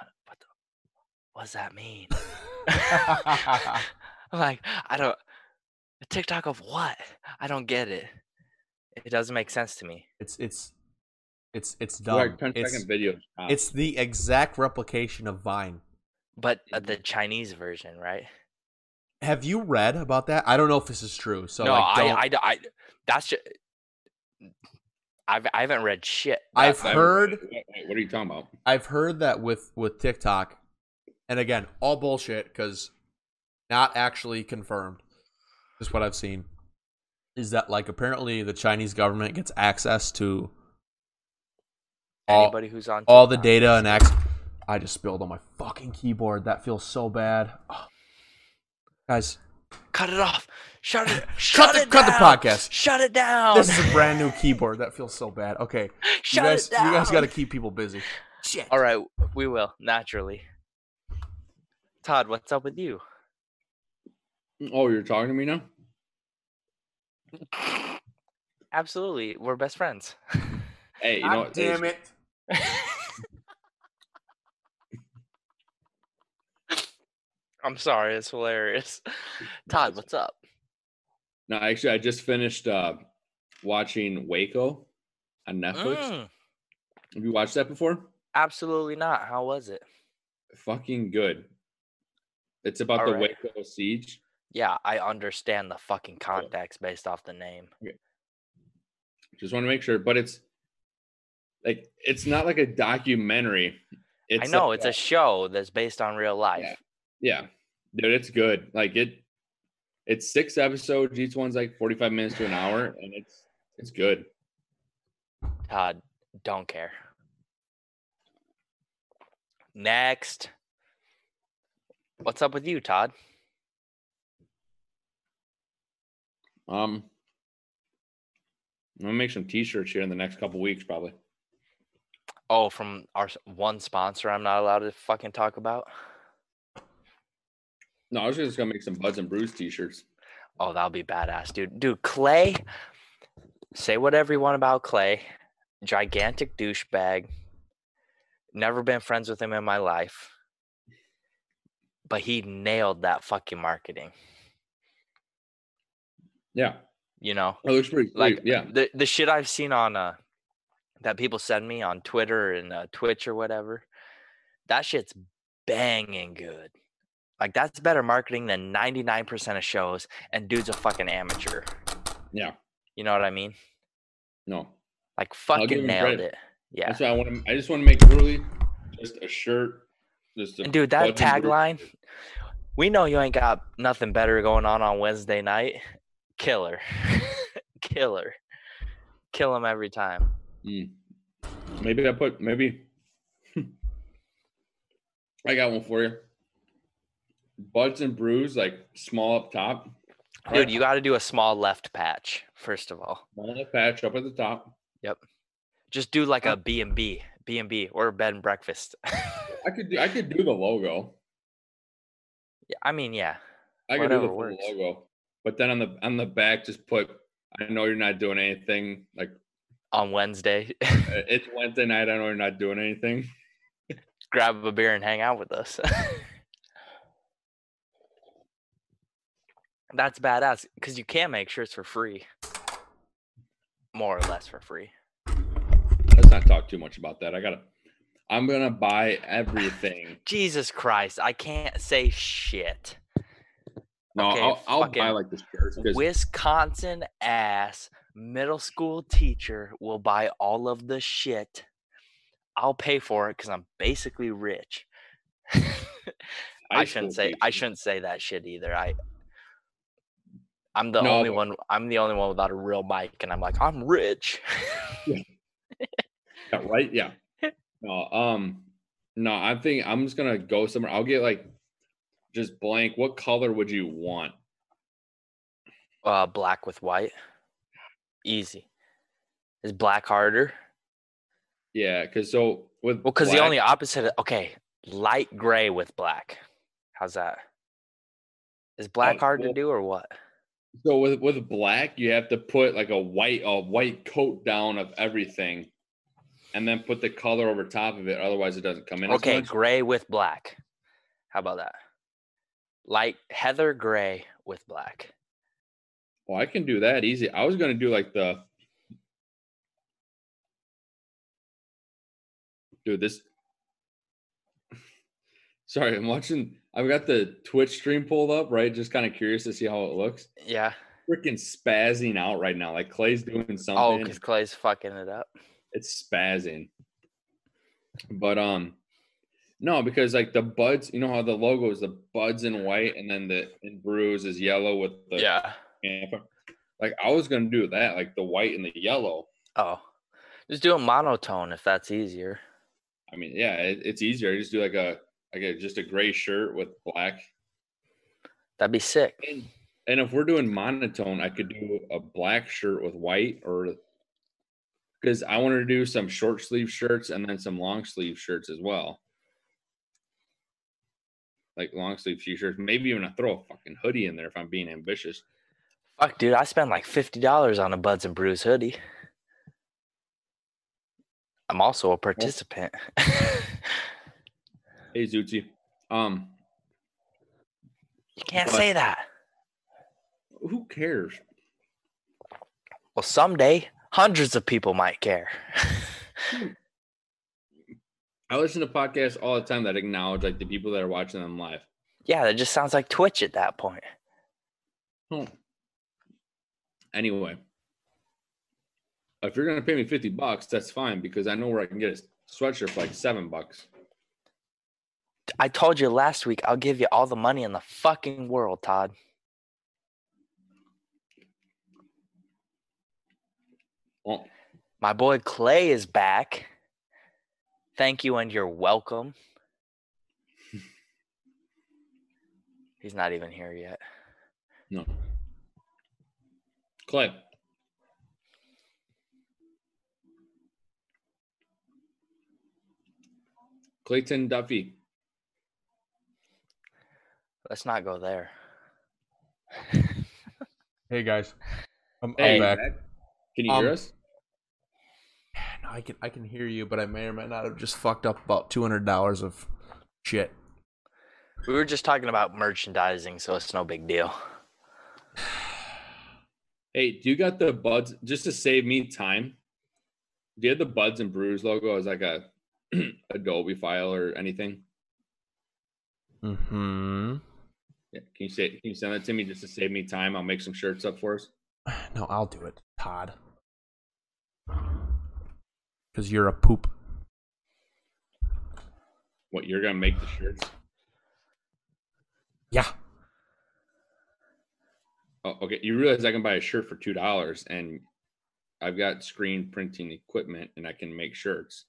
"Uh, what the what does
[laughs]
that mean? [laughs] I'm like, I don't a TikTok of what? I don't get it. It doesn't make sense to me.
it's it's it's it's
They're
dumb.
Like 10
it's,
second videos. Ah,
It's the exact replication of Vine.
But uh, the Chinese version, right?
Have you read about that? I don't know if this is true. So
no,
like,
I,
don't-
I, d- I, that's just, I've, I haven't read shit.
I've
I-
heard
Wait, wait, what are you talking about?
I've heard that with with TikTok, and again, all bullshit because not actually confirmed. Is what I've seen is that like apparently the Chinese government gets access to all
Anybody who's on
all the
TikTok.
data and access. I just spilled on my fucking keyboard. That feels so bad, Ugh. guys.
cut it off,
[laughs]
shut it,
Cut
shut
the-
it
cut the
down!
podcast.
shut it down,
This
[laughs]
is a brand new keyboard. That feels so bad. Okay,
shut
you guys,
it down.
you guys got to keep people busy. Shit.
All right, we will naturally. Todd, what's up with you?
Oh, you're talking to me now?
Absolutely, we're best friends. [laughs]
Hey, you know what?
damn it.
I'm sorry, it's hilarious. [laughs] Todd, what's up?
No, actually, I just finished uh, watching Waco on Netflix.
Mm,
Have you watched that before?
absolutely not. How was it?
Fucking good. It's about
All
the
right.
Waco siege.
Yeah, I understand the fucking context based off the name.
Just want to make sure, but it's like it's not like a documentary. It's
I know
like
it's a show that's based on real life.
Yeah, dude, it's good. Like it, It's six episodes. Each one's like 45 minutes to an hour, and it's it's good.
Todd, Uh, don't care. Next. What's up with you, Todd?
Um, I'm gonna make some T-shirts here in the next couple weeks, probably.
Oh, from our s- one sponsor I'm not allowed to fucking talk about.
No, I was just gonna make some Buds and Brews T-shirts.
Oh, that'll be badass, dude. Dude, Clay, say whatever you want about Clay. Gigantic douchebag. Never been friends with him in my life. But he nailed that fucking marketing,
Yeah,
you know?
it looks pretty.
like
Like, yeah,
the the shit I've seen on uh that people send me on Twitter and uh, Twitch or whatever, that shit's banging good. Like that's better marketing than ninety nine percent of shows, and dude's a fucking amateur.
yeah.
You know what I mean?
No,
Like
give
fucking
him
nailed
credit.
it. Yeah,
that's what I want. to I just want to make early, just a shirt. Just a
and dude, that
Buds and Brews-
tagline. We know you ain't got nothing better going on on Wednesday night. Killer, [laughs] killer, kill him every time.
Maybe I put maybe. [laughs] I got one for you. Buds and brews, like small up top, Right.
Dude, you got to do a small left patch first of all.
small up patch up at the top.
Just do like
Yeah.
a B and B, B and B, or a bed and breakfast. [laughs]
I could do I could do the logo.
Yeah, I mean, yeah,
I could do
Whatever
the full
works.
logo. But then on the on the back, just put I know you're not doing anything. Like
on Wednesday, [laughs]
uh, it's Wednesday night, I know you're not doing anything.
grab a beer and hang out with us. [laughs] That's badass because you can make shirts for free, more or less for free.
Let's not talk too much about that. I gotta I'm gonna buy everything.
Jesus Christ, I can't say shit.
No,
Okay,
I'll, I'll buy
fucking
like the shirts 'cause
Wisconsin ass middle school teacher will buy all of the shit. I'll pay for it because I'm basically rich.
high
I shouldn't
school
say I
teachers-
shouldn't say that shit either. I I'm the
No,
only
but-
one I'm the only one without a real mic and I'm like, I'm rich.
Yeah,
[laughs]
right? Yeah. No, um, no, I think I'm just gonna go somewhere. I'll get like just blank. What color would you want?
uh black with white. Easy. Is black harder?
Yeah, because so with
Well, because the
black-
only opposite of- okay, light gray with black. How's that? Is black hard to
Oh, well-
do or what?
so with with black you have to put like a white a white coat down of everything, and then put the color over top of it. Otherwise, it doesn't come in. as
Okay,
much.
gray with black. How about that? Light heather gray with black.
Well, Oh, I can do that easy. I was gonna do like the dude. This. [laughs] Sorry, I'm watching. I've got the Twitch stream pulled up, right? Just kind of curious to see how it looks.
Yeah.
Freaking spazzing out right now. Like Clay's doing
Oh,
something.
because Clay's fucking it up.
it's spazzing. But um, no, because like the buds, you know how the logo is the buds in white, and then the and brews is yellow with the
yeah.
Tampa. Like I was gonna do that, like the white and the yellow.
Oh, just do a monotone if that's easier.
I mean, yeah, it, it's easier. I just do like a like a just a gray shirt with black.
That'd be sick.
And, and if we're doing monotone, I could do a black shirt with white, or because I want to do some short sleeve shirts and then some long sleeve shirts as well. Like long sleeve t-shirts, maybe even I throw a fucking hoodie in there if I'm being ambitious.
Fuck, dude, I spent like fifty dollars on a Buds and Brews hoodie. I'm also a participant. [laughs]
Hey Zooty, um,
you can't
But-
say that.
who cares?
Well, someday hundreds of people might care. [laughs]
I listen to podcasts all the time that acknowledge like the people that are watching them live.
yeah, that just sounds like Twitch at that point.
Oh. Anyway, if you're gonna pay me fifty bucks, that's fine because I know where I can get a sweatshirt for like seven bucks.
I told you last week I'll give you all the money in the fucking world, Todd.
Well,
My boy Clay is back. Thank you and you're
[laughs]
welcome. He's not even here yet.
no. Clay. Clayton Duffy.
Let's not go there.
Hey guys, I'm,
Hey,
I'm back.
Zach, Can you
Um,
hear us?
No, I can I can hear you, but I may or may not have just fucked up about two hundred dollars of shit.
We were just talking about merchandising, so it's no big deal.
Hey, do you got the buds just to save me time? Do you have the buds and brews logo as like a [clears throat] Adobe file or anything?
Hmm.
Yeah. Can you say can you send that to me just to save me time? I'll make some shirts up for us.
[sighs] No, I'll do it, Todd. Because you're a poop.
What you're gonna make the shirts?
Yeah.
Oh, okay. You realize I can buy a shirt for two dollars and I've got screen printing equipment and I can make shirts.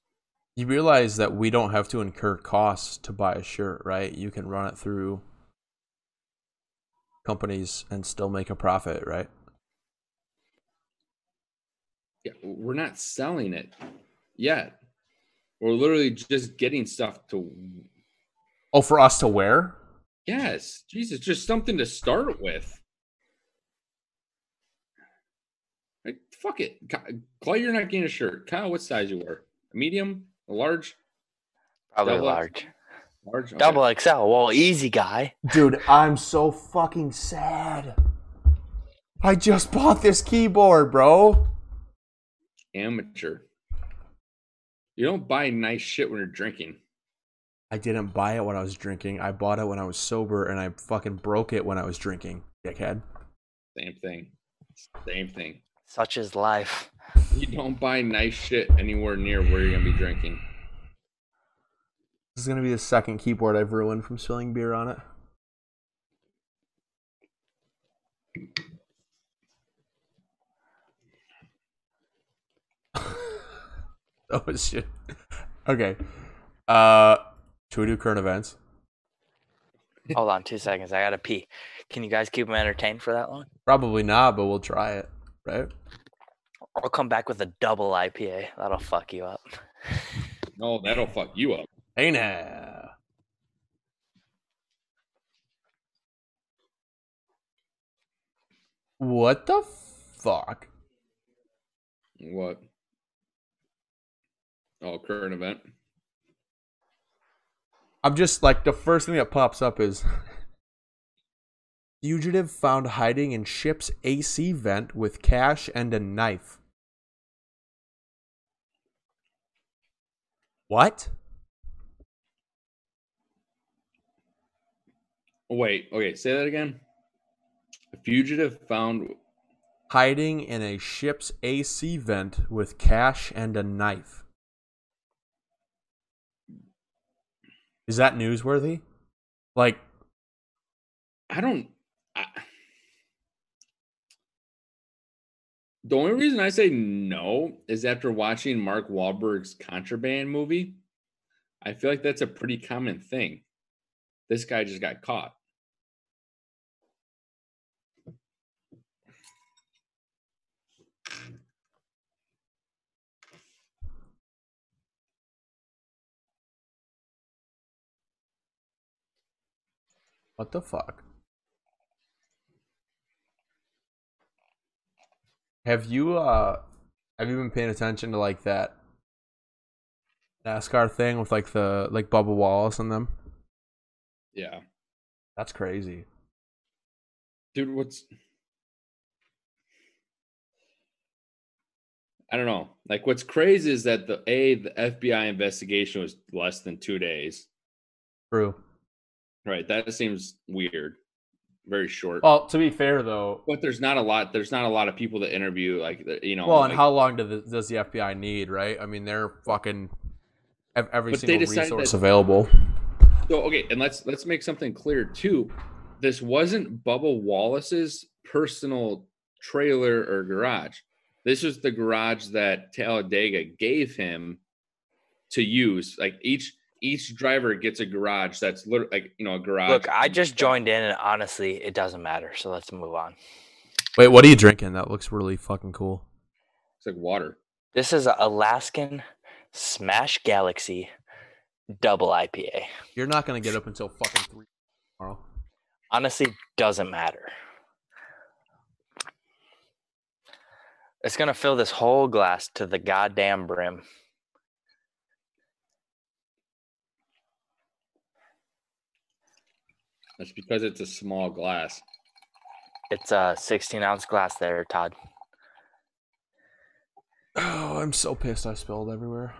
You realize that we don't have to incur costs to buy a shirt, right? You can run it through companies and still make a profit, right?
Yeah, we're not selling it yet. We're literally just getting stuff to
Oh, for us to wear?
Yes, Jesus, just something to start with. Like, fuck it, Ky- Clay. You're not getting a shirt. Kyle, what size you wear? A medium, a large,
Probably
Double X-
large.
large. Okay.
Double XL. Well, easy guy.
Dude, I'm so fucking sad. I just bought this keyboard, bro.
amateur. You don't buy nice shit when you're drinking.
I didn't buy it when I was drinking. I bought it when I was sober and I fucking broke it when I was drinking, dickhead.
Same thing. Same thing.
Such is life.
[laughs] You don't buy nice shit anywhere near where you're gonna be drinking.
This is gonna be the second keyboard I've ruined from spilling beer on it. [laughs] oh shit. Okay. Uh should we do current events?
Hold on two seconds. I gotta pee. Can you guys keep them entertained for that long?
Probably not, but we'll try it, right?
I'll come back with a double IPA. That'll fuck you up.
No, that'll fuck you up.
Ain't it? What the fuck?
What? Oh, current event.
I'm just like the first thing that pops up is [laughs] fugitive found hiding in ship's AC vent with cash and a knife. What?
Wait. Okay. Say that again. A fugitive found
Hiding in a ship's AC vent with cash and a knife. Is that newsworthy? Like,
I don't. I, the only reason I say no is after watching Mark Wahlberg's Contraband movie. I feel like that's a pretty common thing. This guy just got caught.
what the fuck? Have you uh have you been paying attention to like that NASCAR thing with like the like Bubba Wallace and them?
Yeah,
That's crazy.
dude. What's I don't know. Like, what's crazy is that the a the FBI investigation was less than two days.
True.
Right. That seems weird. Very short.
Well, to be fair though,
but there's not a lot there's not a lot of people to interview like the- you know
Well, and
like-
how long do the, does the FBI need, right? I mean, they're fucking ev- every
But they
single
decided that-
resource available.
so okay and let's let's make something clear too this wasn't bubba wallace's personal trailer or garage This is the garage that Talladega gave him to use. Like each each driver gets a garage that's lit- like you know a garage.
Look, I just joined in, and honestly, it doesn't matter. So let's move on.
Wait, what are you drinking? That looks really fucking cool.
It's like water.
This is a Alaskan Smash Galaxy Double IPA.
You're not gonna get up until fucking three tomorrow.
Honestly, doesn't matter. It's gonna fill this whole glass to the goddamn brim.
That's because it's a small glass.
It's a 16 ounce glass there, Todd.
Oh, I'm so pissed. I spilled everywhere.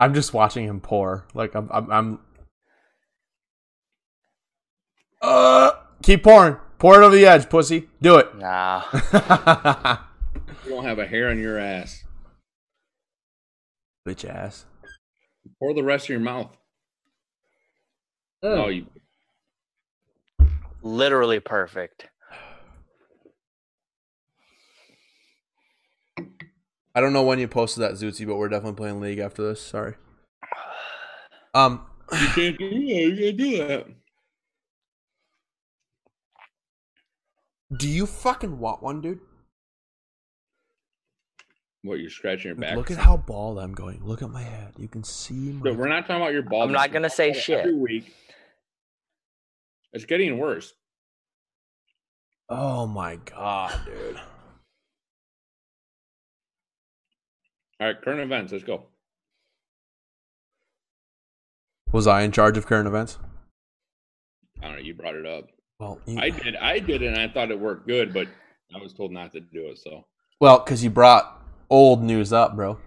I'm just watching him pour. Like I'm, I'm, I'm. Uh, keep pouring. Pour it over the edge, pussy. Do it.
Nah.
[laughs] Bitch
You don't have a hair on your ass.
ass.
Pour the rest of your mouth. Oh, you
literally perfect.
I don't know when you posted that, Zootsy, but we're definitely playing league after this. Sorry. Um,
you can't do that. You can't do that.
do you fucking want one, dude?
What you're scratching your back?
Look at how bald I'm going. Look at my head. You can see my.
Dude, we're not talking about your ball.
I'm not gonna say
Every
shit.
week, it's getting worse.
oh my god, dude.
All right, current events. Let's go.
Was I in charge of current events?
I don't know. You brought it up.
Well, you, [sighs]
I did. I did, and I thought it worked good, but I was told not to do it. So
well, because you brought old news up, bro.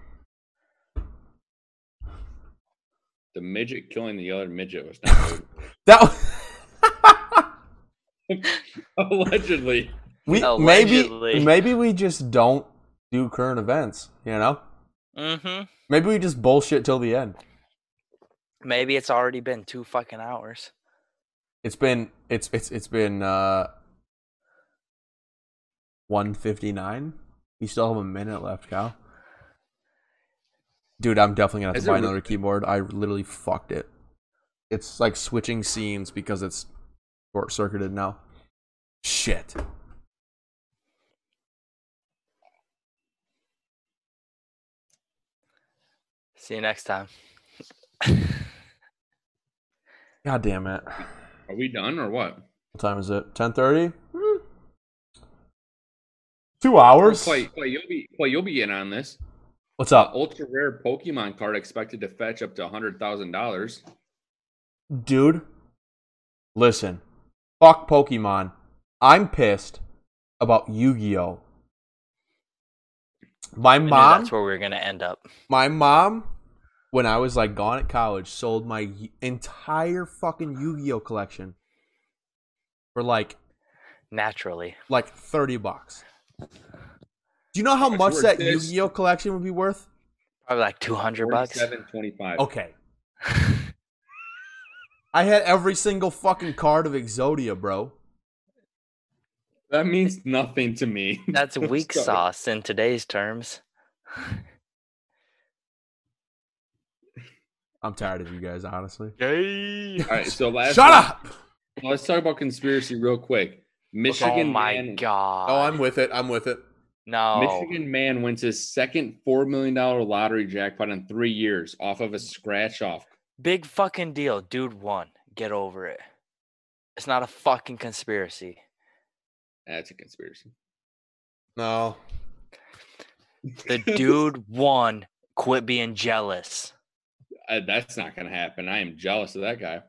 the midget killing the other midget was not good. [laughs]
That was-
allegedly.
[laughs] we
Allegedly.
maybe maybe we just don't do current events. You know,
Mm-hmm.
maybe we just bullshit till the end.
Maybe it's already been two fucking hours.
It's been it's it's it's been uh one fifty nine. We still have a minute left, Kyle. Dude, I'm definitely gonna have
Is
to buy
it re-
another keyboard. I literally fucked it. It's like switching scenes because it's short circuited now. Shit.
See you next time.
God damn it.
Are we done or what?
What time is it? Ten thirty? Hmm. Two hours?
Clay, Clay, you'll be Clay, you'll be in on this.
What's
Uh,
up?
ultra rare Pokemon card expected to fetch up to hundred thousand dollars.
dude, listen, fuck Pokemon. I'm pissed about Yu-Gi-Oh. My
I knew
mom,
That's where we were gonna end up.
my mom, when I was like gone at college, sold my y- entire fucking Yu-Gi-Oh collection for like
Naturally.
like thirty bucks. Do you know how
It's
much
worth
that
this.
Yu-Gi-Oh collection would be worth?
Probably like two hundred bucks.
Seven twenty-five.
Okay. I had every single fucking card of Exodia, bro.
That means nothing to me. [laughs]
That's
I'm
weak
sorry.
sauce in today's terms.
I'm tired of you guys, honestly.
Yay.
All right, so last
Shut up!
Well, let's talk about conspiracy real quick. Michigan
oh my
man,
god.
Oh, I'm with it. I'm with it.
no.
Michigan man wins his second four million dollar lottery jackpot in three years off of a scratch off.
Big fucking deal. Dude won. Get over it. It's not a fucking conspiracy.
That's a conspiracy.
No. [laughs]
The dude won. Quit being jealous.
Uh, that's not going to happen. I am jealous of that guy.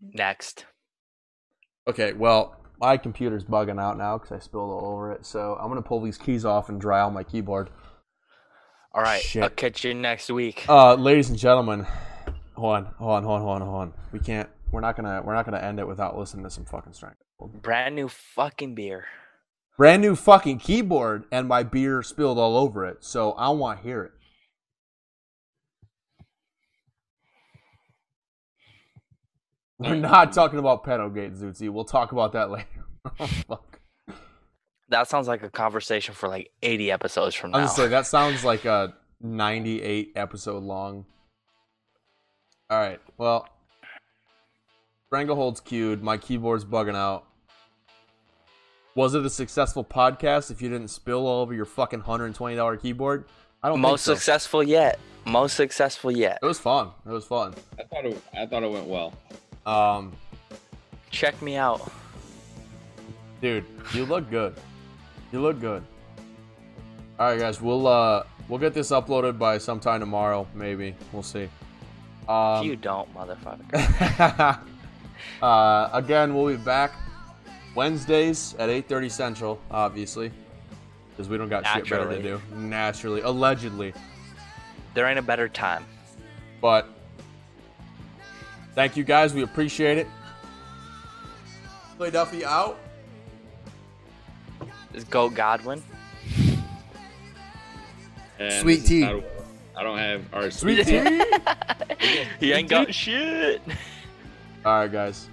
Next.
Okay, well, my computer's bugging out now because I spilled all over it. So I'm going to pull these keys off and dry out my keyboard.
All right. I'll
Shit.
catch you next week.
Uh, ladies and gentlemen, hold on, hold on, hold on, hold on, hold on. We can't. We're not gonna. We're not gonna end it without listening to some fucking strength.
Brand new fucking beer.
Brand new fucking keyboard, and my beer spilled all over it. So I want to hear it. We're not talking about Pedogate, Zootsie. We'll talk about that [laughs] later. oh, fuck.
That sounds like a conversation for like 80 episodes from
I
now.
was gonna say that sounds like a 98 episode long. All right, well, Stranglehold's queued. My keyboard's bugging out. Was it a successful podcast if you didn't spill all over your fucking hundred and twenty dollar keyboard? I don't
Most
think so.
successful yet. Most successful yet.
It was fun. It was fun.
I thought it, I thought it went well.
Um,
Check me out.
dude, you look good. You look good. All right, guys, we'll uh we'll get this uploaded by sometime tomorrow, maybe. We'll see. Um,
if you don't, motherfucker.
[laughs] uh, again, we'll be back Wednesdays at 8:30 Central, obviously, because we don't got shit better
Naturally.
to do. Naturally, allegedly,
there ain't a better time.
but thank you guys. We appreciate it. Clay Duffy out.
It's Goat Godwin.
And
Sweet
this is
tea.
not a- I
[laughs]
don't have our
Sweet tea.
He ain't got shit.
All right, guys.